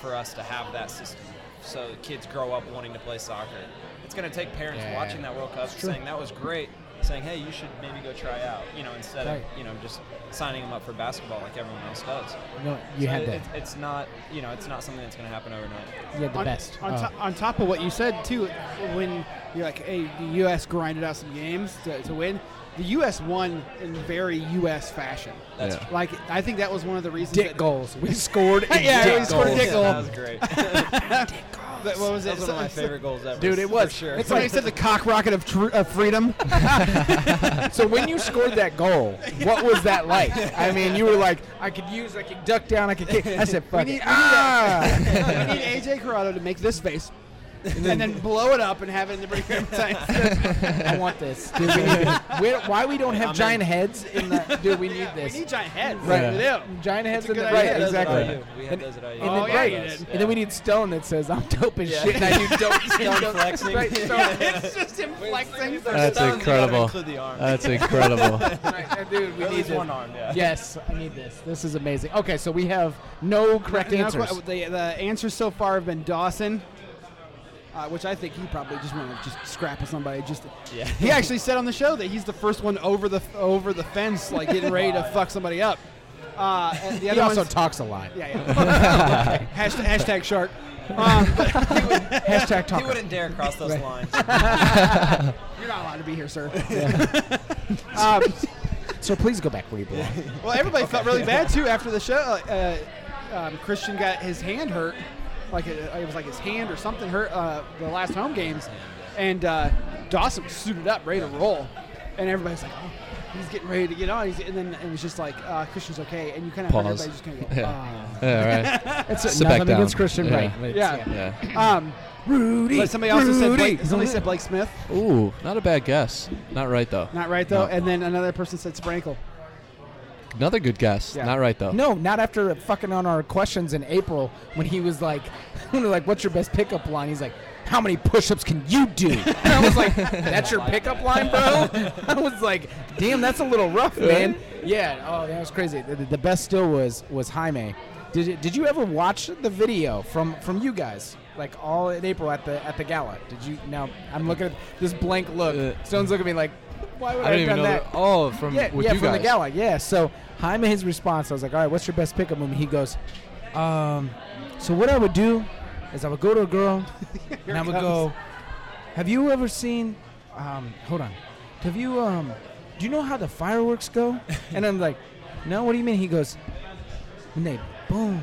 D: for us to have that system, so that kids grow up wanting to play soccer. It's going to take parents
A: Yeah.
D: watching that World Cup
A: true.
D: saying that was great, saying hey, you should maybe go try out. You know, instead
A: Right.
D: of you know just signing them up for basketball like everyone else does.
A: No, you
D: So
A: had
D: it-
A: the
D: it's, it's not you know it's not something that's going to happen overnight.
A: you had the
B: on,
A: best.
B: On,
D: Oh.
A: Uh,
B: to- on top of what you said too, when you're like, "Hey, the U.S. grinded out some games to, to win," the U.S. won in very U.S. fashion.
D: That's
C: Yeah.
B: Like, I think that was one of the reasons.
A: dick
B: that,
A: goals. We scored. a
B: Yeah,
A: dick
B: we scored a
A: goal.
B: dick goal.
D: that was great. that
B: that- what was it?
D: was one of my
B: So-
D: favorite goals ever.
A: Dude, it
D: for
A: was.
D: sure.
B: It's like you said, the cock rocket of, tr- of freedom.
A: So when you scored that goal, what was that like? I mean, you were like, I could use, I could duck down, I could kick. I said, fuck
B: need- we need
A: it.
B: that.
A: Ah!
B: we need AJ Corrado to make this face, and then, blow it up and have it in the break room.
A: I want this. Dude, we need this. Where, why we don't have
D: I'm
A: giant heads in the? Dude, we need
B: we
A: this.
B: need giant heads.
A: Right.
B: We do.
A: giant heads in
B: a
A: the
B: good
A: right.
B: idea.
D: those at
A: Exactly.
D: IU. We had
A: And-
D: those at IU.
A: And then,
B: Oh, yeah,
A: right.
B: you did.
A: And then we need Stone that says, I'm dope as
D: Yeah.
A: shit, and I do dope
D: Stone
A: dope-
D: flexing.
A: Right, Stone.
B: It's just him flexing.
C: That's
D: Sometimes you gotta
C: incredible.
D: include the arm.
C: That's incredible.
A: Right, and dude, we
D: At
A: need
D: least
A: this.
D: one arm, yeah.
A: Yes, I need this. This is amazing. Okay, so we have no correct
B: Now,
A: answers.
B: qu- The, the answers so far have been Dawson, uh, which I think he probably just wanted to just scrap with somebody. Just
D: Yeah.
B: he actually said on the show that he's the first one over the over the fence, like getting ready to fuck somebody up. Uh, and the
A: he
B: other
A: also
B: ones-
A: talks a lot.
B: yeah, yeah. hashtag, hashtag shark. Um, but
A: Hashtag
D: He
A: talker.
D: wouldn't dare cross those lines.
B: you're not allowed to be here, sir. um,
A: So please go back where you belong.
B: Well, everybody felt really bad too after the show. Uh, um, Christian got his hand hurt, like it, it was like his hand or something hurt uh, the last home games, and uh, Dawson was suited up, ready to roll, and everybody's like, oh, he's getting ready to get on. He's, and then it was just like uh, Christian's okay, and you kind of
C: Pause.
B: everybody just kind of go,
C: Yeah.
B: "Ah."
C: Yeah, right.
A: It's
C: Sit back
A: nothing
C: down.
A: against Christian
C: Yeah.
A: Wright. but it's-
B: Yeah.
C: Yeah.
B: Um,
A: Rudy.
B: but somebody also said
A: Rudy.
B: Blake, somebody said Blake Smith.
C: Ooh, not a bad guess. Not right though.
B: Not right though.
C: No.
B: And then another person said Sprankle.
C: Another good guess.
B: Yeah.
C: Not right though.
A: No, not after fucking on our questions in April when he was like, when we were like, "What's your best pickup line?" He's like, "How many push-ups can you do?" And I was like, "That's your pickup line, bro." I was like, "Damn, that's a little rough, man." Yeah. Oh, that was crazy. The, the best still was was Jaime. Did you, did you ever watch the video from from you guys? Like all in April at the at the gala. Did you? Now I'm looking at this blank look.
C: Uh,
A: Stone's looking at me like, "Why would
C: I
A: I,
C: don't
A: have
C: even
A: done
C: know.
A: that?"
C: That. Oh, from
A: yeah,
C: with
A: yeah,
C: you
A: from
C: guys.
A: the gala. Yeah. So Jaime, his response, I was like, all right, what's your best pickup movie? He goes, um, so what I would do is I would go to a girl and I would go, have you ever seen, um, hold on, have you, um, do you know how the fireworks go? And I'm like, no, what do you mean? He goes, when they boom.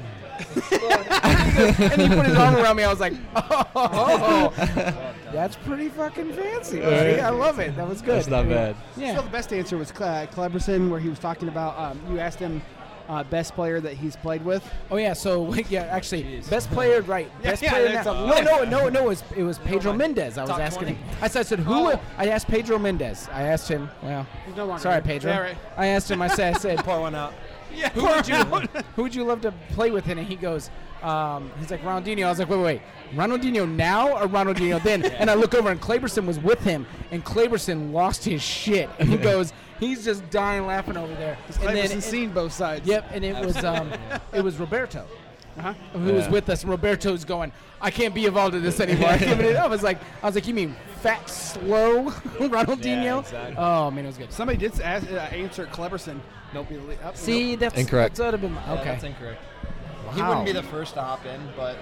A: and he put his arm around me. I was like, "Oh, that's pretty fucking fancy." buddy. I love it. That was good.
C: That's not bad.
A: Yeah.
B: Still, the best answer was Cla- Cleberson, where he was talking about um, you asked him uh, best player that he's played with.
A: Oh yeah, so yeah, actually,
D: Jeez.
A: best player, right?
B: Yeah,
A: Best
B: yeah,
A: player.
B: there's
A: now.
B: a
A: No,
B: list.
A: no, no, no. It was, it was Pedro
D: my
A: Mendez. I was
D: top
A: asking.
D: 20.
A: Him. I said, I said, who?
B: Oh.
A: I asked Pedro Mendez. I asked him. Well,
B: He's no longer
A: sorry,
B: here.
A: Pedro.
B: Yeah, right.
A: I asked him. I said, I said,
D: Pour one out.
B: Yeah,
A: who would you, who would you love to play with? And he goes, um, he's like Ronaldinho. I was like, wait, wait, wait, Ronaldinho now or Ronaldinho then? And I look over, and Claberson was with him, and Claberson lost his shit. And he goes, he's just dying laughing over there. And then,
B: Cleberson
A: and-
B: seen both sides.
A: yep, and it was, um, it was Roberto
B: Uh-huh.
A: who was
C: Yeah.
A: with us, and Roberto's going, I can't be involved in this anymore. I'm giving it up. I was like, I was like, you mean fat, slow Ronaldinho?
D: Yeah, exactly.
A: Oh man, it was good.
B: Somebody did s- ask, uh, answer Cleberson. Don't be le- up.
A: See, that's
C: Incorrect.
A: That would have been okay.
E: that's incorrect. He
A: Wow.
E: wouldn't be the first to hop in, but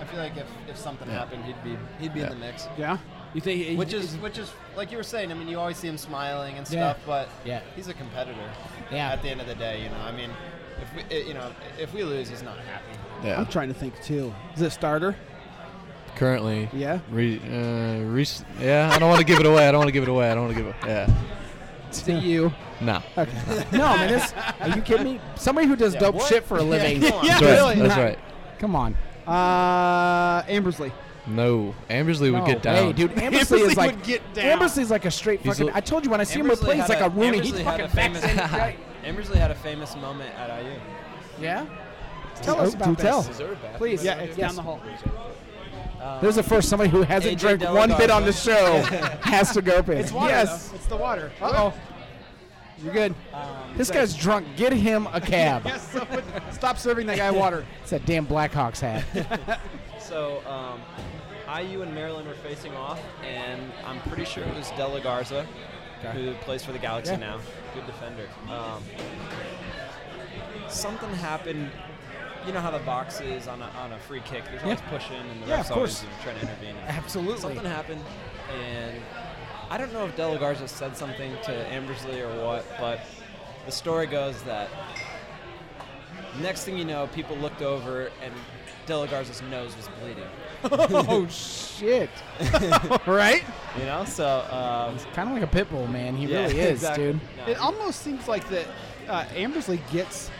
E: I feel like if, if something happened, he'd be he'd be in
C: Yeah.
E: the mix.
B: Yeah. You think? he-
E: Which is which is like you were saying. I mean, you always see him smiling and
A: Yeah.
E: stuff, but
A: Yeah.
E: he's a competitor.
A: Yeah.
E: At the end of the day, you know, I mean, if we i- you know if we lose, he's not happy.
C: Yeah.
B: I'm trying to think too. Is it starter?
C: Currently.
B: Yeah.
C: Re, uh, rec- yeah. I don't want to give it away. I don't want to give it away. I don't want to give it. Yeah.
B: To you.
C: No.
A: no, man, this, are you kidding me? Somebody who does
E: Yeah,
A: dope
E: what?
A: shit for a
E: Yeah,
A: living.
E: come on.
B: Yeah,
C: That's right.
B: really.
C: That's
A: Not-
C: right.
A: Come on.
B: Uh, Ambersley.
C: No. Ambersley would
A: No.
C: get down.
A: Hey, dude, Ambersley is
B: Ambersley
A: like
B: would get down.
A: Ambersley's like a straight
C: He's
A: fucking.
C: a-
A: I told you when I see him with
D: Ambersley
A: play, he's
D: had
A: like a Rooney. He's
D: Ambersley had
A: fucking
D: a famous.
A: backs in, right?
D: Ambersley had a famous moment at IU.
A: Yeah. Tell
B: Oh,
A: us
B: do
A: about
B: tell.
A: this.
D: Is there a bathroom?
A: Please.
B: Yeah, it's
A: Yes.
B: down the hall.
D: Um,
A: There's the first somebody who hasn't
D: AJ
A: drank one bit
D: Delgado.
A: on the show has to go pee.
B: It's water.
A: yes.
B: though. It's the water.
A: Uh oh.
B: You're good.
D: um,
A: This guy's drunk. Get him a cab.
B: Yes. someone- Stop serving that guy water.
A: It's that damn Blackhawks hat.
D: so um, IU and Maryland were facing off, and I'm pretty sure it was Della Garza, who plays for the Galaxy
A: Yeah.
D: now. Good defender. Um, something happened. You know how the box is on a, on a free kick. There's always pushing, and the
A: Yeah,
D: refs
A: of course.
D: always you know, trying to intervene.
A: Absolutely.
D: Something happened, and I don't know if Della Garza said something to Ambersley or what, but the story goes that next thing you know, people looked over and Della Garza's nose was bleeding.
A: oh shit. right?
D: You know, so um,
A: It's kind of like a pit bull, man. He
D: yeah,
A: really is,
D: exactly.
A: dude.
D: No,
B: It almost seems like that uh, Ambersley gets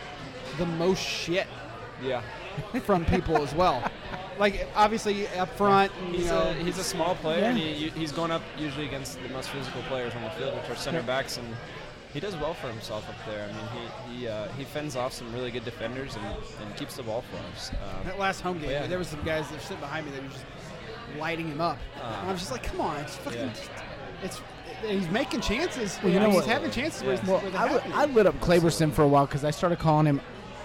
B: the most shit
D: yeah,
B: from people as well. Like obviously up front, and, you
D: he's
B: know.
D: a he's a small player,
A: Yeah.
D: and he, you- he's going up usually against the most physical players on the field, which are center backs, and he does well for himself up there. I mean, he he, uh, he fends off some really good defenders and, and keeps the ball for us. Um,
B: that last home
A: Oh,
B: game,
D: Yeah.
B: there was some guys that were sitting behind me that were just lighting him up.
A: Uh-huh.
D: Ah.
B: and I was just like, come on, it's fucking,
D: Yeah.
B: just- it's. He's making chances.
A: Well, you
B: you know
A: know
B: he's
A: what-
B: having chances where
D: Yeah.
B: he's
A: Well,
B: where they're
A: I, li-
B: happening.
A: I lit up Claverson for a while because I started calling him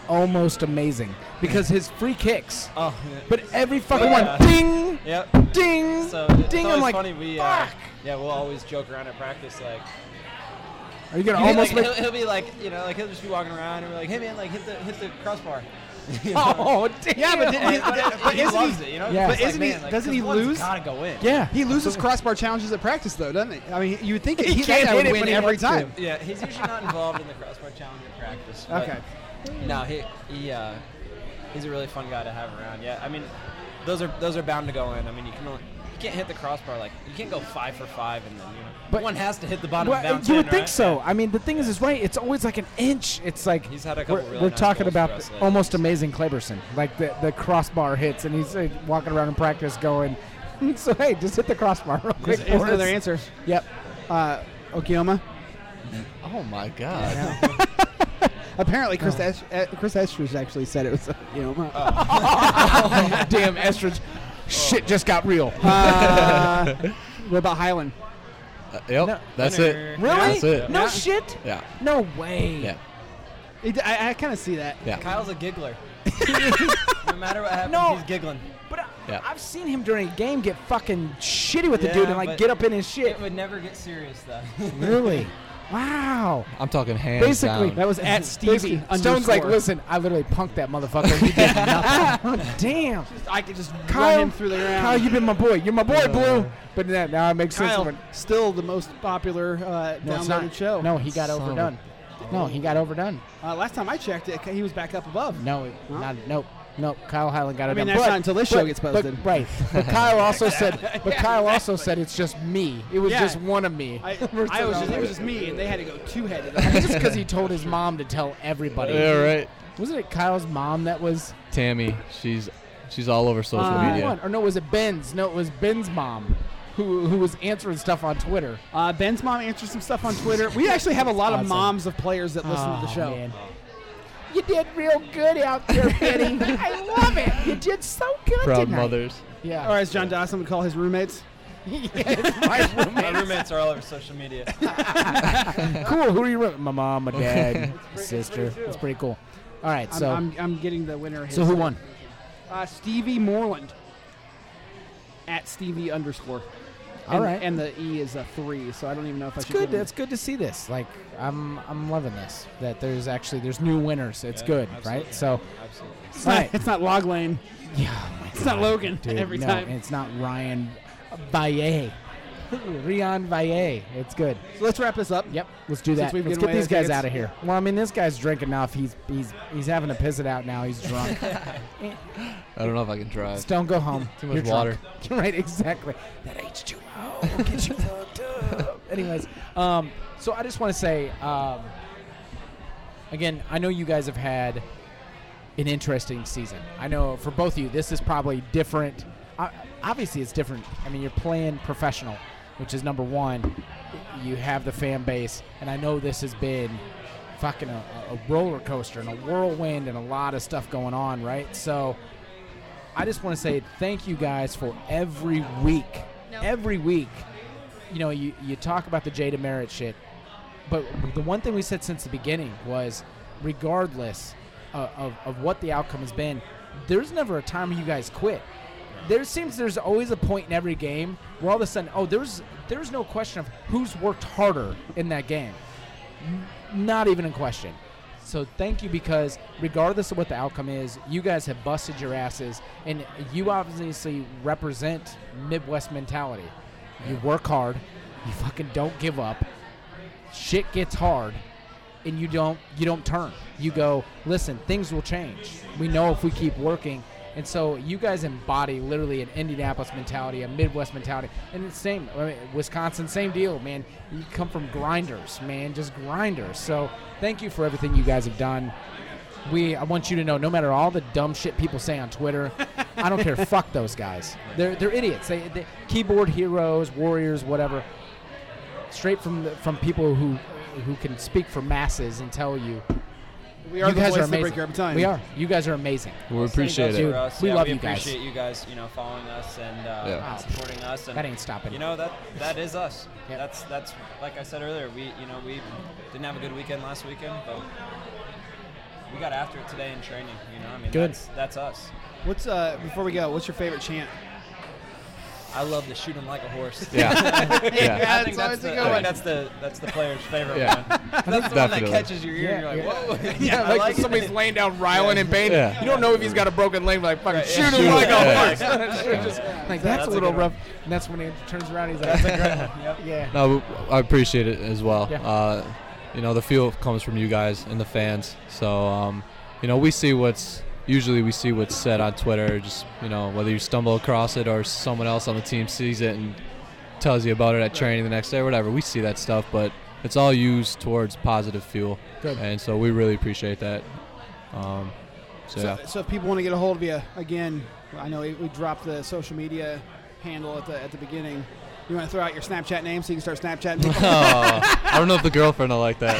A: almost amazing because his free kicks.
D: oh,
A: But every fucking
D: Yeah.
A: one, ding,
D: yep.
A: ding,
D: So it's
A: ding.
D: always
A: I'm like,
D: funny. We uh, yeah, we'll always joke around at practice like
A: are you gonna
D: he'll,
A: almost
D: like,
A: make?
D: he'll, he'll be like you know like he'll just be walking around and we're like hey man like hit the hit the crossbar.
A: Oh damn!
B: yeah, but, did,
D: And-
B: he-
D: but,
B: but
D: he
B: isn't
D: loves
B: he,
D: it, you know.
A: Yeah.
D: It's
A: But
D: like,
B: isn't he-
D: man, like,
B: doesn't he
D: 'cause one's
B: lose?
D: Gotta go in.
A: yeah,
B: he loses crossbar challenges at practice though, doesn't he? I mean, you would think he, that
A: can't
B: guy
A: hit
B: would
A: it
B: win
A: when he
B: every
A: wants to.
B: time.
D: Yeah, he's usually not involved in the crossbar challenge at practice. but-
B: Okay.
D: No, he he uh, he's a really fun guy to have around. Yeah, I mean, those are those are bound to go in. I mean, you can only, you can't hit the crossbar like you can't go five for five and then you know,
A: But-
D: one has to hit the bottom.
A: Well,
D: of bounds
A: you
D: in,
A: would think
D: right?
A: so. I mean, the thing is, is right. It's always like an inch. It's like
D: He's had a couple
A: we're,
D: really
A: we're
D: nice
A: talking
D: goals for
A: about
D: us lately.
A: almost amazing Kleberson, like the, the crossbar hits, and he's uh, walking around in practice going, "So hey, just hit the crossbar real quick."
B: Here's
A: for us."
B: another answer.
A: Yep.
B: Uh, Okioma.
C: Oh my God!
B: Apparently, Chris
A: Oh.
B: Esch eh, Chris Estridge actually said it was Okioma.
D: Oh,
A: Damn, Estridge. Shit just got real.
B: Uh, what about Highland?
C: Uh, yep,
A: No.
C: that's it.
A: Really?
C: That's it.
A: No
B: Yeah.
A: shit.
C: Yeah,
A: No way.
C: yeah,
B: It, I, I kind of see that.
C: yeah.
D: Kyle's a giggler. no matter what happens,
A: No.
D: he's giggling.
A: But I,
C: Yeah.
A: I've seen him during a game get fucking shitty with the dude
D: Yeah,
A: and like
D: but
A: get up in his shit.
D: It would never get serious though.
A: really? Wow.
C: I'm talking hands
A: Basically,
C: down.
B: That was at Stevie.
A: Basically, Stone's like,
B: underscore.
A: listen, I literally punked that motherfucker. He did nothing. Damn.
B: I could just
A: Kyle,
B: run him through the ground.
A: Kyle, you've been my boy. You're my boy, Blue. But now, now it makes sense.
B: Kyle,
A: when-
B: still the most popular uh,
A: no, it's
B: downloaded
A: not.
B: show.
A: No, he got
C: Son of a-
A: overdone. No, he got overdone.
B: Uh, last time I checked, it, he was back up above.
A: No, it-
B: Huh?
A: not nope. Nope, Kyle Highland got it.
B: I mean,
A: done.
B: that's
A: But-
B: not until this
A: but-
B: show gets
A: but-
B: posted.
A: right. But Kyle also said. But Kyle also said it's just me. It was
B: Yeah.
A: just one of me.
B: I,
A: Versus
B: I was
A: all
B: just, it
A: of
B: was
A: us.
B: just me, and they had to go two-headed.
A: just because he told his mom to tell everybody.
C: yeah, right.
A: Wasn't it Kyle's mom that was
C: Tammy, she's she's all over social
B: Uh,
A: Who
C: media.
A: won? Or no, was it Ben's? No, it was Ben's mom who who was answering stuff on Twitter.
B: Uh, Ben's mom answered some stuff on Twitter. We actually have a lot of
A: Awesome.
B: moms of players that listen to the
A: Oh,
B: show.
A: man. You did real good out there, Benny. I love it. You did so good
C: Proud
A: tonight.
C: mothers.
A: Yeah.
B: Or as John Dawson would call his roommates.
A: yes, my
D: My
A: roommate.
D: roommates are all over social media.
A: cool. Who are you? room- My mom, my dad, sister. It's pretty cool. All right.
B: I'm,
A: So
B: I'm, I'm getting the winner.
A: so
B: his-
A: who won?
B: Uh, Stevie Moreland. At Stevie underscore.
A: All
B: and,
A: right.
B: And the E is a three, so I don't even know if I
A: It's
B: should.
A: good.
B: give him-
A: It's good to see this. Like I'm I'm loving this. That there's actually there's new winners. It's
D: Yeah,
A: good,
D: absolutely.
A: right? So
D: Absolutely.
B: It's
A: all
B: not,
A: right.
B: it's not log lane.
A: yeah. oh my
B: It's not
A: God.
B: Logan
A: Dude,
B: every
A: no,
B: time.
A: and it's not Ryan Valle. Rion Valle. It's good.
B: So let's wrap this up.
A: Yep, let's do that.
B: Since we've
A: Let's
B: given
A: get
B: away
A: these
B: the
A: guys
B: tickets.
A: out of here. Well, I mean, this guy's drinking enough. He's he's he's having to piss it out now. He's drunk.
C: I don't know if I can drive.
A: Just don't go home.
C: Uh, Too much
A: You're
C: water.
A: Drunk. right, exactly. That H2O will get you fucked up. Anyways, um, so I just want to say, um, again, I know you guys have had an interesting season. I know for both of you, this is probably different. Uh, obviously, it's different. I mean, you're playing professional, which is number one. You have the fan base, and I know this has been fucking a, a roller coaster and a whirlwind and a lot of stuff going on, right? So I just want to say thank you guys for every week. Every week, you know, you, you talk about the Jada Merritt shit, but the one thing we said since the beginning was regardless of, of, of what the outcome has been, there's never a time you guys quit. There seems there's always a point in every game where all of a sudden, oh, there's there's no question of who's worked harder in that game not even in question. So thank you because regardless of what the outcome is, you guys have busted your asses, and you obviously represent Midwest mentality. You work hard, you fucking don't give up. Shit gets hard, and you don't you don't turn. You go, listen, things will change. We know if we keep working. And so you guys embody literally an Indianapolis mentality, a Midwest mentality, and it's same I mean, Wisconsin, same deal, man. You come from grinders, man, just grinders. So thank you for everything you guys have done. We I want you to know, no matter all the dumb shit people say on Twitter, I don't care. Fuck those guys. They're they're idiots. They, they keyboard heroes, warriors, whatever straight from the, from people who who can speak for masses and tell you
B: We are
A: you
B: the
A: guys
B: voice
A: are
B: that
A: amazing.
B: break your battalion.
A: we are. You guys are amazing.
C: We appreciate
A: Dude,
C: it.
A: you.
D: we
A: we
D: yeah,
A: love
D: we
A: you guys.
D: appreciate you guys, you know, following us and uh,
C: Yeah.
A: Wow.
D: supporting us. And
A: That ain't stopping.
D: You know that that is us.
A: Yeah.
D: That's that's like I said earlier. We you know we didn't have a good weekend last weekend, but we got after it today in training. You know, I mean,
A: Good.
D: that's that's us.
B: What's uh before we go? What's your favorite chant?
D: I love to shoot him like a horse.
C: Yeah, yeah.
D: I think that's the, I think that's the that's the player's favorite
C: Yeah.
D: one. That's the one that
C: Definitely.
D: catches your ear.
A: Yeah,
D: and you're like, whoa.
A: Yeah,
D: I
A: like,
D: like it.
A: somebody's laying down, riling and pain.
C: Yeah.
A: You don't know if he's got a broken leg. Like fucking
D: Right,
A: shoot
D: yeah.
A: him like
C: Yeah.
A: a horse. Just, like, that's,
D: That's
A: a
D: a
A: little
D: good one.
A: rough. And that's when he turns around. He's like,
D: Yep.
A: yeah.
C: No, but I appreciate it as well.
A: Yeah.
C: Uh, you know, the feel comes from you guys and the fans. So, um, you know, we see what's usually we see what's said on Twitter. Just you know, whether you stumble across it or someone else on the team sees it and tells you about it at training the next day or whatever. We see that stuff, but it's all used towards positive fuel.
B: Good.
C: And so we really appreciate that. Um, so,
B: So,
C: yeah.
B: so if people want to get a hold of you again, I know we, we dropped the social media handle at the at the beginning. You want to throw out your Snapchat name so you can start Snapchatting people?
C: Oh, I don't know if the girlfriend will like that.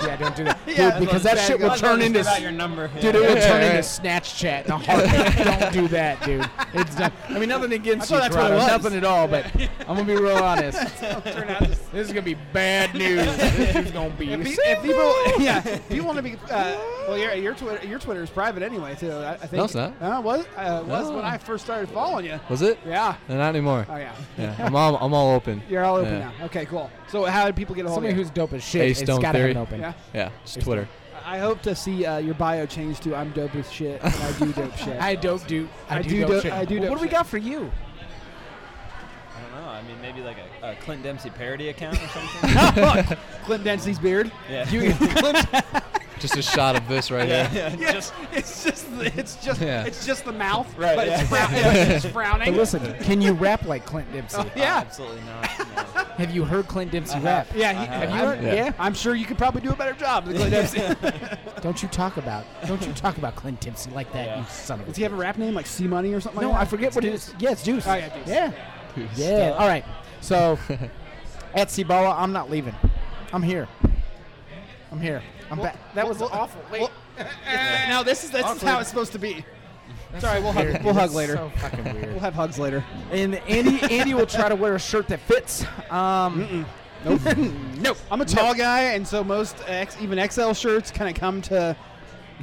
A: yeah, don't do that, dude.
B: Yeah,
A: because that
B: that's
A: shit will
B: what-
A: turn into
E: About your number.
A: Dude, it would
C: Yeah,
A: turn into
C: right.
A: Snatch Chat in a heartbeat. don't do that, dude. It's not, I mean, nothing against you,
B: thought that's what it
A: Corrado,
B: was.
A: nothing at all. But I'm gonna be real honest.
B: Turn out this-
A: This is gonna be bad news. This is gonna be.
B: If, pe-
A: single.
B: if people, yeah, if you want to be, uh, well, your your Twitter your Twitter is private anyway too. I, I think
C: No, it's not.
B: Uh, was uh, was when
C: No.
B: I first started following you.
C: Was it?
B: Yeah.
C: No, not anymore.
B: Oh yeah.
C: Yeah, I'm all I'm all open.
B: You're all open
C: Yeah.
B: now. Okay, cool. So how do people get a hold
A: somebody
B: of you?
A: who's dope as shit,
C: Ace
A: it's
C: Stone
A: gotta have an
C: Theory.
A: open.
B: Oh, yeah.
C: Yeah, just Twitter.
B: I hope to see uh, your bio change to "I'm dope as shit." and I do dope shit.
A: I dope do. I,
B: I
A: do,
B: do
A: dope
B: dope-
A: shit.
B: I do
A: What
B: dope
A: do we
B: shit.
A: got for you?
D: I don't know. I mean, maybe like a, a Clint Dempsey parody account or something.
B: Clint Dempsey's beard.
D: yeah.
A: You, Clint,
C: Just a shot of this right
D: yeah.
C: here.
D: yeah. Just
B: It's just the- it's just
C: Yeah.
B: it's just the mouth,
D: Right,
B: But
D: yeah.
B: it's, frown, it's frowning.
A: but listen, can you rap like Clint Dempsey?
B: yeah.
D: absolutely not. No.
A: Have you heard Clint Dempsey
D: I
A: rap?
D: have.
B: Uh-huh. yeah, he,
D: I
B: have
D: have.
B: you heard?
C: Yeah.
A: uh-huh. Yeah.
B: I'm sure you could probably do a better job than Clint Dempsey.
A: Don't you talk about? Don't you talk about Clint Dempsey like that,
D: Yeah.
A: you son of a.
B: Does he have a rap name like C Money or something?
A: No,
B: like that?
A: I forget what it is. Yeah, it's Juice.
B: Oh, yeah, Juice.
A: Yeah. Yeah. All right. So at Cibola, I'm not leaving. I'm here. I'm here. I'm back.
B: That was awful. Wait. now this is this is how it's supposed to be. Sorry, we'll hug.
A: Weird,
B: We'll
A: dude.
B: hug
A: That's
B: later.
A: So fucking
B: We'll
A: weird.
B: have hugs later.
A: and Andy, Andy will try to wear a shirt that fits. Um,
B: Nope. I'm a tall guy, and so most X, even XL shirts kind of come to.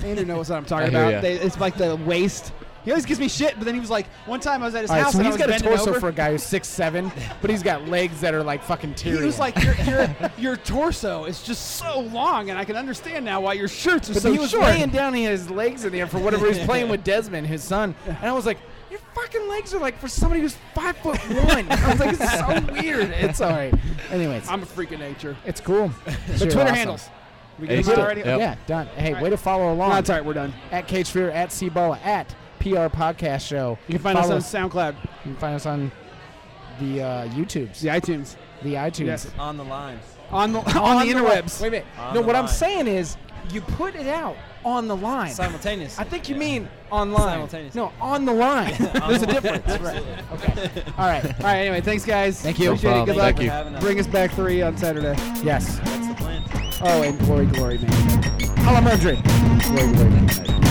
B: Andrew knows what I'm talking
C: I hear
B: about.
C: ya.
B: They, it's like the waist. He always gives me shit, but then he was like, one time I was at his
A: all right.
B: house
A: So
B: and I
A: he's got
B: was
A: a
B: bending
A: torso
B: over.
A: for a guy who's six seven, but he's got legs that are like fucking
B: he
A: teary.
B: was like, your, your, your torso is just so long, and I can understand now why your shirts are
A: But
B: so
A: he was
B: short.
A: laying down, he had his legs in the air for whatever he was playing with Desmond, his son. And I was like, your fucking legs are like for somebody who's five foot one. I was like, it's so weird. It's all right. Anyways,
B: I'm a freak of nature.
A: it's cool.
B: The Twitter handles. We
C: Hey,
B: get them
C: so-
B: out already?
C: Yep.
A: Yeah, done. Hey,
B: All right.
A: way to follow along.
B: No, it's all right. We're done.
A: At Cage Fear, at Cbola, at PR Podcast Show.
B: You can find
A: Follow
B: us on SoundCloud,
A: You can find us on the uh, YouTubes,
B: the iTunes,
A: the iTunes.
B: Yes.
D: On the line.
B: on the on, the
A: web.
B: interwebs.
A: Wait a minute.
D: On
A: no,
D: the
A: what I'm
D: line.
A: saying is you put it out on the line.
D: Simultaneous.
A: I think you mean online.
D: Simultaneous.
A: No, on the line. There's a difference.
D: Absolutely.
A: Okay. All right.
B: All right. Anyway, thanks guys.
A: Thank you. No
B: Appreciate it. Good
C: problem.
B: luck.
C: Thank you.
D: Having us.
B: Bring us back three on Saturday.
A: Yes.
D: That's the plan.
B: Oh, and glory, glory, man.
A: Alamandre.
B: Glory, glory, man.